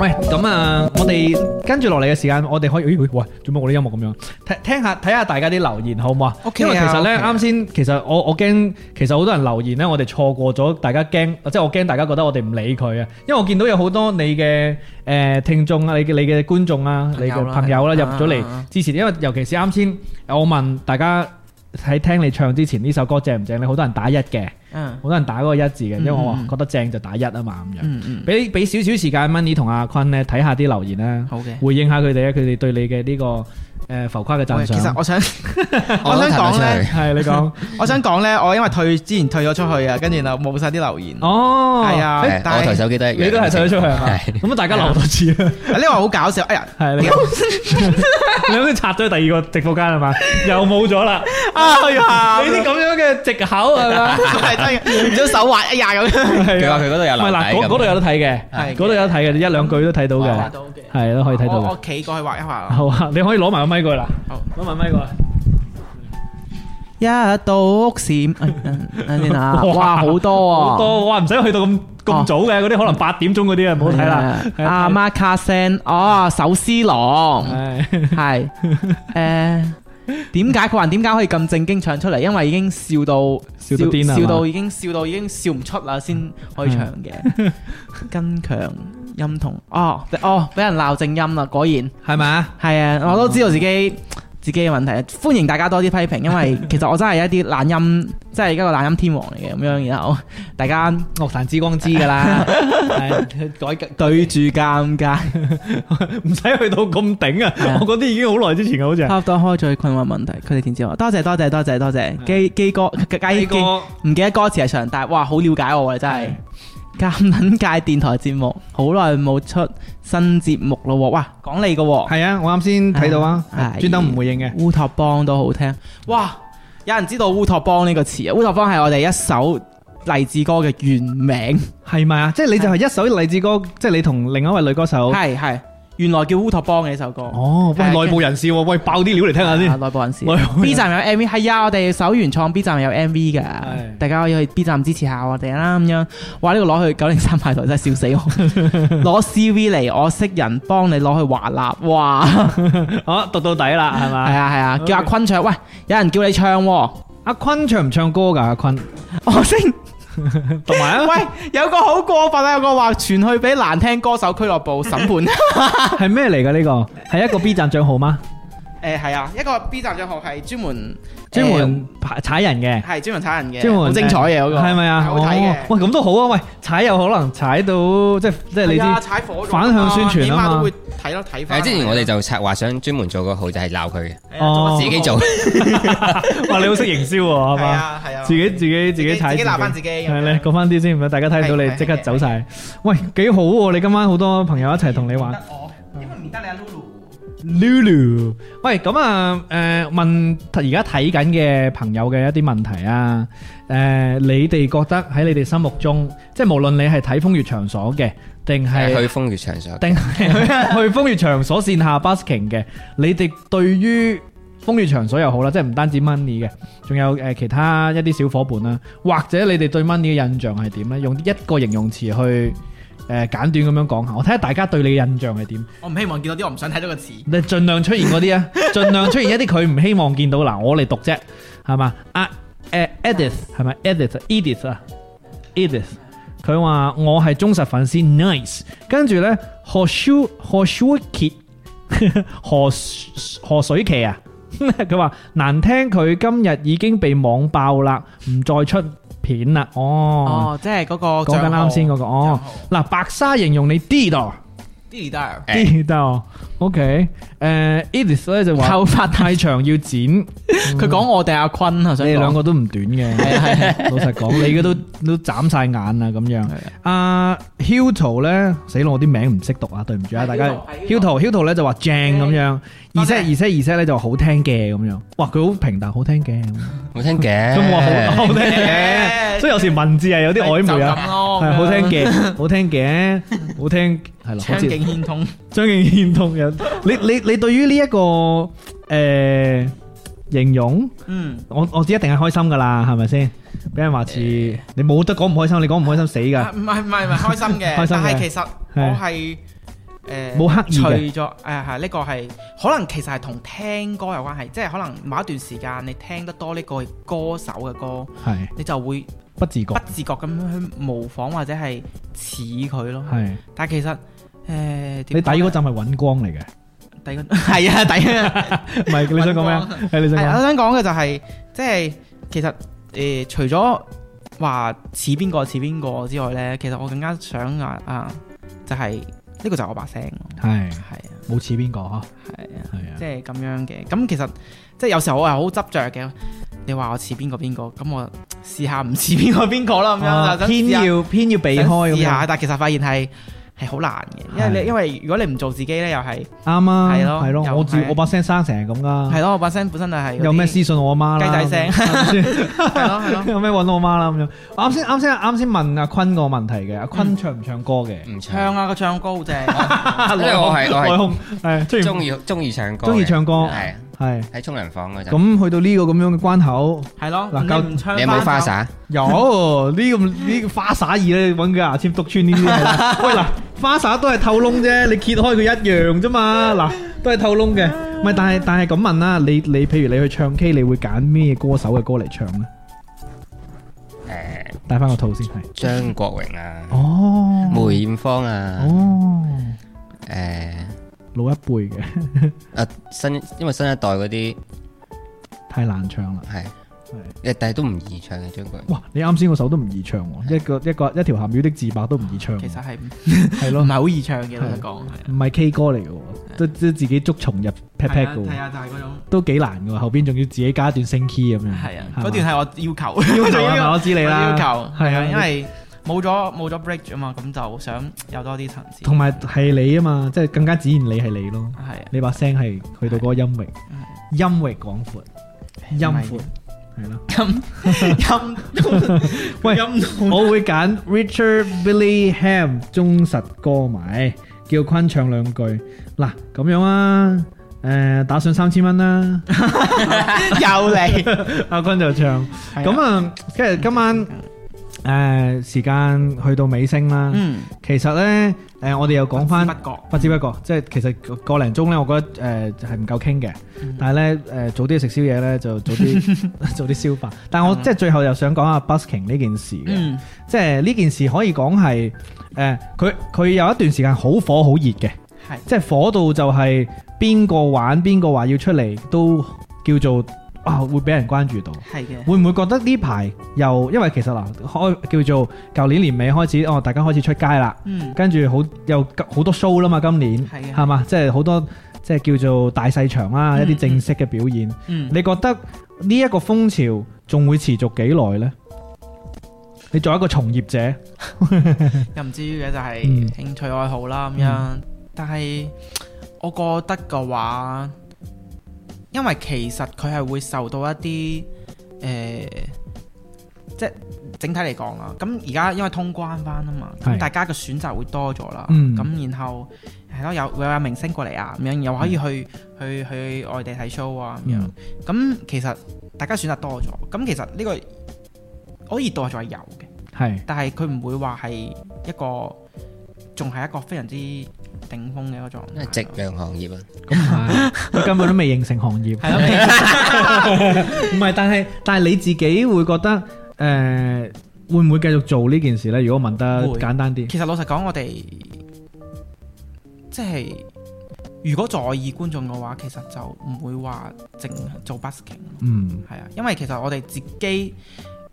Speaker 1: 喂，咁啊，我哋跟住落嚟嘅時間，我哋可以，咦喂，喂做乜我啲音樂咁樣？聽聽下睇下大家啲留言好唔好啊
Speaker 4: OK
Speaker 1: 因為其實咧，
Speaker 4: 啊，OK
Speaker 1: 啱先其實我我驚，其實好多人留言咧，我哋錯過咗，大家驚，即係我驚大家覺得我哋唔理佢啊，因為我見到有好多你嘅誒聽眾啊，你嘅你嘅觀眾啊，你
Speaker 4: 朋友啦
Speaker 1: 嘅朋友啦入
Speaker 4: 係
Speaker 1: 咗嚟
Speaker 4: 啊啊啊
Speaker 1: 支持，因為尤其是啱先我問大家。喺聽你唱之前呢首歌正唔正咧？好多人打一嘅，
Speaker 4: 嗯
Speaker 1: 好多人打嗰個一字嘅，因為我話
Speaker 4: 嗯嗯
Speaker 1: 覺得正就打一啊嘛咁樣。
Speaker 4: 嗯嗯，
Speaker 1: 俾俾少少時間 Money 同阿坤咧睇下啲留言啦，
Speaker 4: 好嘅。
Speaker 1: 回應下佢哋啊，佢哋對你嘅呢個誒浮誇嘅
Speaker 4: 喂
Speaker 1: 讚
Speaker 4: 其實
Speaker 1: 賞。
Speaker 4: 我想
Speaker 3: 我
Speaker 4: 我
Speaker 3: 都
Speaker 4: 想
Speaker 3: 彈咗
Speaker 4: 講
Speaker 3: 出
Speaker 4: 咧，
Speaker 3: 嚟。
Speaker 1: 係你 講
Speaker 4: 我想講咧，我因為退之前退咗出去啊，跟住就冇晒啲留言。
Speaker 1: 哦，
Speaker 4: 係啊
Speaker 1: 誒
Speaker 4: 誒但係
Speaker 3: 我台手機都一樣
Speaker 1: 你都係睇得出去係嘛？
Speaker 3: 係
Speaker 1: 咁啊，大家留多次啦。
Speaker 4: 呢個好搞笑，哎呀，
Speaker 1: 係你 你啱先拆咗第二個直播間係嘛？又冇咗啦。
Speaker 4: 哎呀，
Speaker 1: 你啲咁樣嘅藉口係嘛？
Speaker 4: 係真嘅，唔想手滑，哎呀咁樣。
Speaker 3: 佢話
Speaker 1: 係
Speaker 3: 佢嗰度有
Speaker 1: 唔係嗱，
Speaker 3: 留
Speaker 1: 嗰嗰
Speaker 3: 底
Speaker 1: 度
Speaker 3: 咁。
Speaker 1: 有得睇嘅，
Speaker 4: 係嘅
Speaker 1: 嗰度有得睇嘅，一兩句都睇到嘅，
Speaker 4: 到嘅，
Speaker 1: 係都可以睇到
Speaker 4: 我
Speaker 1: 嘅。
Speaker 4: 我企過去畫一畫咯。
Speaker 1: 好啊，你可以攞埋個咪過嚟啦，
Speaker 4: 好
Speaker 1: 攞埋咪過嚟。
Speaker 4: 一到屋閃，等先啊！哇，好多啊，
Speaker 1: 好多哇，唔使去到咁咁早嘅，嗰啲可能八點鐘嗰啲啊，唔好睇啦。
Speaker 4: 係啊阿媽卡聲，哦，手撕狼
Speaker 1: 係
Speaker 4: 係 誒。點解佢話點解可以咁正經唱出嚟？因為已經笑到
Speaker 1: 笑到癲啦啊
Speaker 4: 笑
Speaker 1: 係
Speaker 4: 到
Speaker 1: 嘛
Speaker 4: 已經笑到已經笑唔出啦，先可以唱
Speaker 1: 嗯
Speaker 4: 嘅。跟強音同哦哦，俾人鬧正音啦，果然。
Speaker 1: 係咪啊？
Speaker 4: 系啊，我都知道自己自己嘅問題，歡迎大家多啲批評，因為其實我真係一啲懶音，真係一個懶音天王嚟嘅咁樣，然後 大家
Speaker 1: 樂壇之光知㗎啦，係改
Speaker 4: 對住尷尬，
Speaker 1: 唔使去到咁頂
Speaker 4: 係
Speaker 1: 啊
Speaker 4: 啊！
Speaker 1: 我嗰啲已經好耐之前嘅，好似係。
Speaker 4: 差唔多開最困惑問題，佢哋點知我？多謝多謝多謝多謝，基基 哥基基唔記得歌詞係長大，哇，好了解我啊，真係。監撚界電台節目，好耐冇出新節目咯喎，哇，講你嘅喎，
Speaker 1: 係啊，我啱先睇到啊，
Speaker 4: 係
Speaker 1: 專登唔回應嘅。
Speaker 4: 烏托邦都好聽，哇！有人知道烏托邦呢個詞啊？烏托邦係我哋一首勵志歌嘅原名，
Speaker 1: 係咪啊？即係你就係一首勵志歌，即係你同另一位女歌手。
Speaker 4: 係係原來叫烏托邦嘅呢首歌。
Speaker 1: 哦，喂，
Speaker 4: 係
Speaker 1: 內部人士喎，喂，爆啲料嚟聽下
Speaker 4: 啊
Speaker 1: 先。
Speaker 4: 內部人士
Speaker 1: 內部人士
Speaker 4: ，B 站有 MV，係啊，我哋首原創 B 站有 MV 噶
Speaker 1: 係，
Speaker 4: 大家可以去 B 站支持下我哋啦咁樣。哇！呢個攞去九零三派台真係笑死 我，攞 CV 嚟，我識人幫你攞去華納，哇！
Speaker 1: 好，啊讀到底啦，係
Speaker 4: 係
Speaker 1: 嘛？
Speaker 4: 啊係啊，叫阿坤唱，喂，有人叫你唱喎，
Speaker 1: 阿坤唱唔唱歌㗎？阿坤，
Speaker 4: 我 識。
Speaker 1: 同埋 啊，
Speaker 4: 喂，有個好過分啊！有個話傳去俾難聽歌手俱樂部審 判。
Speaker 1: 係咩嚟㗎？呢個係一個 B 站帳號嗎？
Speaker 4: 誒係啊，一個 B 站帳號係專門
Speaker 1: 專門排踩人嘅。
Speaker 4: 係專門踩人嘅，
Speaker 1: 專門
Speaker 4: 好精彩嘅嗰個，
Speaker 1: 係咪啊？
Speaker 4: 好睇
Speaker 1: 哦
Speaker 4: 嘅。
Speaker 1: 喂，咁都好啊！喂，踩有可能踩到即係即係你
Speaker 4: 係啊
Speaker 1: 知
Speaker 4: 踩火種
Speaker 1: 反向宣傳啊嘛
Speaker 4: 起碼都會睇咯睇翻。
Speaker 3: 誒，之前我哋就策劃想專門做個號，就係鬧佢嘅，
Speaker 4: 係啊
Speaker 1: 哦
Speaker 4: 個
Speaker 3: 自己做。
Speaker 1: 哇，你好識營銷喎，係
Speaker 4: 係
Speaker 1: 嘛？
Speaker 4: 啊係啊，
Speaker 1: 自己自己自己踩
Speaker 4: 自己鬧翻自己咁樣
Speaker 1: 係咧，講翻啲先，唔係大家睇到
Speaker 4: 係
Speaker 1: 你
Speaker 4: 係
Speaker 1: 即刻
Speaker 4: 係
Speaker 1: 走晒。喂，幾好喎！你今晚好多朋友一齊同你玩
Speaker 4: 得。我，因為唔得你阿啊 Lulu。
Speaker 1: Lulu，喂，咁啊，誒、問而家睇緊嘅朋友嘅一啲問題啊，誒、你哋覺得喺你哋心目中，即係無論你係睇風月場所嘅，定係
Speaker 3: 去風月場所。
Speaker 1: 定係去風月場所線下 busking 嘅，你哋對於風月場所又好啦，即係唔單止 money 嘅，仲有誒其他一啲小伙伴啦，或者你哋對 money 嘅印象係點呢？用一個形容詞去誒、簡短咁樣講下，我睇下大家對你嘅印象係點。
Speaker 4: 我唔希望見到啲我唔想睇到嘅詞。
Speaker 1: 你盡量出現嗰啲啊，盡量出現一啲佢唔希望見到嗱，我嚟讀啫，係嘛？啊誒 Edith 係咪 Edith？Edith 啊，Edith，佢話我係忠實粉絲，nice。跟住咧，何舒何舒 傑何何水奇啊， 佢話難聽，佢今日已經被網爆啦，唔再出片啦。哦，
Speaker 4: 哦，即係嗰個
Speaker 1: 講緊啱先嗰個哦，嗱，白沙形容你 D 度
Speaker 4: d i d
Speaker 3: 誒
Speaker 1: D 度，OK，誒 Edith 咧就話。
Speaker 4: 頭髮
Speaker 1: 太長要剪， 你
Speaker 4: 佢講我哋阿坤啊，想
Speaker 1: 哋兩
Speaker 4: 講
Speaker 1: 個都唔短嘅。
Speaker 4: 啊
Speaker 1: 老實 講，你嘅都都斬晒眼啦咁樣
Speaker 4: 係啊。
Speaker 1: 阿 Hugo 咧，死咯，我啲名唔識讀啊，對唔住啊，
Speaker 4: 係
Speaker 1: 大家。
Speaker 4: Hugo，係
Speaker 1: Hugo Hugo 咧就話正咁樣，而
Speaker 4: 多謝
Speaker 1: 且而且而且咧就話好聽嘅咁樣。哇，佢好平淡，好聽嘅。
Speaker 3: 好聽嘅。
Speaker 1: 咁我話好好聽嘅，
Speaker 4: 嘅
Speaker 1: 所以有時文字係有啲曖昧
Speaker 4: 就
Speaker 1: 啊。
Speaker 4: 咁咯
Speaker 1: 係好聽 嘅，好聽嘅，好聽係啦，好
Speaker 4: 張
Speaker 1: 似
Speaker 4: 敬軒通。
Speaker 1: 張敬軒同有你你你對於呢一個誒形容？
Speaker 4: 嗯，
Speaker 1: 我我知一定係開心噶啦，係咪先？俾人話似你冇得講唔開心，你講唔開心死
Speaker 4: 啊
Speaker 1: 噶。
Speaker 4: 唔係唔 係唔係開心嘅，
Speaker 1: 開心嘅
Speaker 4: 但係其實我係誒
Speaker 1: 冇刻意嘅
Speaker 4: 除咗誒係呢個係可能其實係同聽歌有關係，即係可能某一段時間你聽得多呢個歌手嘅歌，
Speaker 1: 係
Speaker 4: 你就會
Speaker 1: 不自
Speaker 4: 不
Speaker 1: 覺，
Speaker 4: 自覺咁樣去模仿或者係似佢咯。
Speaker 1: 係
Speaker 4: 但係其實誒
Speaker 1: 你抵嗰
Speaker 4: 點講呢
Speaker 1: 陣係揾光 嚟嘅，
Speaker 4: 抵嗰係啊抵啊！
Speaker 1: 唔係你想講咩啊？係你想
Speaker 4: 係我
Speaker 1: 講
Speaker 4: 想講嘅就係即係其實誒除咗話似邊個似邊個之外呢，其實我更加想啊啊，就係、呢個就係我把聲咯，
Speaker 1: 係
Speaker 4: 係啊
Speaker 1: 冇似邊個嗬？
Speaker 4: 係啊。
Speaker 1: 係啊
Speaker 4: 即，係咁樣嘅。咁其實即係有時候我係好執着嘅。你話我似邊個邊個，咁我試下唔似邊個邊個啦，咁樣
Speaker 1: 啊
Speaker 4: 就想
Speaker 1: 偏
Speaker 4: 試下
Speaker 1: 要偏要避開咁
Speaker 4: 想試下，
Speaker 1: 樣，
Speaker 4: 但係其實發現係係好難嘅，因為
Speaker 1: 係
Speaker 4: 你因為如果你唔做自己咧，又係
Speaker 1: 啱啊，
Speaker 4: 係咯
Speaker 1: 係咯，
Speaker 4: 又
Speaker 1: 我自
Speaker 4: 係
Speaker 1: 我把聲生成係咁噶，
Speaker 4: 係咯，我把聲本身就係嗰啲
Speaker 1: 有咩私信我阿媽啦，
Speaker 4: 雞仔聲
Speaker 1: 係咪先
Speaker 4: 係咯
Speaker 3: 啊
Speaker 4: 係咯，
Speaker 1: 有咩揾我媽啦咁樣。啱先啱先啱先問阿坤個問題嘅，阿
Speaker 3: 嗯
Speaker 1: 坤唱唔唱歌嘅？
Speaker 3: 唔唱，
Speaker 4: 唱啊個唱歌好正，
Speaker 3: 因為我係
Speaker 1: 內
Speaker 3: 我
Speaker 1: 控係中
Speaker 3: 係中意中意唱歌嘅，
Speaker 1: 中意唱歌
Speaker 3: 係啊
Speaker 1: 係。
Speaker 3: 喺沖涼房嗰陣。
Speaker 1: 咁去到呢個咁樣嘅關口，
Speaker 4: 係咯，
Speaker 1: 嗱
Speaker 4: 你唔唱
Speaker 3: 你有冇花
Speaker 4: 灑？
Speaker 3: 灑？
Speaker 1: 有 呢咁呢個花灑二咧，揾個牙籤篤穿呢啲係啦。 喂嗱，花灑都係透窿啫，你揭開佢一樣啫嘛。嗱，都係透窿嘅。唔係，但係但係咁問啦，你你譬如你去唱 K，你會揀咩歌手嘅歌嚟唱咧？
Speaker 3: 誒，
Speaker 1: 戴翻個套先係。
Speaker 3: 張國榮啊，
Speaker 1: 哦，
Speaker 3: 梅艷芳啊，
Speaker 1: 哦，
Speaker 3: 誒，
Speaker 1: 老一輩嘅
Speaker 3: 啊新，因為新一代嗰啲
Speaker 1: 太難唱啦。
Speaker 3: 係
Speaker 1: 係。
Speaker 3: 誒但係都唔易唱嘅張國榮。
Speaker 1: 哇！你啱先個首都唔易唱喎，一個一個一條鹹魚的自白都唔易唱，
Speaker 4: 其實係唔
Speaker 1: 係
Speaker 4: 唔
Speaker 1: 咯，
Speaker 4: 係好易唱嘅，老實講係。
Speaker 1: 唔係 K 歌嚟嘅喎，都都自己捉蟲入 pat
Speaker 4: 係
Speaker 1: pat 嘅
Speaker 4: 啊係
Speaker 1: 喎，
Speaker 4: 啊，就係嗰種
Speaker 1: 都幾難嘅喎，後邊仲要自己加一段升 key 咁樣，
Speaker 4: 係啊，
Speaker 1: 係嘛
Speaker 4: 嗰段係我要求
Speaker 1: 要求係咪？我知你
Speaker 4: 我
Speaker 1: 啦，
Speaker 4: 要求
Speaker 1: 係
Speaker 4: 係
Speaker 1: 啊
Speaker 4: 啊，因為冇咗冇咗 break 啊嘛，咁就想有多啲層次。
Speaker 1: 同埋係你啊嘛，即係更加展現你係你咯，
Speaker 4: 係啊，
Speaker 1: 你把聲係去到嗰個音域，
Speaker 4: 嗯
Speaker 1: 音域廣闊，音闊係咯。
Speaker 4: 音
Speaker 1: 喂
Speaker 4: 音
Speaker 1: 我會揀 Richard Billy Ham 忠實歌迷，叫坤唱兩句。嗱，咁樣啊，诶、打上三千蚊 啦，
Speaker 4: 又嚟，
Speaker 1: 阿坤就唱。咁
Speaker 4: 啊，
Speaker 1: 啊，跟住今晚诶、誒時間去到尾聲啦。
Speaker 4: 嗯，
Speaker 1: 其實呢，诶、我哋又講翻
Speaker 4: 不。覺
Speaker 1: 不知不覺，即係其實個個零鐘呢，我覺得誒係唔夠傾嘅。但係呢，誒、早啲食宵夜呢，就早 啲早啲消化。但我即係最後又想講下 busking 呢件事嘅。
Speaker 4: 嗯
Speaker 1: 即係呢件事可以講係誒，佢、佢有一段時間好火好熱嘅，
Speaker 4: 係
Speaker 1: 即係火到就係邊個玩邊個話要出嚟都叫做啊會俾人關注到。
Speaker 4: 係嘅，
Speaker 1: 會唔會覺得呢排又因為其實嗱開叫做舊年年尾開始哦，大家開始出街啦，
Speaker 4: 嗯
Speaker 1: 跟住好又好多 show 啦嘛，今年
Speaker 4: 係嘅
Speaker 1: 係嘛，即係好多即係叫做大細場啦，
Speaker 4: 嗯
Speaker 1: 一啲正式嘅表演。
Speaker 4: 嗯，
Speaker 1: 你覺得呢一個風潮仲會持續幾耐呢？你作為一個從業者，
Speaker 4: 又唔至於嘅就係
Speaker 1: 嗯
Speaker 4: 興趣愛好啦咁樣，但係我覺得嘅話，因為其實佢係會受到一啲誒。即係整體嚟講啦，咁而家因為通關翻啊嘛，咁
Speaker 1: 係
Speaker 4: 大家嘅選擇會多咗啦，咁、
Speaker 1: 嗯
Speaker 4: 然後係咯，有會有明星過嚟啊，咁樣又可
Speaker 1: 嗯
Speaker 4: 以去、去去外地睇 show 啊咁樣，咁、其實大家選擇多咗，咁其實呢、個可以度係仲係有嘅，
Speaker 1: 係
Speaker 4: 但係佢唔會話係一個仲係一個非常之頂峰嘅一個狀
Speaker 3: 因為
Speaker 4: 態。
Speaker 3: 夕陽行業啊，
Speaker 1: 咁唔 係，佢根本都未形成行業。
Speaker 4: 係咯，
Speaker 1: 唔係，但係但係你自己會覺得誒、呃、會唔會繼續做呢件事呢？如果問得
Speaker 4: 會
Speaker 1: 簡單啲，
Speaker 4: 其實老實講，我哋即係如果在意觀眾嘅話，其實就唔會話淨係做 busking 咯
Speaker 1: 嗯，
Speaker 4: 係啊，因為其實我哋自己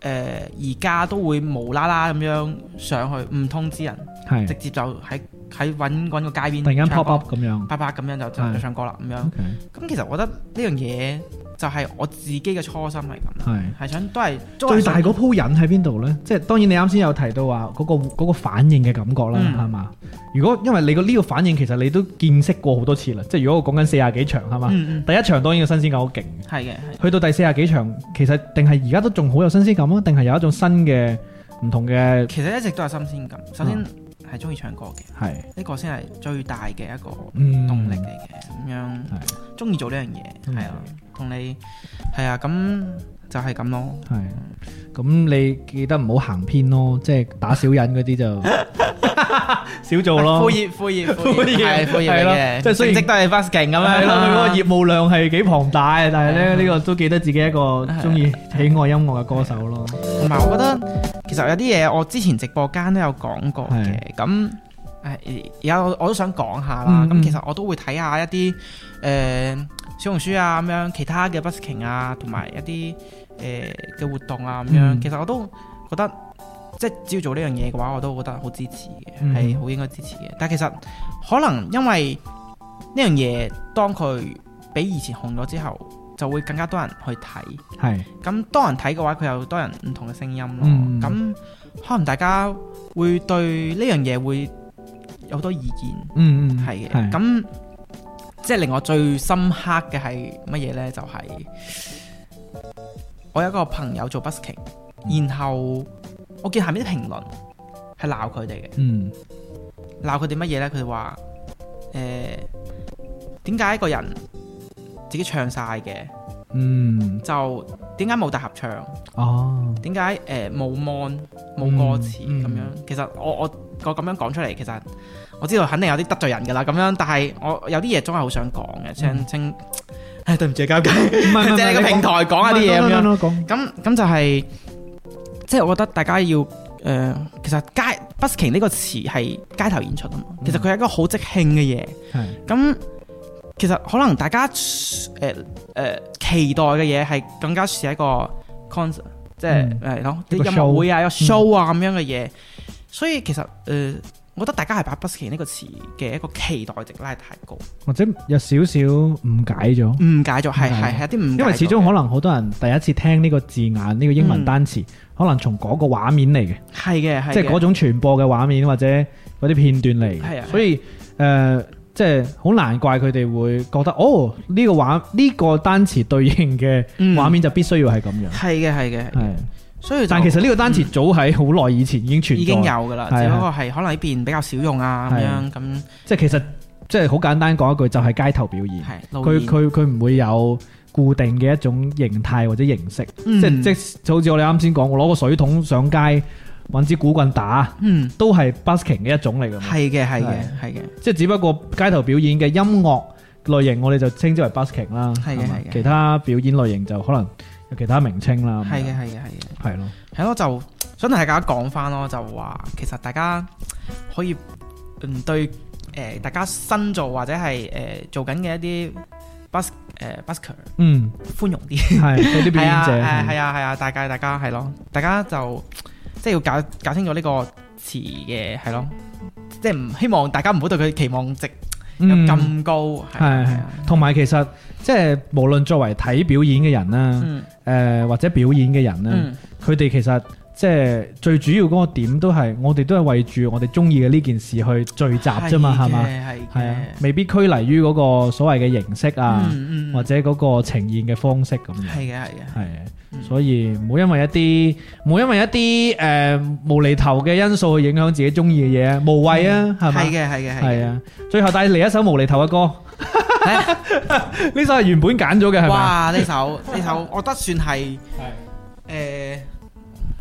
Speaker 4: 誒而家都會無啦啦咁樣上去，唔通知人，
Speaker 1: 係
Speaker 4: 直接就喺喺揾揾個街邊
Speaker 1: 突然間
Speaker 4: 唱
Speaker 1: pop
Speaker 4: 歌
Speaker 1: up 咁樣。
Speaker 4: 啪啪咁樣就
Speaker 1: 係
Speaker 4: 就就唱歌啦咁樣。
Speaker 1: OK，
Speaker 4: 咁其實我覺得呢樣嘢就係我自己嘅初心係咁啦，
Speaker 1: 係。
Speaker 4: 係想都係都係
Speaker 1: 最大
Speaker 4: 想
Speaker 1: 嗰鋪癮喺邊度呢？即係當然你啱先有提到話嗰、個嗰個反應嘅感覺啦，
Speaker 4: 嗯
Speaker 1: 係嘛、如果因為你個呢個反應其實你都見識過好多次啦，即係如果我講緊四廿幾場係嘛，
Speaker 4: 嗯嗯
Speaker 1: 第一場當然個新鮮感好勁，
Speaker 4: 係嘅係
Speaker 1: 去到第四廿幾場其實定係而家都仲好有新鮮感啊，定係有一種新嘅唔同嘅
Speaker 4: 其實一直都有新鮮感。首先係中意唱歌嘅，
Speaker 1: 係
Speaker 4: 呢個先係最大嘅一個
Speaker 1: 嗯
Speaker 4: 動力嚟嘅。咁樣
Speaker 1: 係
Speaker 4: 中意做呢樣嘢
Speaker 1: 中意
Speaker 4: 係啊，同你係啊，咁就係咁咯。
Speaker 1: 係。咁你記得唔好行偏咯，即係打小人嗰 啲就少做咯。
Speaker 4: 副業 副業
Speaker 1: 副業
Speaker 4: 係副業
Speaker 1: 係
Speaker 4: 嚟
Speaker 1: 咯
Speaker 4: 嘅，
Speaker 1: 即係雖然
Speaker 4: 成績都係 busking 咁樣
Speaker 1: 係咯，佢嗰個
Speaker 4: 啦。
Speaker 1: 業務量係幾龐大，但係咧呢個都記得自己一個中意喜愛音樂嘅歌手咯。
Speaker 4: 同埋我覺得其實有啲嘢我之前直播間都有講過嘅，咁誒而家我我都想講下啦。
Speaker 1: 嗯
Speaker 4: 咁、
Speaker 1: 嗯
Speaker 4: 其實我都會睇下一啲誒、呃小紅書啊咁樣，其他嘅 busking 啊，同埋一啲誒嘅活動啊咁樣。
Speaker 1: 嗯
Speaker 4: 其實我都覺得即係只要做呢樣嘢嘅話，我都覺得好支持嘅，
Speaker 1: 嗯
Speaker 4: 係好、應該支持嘅。但係其實可能因為呢樣嘢，當佢比以前紅咗之後，就會更加多人去睇。
Speaker 1: 係
Speaker 4: 咁多人睇嘅話，佢有多人唔同嘅聲音咯。
Speaker 1: 嗯
Speaker 4: 咁、可能大家會對呢樣嘢會有好多意見。
Speaker 1: 嗯嗯
Speaker 4: 係嘅。咁即係令我最深刻嘅係乜嘢呢？就係、我有一個朋友做 busking，然
Speaker 1: 嗯
Speaker 4: 後我見下面啲評論係鬧佢哋嘅，
Speaker 1: 嗯
Speaker 4: 鬧佢哋乜嘢呢？佢哋話誒點解一個人自己唱晒嘅，
Speaker 1: 嗯
Speaker 4: 就點解冇大合唱？
Speaker 1: 哦
Speaker 4: 點解誒冇 mon 冇歌詞
Speaker 1: 嗯
Speaker 4: 咁樣？其實我我我咁樣講出嚟，其實我知道肯定有啲得罪人㗎啦。咁樣，但係我有啲嘢真係好想講嘅，請請，唉對唔住交界，
Speaker 1: 唔係唔係
Speaker 4: 嗯 即係你個平台講下啲嘢咁樣。
Speaker 1: 樣講
Speaker 4: 咁咁就係、即係我覺得大家要誒、呃其實街 busking 呢個詞係街頭演出啊嘛，其實佢係一個好即興嘅嘢。
Speaker 1: 係
Speaker 4: 咁其實可能大家誒誒、呃期待嘅嘢係更加似一個 concert，即係
Speaker 1: 嗯
Speaker 4: 誒咯啲
Speaker 1: 一個嗯
Speaker 4: 音樂會啊、有 show 啊咁樣嘅嘢。所以其實誒、呃我覺得大家係把 busking 呢個詞嘅一個期待值拉得太高，
Speaker 1: 或者有少少誤解咗。
Speaker 4: 誤解咗係係
Speaker 1: 係
Speaker 4: 係有啲誤解咗。
Speaker 1: 嗯因為始終可能好多人第一次聽呢個字眼呢、個英文單詞，可能從嗰個畫面嚟嘅，
Speaker 4: 係嘅嗯係嘅
Speaker 1: 即係嗰種傳播嘅畫面或者嗰啲片段嚟
Speaker 4: 係啊係啊
Speaker 1: 嘅，所以誒、呃即係好難怪佢哋會覺得哦呢、個畫呢、個單詞對應嘅
Speaker 4: 嗯
Speaker 1: 畫面就必須要係咁樣。
Speaker 4: 係嘅係嘅，係
Speaker 1: 係，
Speaker 4: 所以就嗯
Speaker 1: 但其實呢個單詞早喺好耐以前已經存在，
Speaker 4: 已經有㗎啦，
Speaker 1: 係啊
Speaker 4: 只不
Speaker 1: 係
Speaker 4: 過係可能呢邊比較少用啊咁
Speaker 1: 係
Speaker 4: 樣咁
Speaker 1: 即係其實即係好簡單講一句，就係街頭表演。
Speaker 4: 係路
Speaker 1: 佢
Speaker 4: 演
Speaker 1: 佢佢唔會有固定嘅一種形態或者形式，
Speaker 4: 嗯
Speaker 1: 即係即係就好似我哋啱先講，我攞個水桶上街揾支鼓棍打，
Speaker 4: 嗯
Speaker 1: 都係 busking 嘅一種嚟㗎嘛。
Speaker 4: 係嘅係嘅
Speaker 1: 係
Speaker 4: 係嘅。
Speaker 1: 即係只不過街頭表演嘅音樂類型，我哋就稱之為 busking 啦。
Speaker 4: 係嘅
Speaker 1: 係嘛
Speaker 4: 係嘅
Speaker 1: 其他表演類型就可能有其他名稱啦。
Speaker 4: 係嘅，係嘅，係嘅，
Speaker 1: 係咯，
Speaker 4: 係咯，就想同大家講翻咯，就話其實大家可以嗯對誒、呃大家新做或者係誒、呃做緊嘅一啲 bus 誒、呃 busker
Speaker 1: 嗯，
Speaker 4: 寬容啲，
Speaker 1: 係對啲表
Speaker 4: 係
Speaker 1: 演
Speaker 4: 啊，
Speaker 1: 者
Speaker 4: 係啊係啊係啊，大家大家係咯，大家就即係要搞搞清楚呢個詞嘅係咯，即係唔希望大家唔好對佢期望值有
Speaker 1: 嗯
Speaker 4: 咁高，係啊
Speaker 1: 係
Speaker 4: 係
Speaker 1: 係
Speaker 4: 啊，，
Speaker 1: 同埋其實即係無論作為睇表演嘅人啦，
Speaker 4: 嗯
Speaker 1: 誒或者表演嘅人啦，
Speaker 4: 嗯
Speaker 1: 佢哋其實即係最主要嗰個點都係我哋都係為住我哋中意嘅呢件事去聚集啫嘛，係嘛？
Speaker 4: 嘅係
Speaker 1: 係啊
Speaker 4: 嘅，，
Speaker 1: 未必拘泥於嗰個所謂嘅形式啊，
Speaker 4: 嗯嗯
Speaker 1: 或者嗰個呈現嘅方式咁樣。
Speaker 4: 係嗯嘅係嘅。
Speaker 1: 係，啊所以唔好因為一啲唔好因為一啲誒無厘頭嘅因素去影響自己中意嘅嘢，無謂啊，係咪？
Speaker 4: 嗯係嘅，係嘅，係嘅
Speaker 1: 係。啊，最後帶嚟一首無厘頭嘅 歌，呢首係原本揀咗嘅係咪？
Speaker 4: 哇！呢首呢首，我覺得算係誒，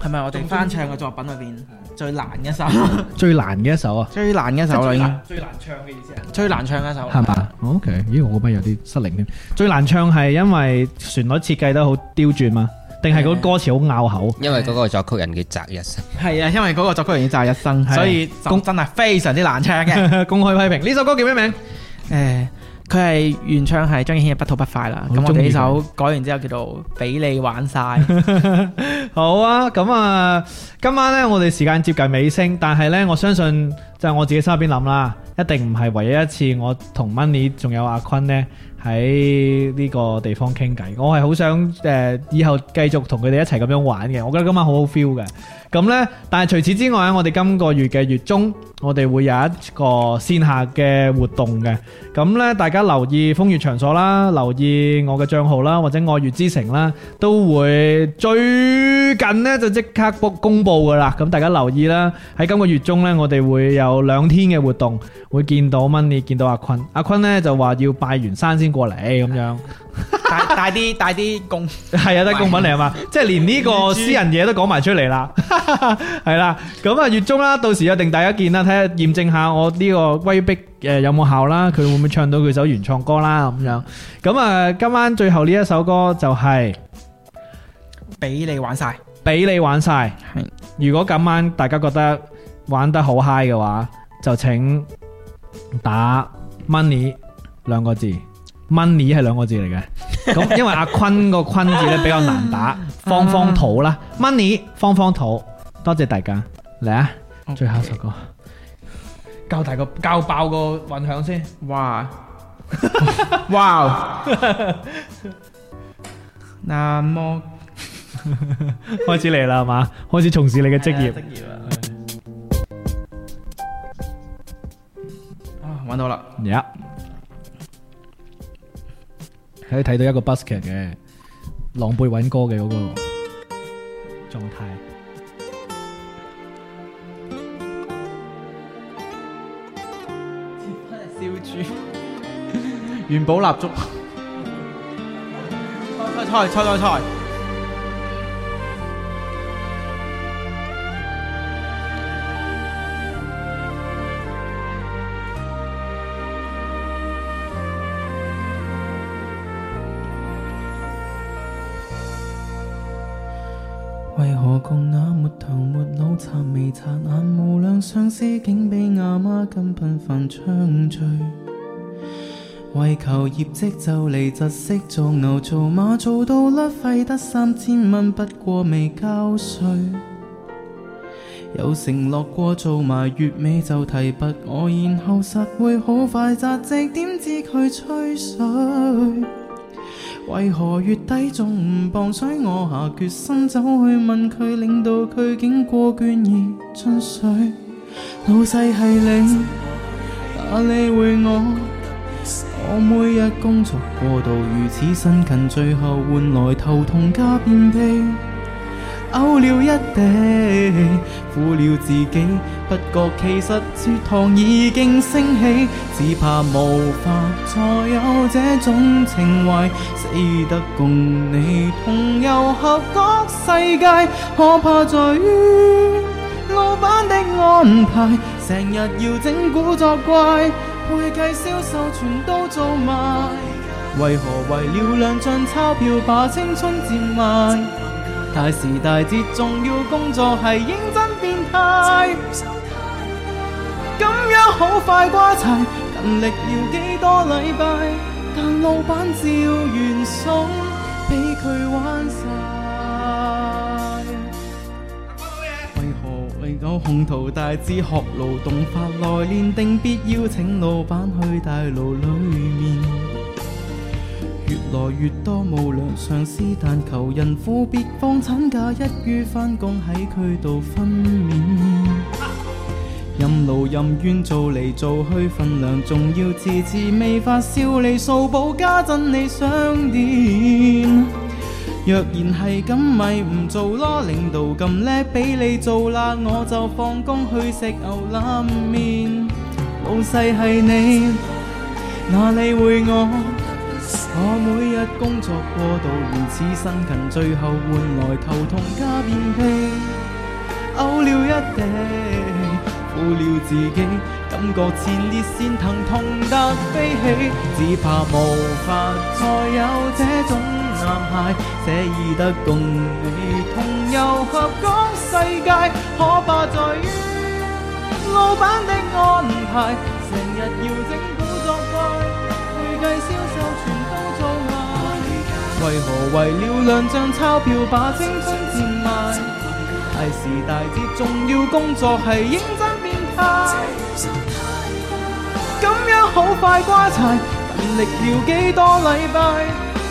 Speaker 4: 係咪我哋翻唱嘅作品裏邊最難嘅一首？
Speaker 1: 嗯 最難嘅一首啊，
Speaker 4: 最難嘅一首啦，已經
Speaker 1: 最難唱嘅意思係
Speaker 4: 最難唱嘅一首。
Speaker 1: 係嘛？OK，咦，我嗰筆有啲失靈添。最難唱係因為旋律設計得好刁鑽嘛，定係個歌詞好拗口？
Speaker 3: 因為嗰個作曲人叫澤日生，
Speaker 4: 係啊，因為嗰個作曲人已經就係一生，
Speaker 1: 係
Speaker 4: 所以就
Speaker 1: 公
Speaker 4: 真係非常之難 唱嘅。
Speaker 1: 公開批評呢首歌叫咩名？
Speaker 4: 誒，佢係原唱係張敬軒嘅《不吐不快》啦。
Speaker 1: 我
Speaker 4: 咁我
Speaker 1: 中
Speaker 4: 哋
Speaker 1: 意
Speaker 4: 呢
Speaker 1: 佢
Speaker 4: 首改完之後叫做《俾你玩晒》。
Speaker 1: 好啊，咁啊，今晚呢，我哋時間接近尾聲，但係呢，我相信就係我自己心入邊諗啦，一定唔係唯一一次我同 Money 仲有阿坤呢喺呢個地方傾偈，我係好想誒、呃以後繼續同佢哋一齊咁樣玩嘅，我覺得今晚好好 feel 嘅。咁呢，但係除此之外咧，我哋今個月嘅月中，我哋會有一個線下嘅活動嘅。咁呢，大家留意風月場所啦，留意我嘅帳號啦，或者愛月之城啦，都會最近呢就即刻 book 公佈噶啦。咁大家留意啦，喺今個月中呢，我哋會有兩天嘅活動，會見到 Money，見到阿坤。阿坤呢就話要拜完山先過嚟咁樣。
Speaker 4: 帶 帶啲帶啲共
Speaker 1: 係啊，都係公品嚟啊嘛，即係連呢個私人嘢都講埋出嚟啦， 係啦，咁啊月中啦，到時一定大家見啦，睇下驗證下我呢個威逼誒有冇效啦，佢會唔會唱到佢首原創歌啦咁樣，咁啊今晚最後呢一首歌就係、
Speaker 4: 俾你玩晒。
Speaker 1: 俾你玩晒。
Speaker 4: 係
Speaker 1: 如果今晚大家覺得玩得好嗨嘅話，就請打 money 兩個字，money 係兩個字嚟嘅。 啊咁因為阿坤個坤字咧比較難打，方方土啦，money 方方土多謝大家，嚟啊！最後一首歌，
Speaker 4: 教大個教爆個混響先。
Speaker 2: 哇 哇！那麼
Speaker 1: 開始嚟啦，係嘛？開始從事你嘅職業
Speaker 4: 職。業啊，
Speaker 2: 啊，揾到啦！
Speaker 1: 呀，
Speaker 6: 可以睇到一個 basket 嘅狼狽揾歌嘅嗰個
Speaker 1: 狀態。
Speaker 2: 燒豬，元寶蠟燭，猜猜猜猜猜猜，為何共那沒頭沒腦、擦眉擦眼無良上司，竟比阿媽更頻繁暢聚？為求業績就嚟窒息，做牛做馬做到甩費得三千蚊，不過未交稅。有承諾過做埋月尾就提拔我，然後實會好快扎職，點知佢吹水。為何月底仲唔磅水？我下決心走去問佢，令到佢竟過倦而進水。老細係你，哪理會我？我每日工作過度如此辛勤，最後換來頭痛加便秘，嘔了一地，苦了自己。不覺其實血糖已經升起，只怕無法再有這種情懷，死得共你同遊合角世界。可怕在於老闆的安排，成日要整蠱作怪，會計銷售全都做埋。為何為了兩張鈔票把青春賤賣？大時大節仲要工作係認真變態，咁樣好快瓜柴，勤力要幾多禮拜？但老闆照原數，俾佢玩晒。為何為我宏圖大志學勞動法來練定，必要請老闆去大牢裏面？越來越多無良上司，但求人苦必放產假，一於返工喺佢度分娩。任勞任怨做嚟做去，份量仲要遲遲未發燒，你數補家陣你想點？若然係咁，咪唔做咯。領導咁叻，俾你做啦，我就放工去食牛腩麵。老細係你，哪理會我？我每日工作過度如此辛勤，最後換來頭痛加便秘，嘔了一地，苦了自己，感覺前列腺疼痛得飛起，只怕無法再有這種男孩，寫意得共你同遊合講世界，可怕在於老闆的安排，成日要整蠱作怪。會計銷售全都做埋，為何為了兩張鈔票把青春賤賣？大時大節仲要工作係認真變態，咁樣好快瓜柴，勤力了幾多禮拜，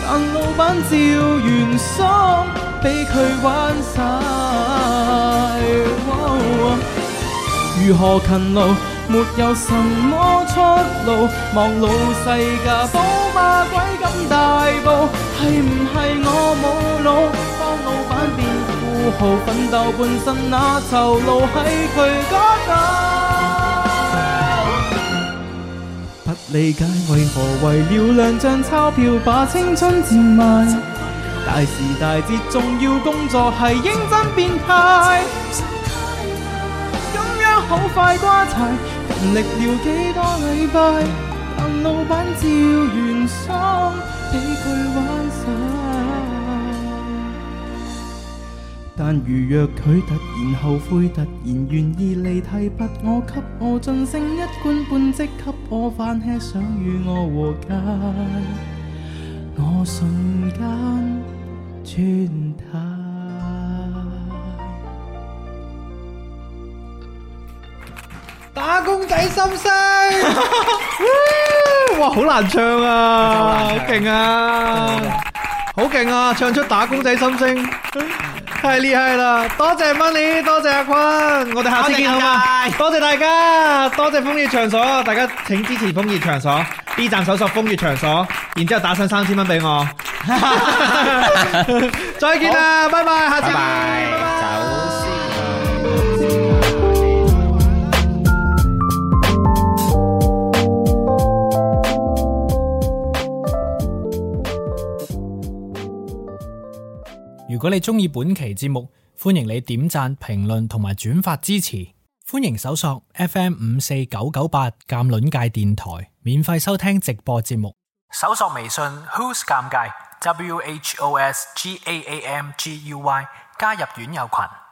Speaker 2: 但老闆照原數俾佢玩晒。啊哇如何勤勞，沒有什麼出路。望老世界寶馬鬼咁大步，係唔係我冇腦？幫老闆變富豪，奮鬥半生那酬勞喺佢嗰度。不理解為何為了兩張鈔票把青春賤賣，大時大節仲要工作係認真變態。咁樣好快瓜柴，勤力了幾多禮拜，但老闆照原數俾佢玩晒。但如若佢突然後悔，突然願意離題，拔我給我晉升一官半職，給我飯吃，想與我和解，我瞬間轉態。
Speaker 1: 公仔心聲， 哇，好難唱啊，好勁啊，好勁啊，唱出打公仔心聲，太厲害啦！多謝 Money，多謝阿坤，我哋下次見好嘛？多謝大家，多謝風月場所，大家請支持風月場所 B 站搜索風月場所，然之後打上三千蚊俾 我。再見啦，拜拜，下次
Speaker 3: 拜
Speaker 1: 見，
Speaker 3: 拜，走先啦。
Speaker 7: 如果你中意本期節目，歡迎你點讚、評論同埋轉發支持。歡迎搜索 FM 五四九九八鑑論界電台，免費收聽直播節目。搜索微信 Who's 尷尬 W H O S G A A M G U Y 加入院友群。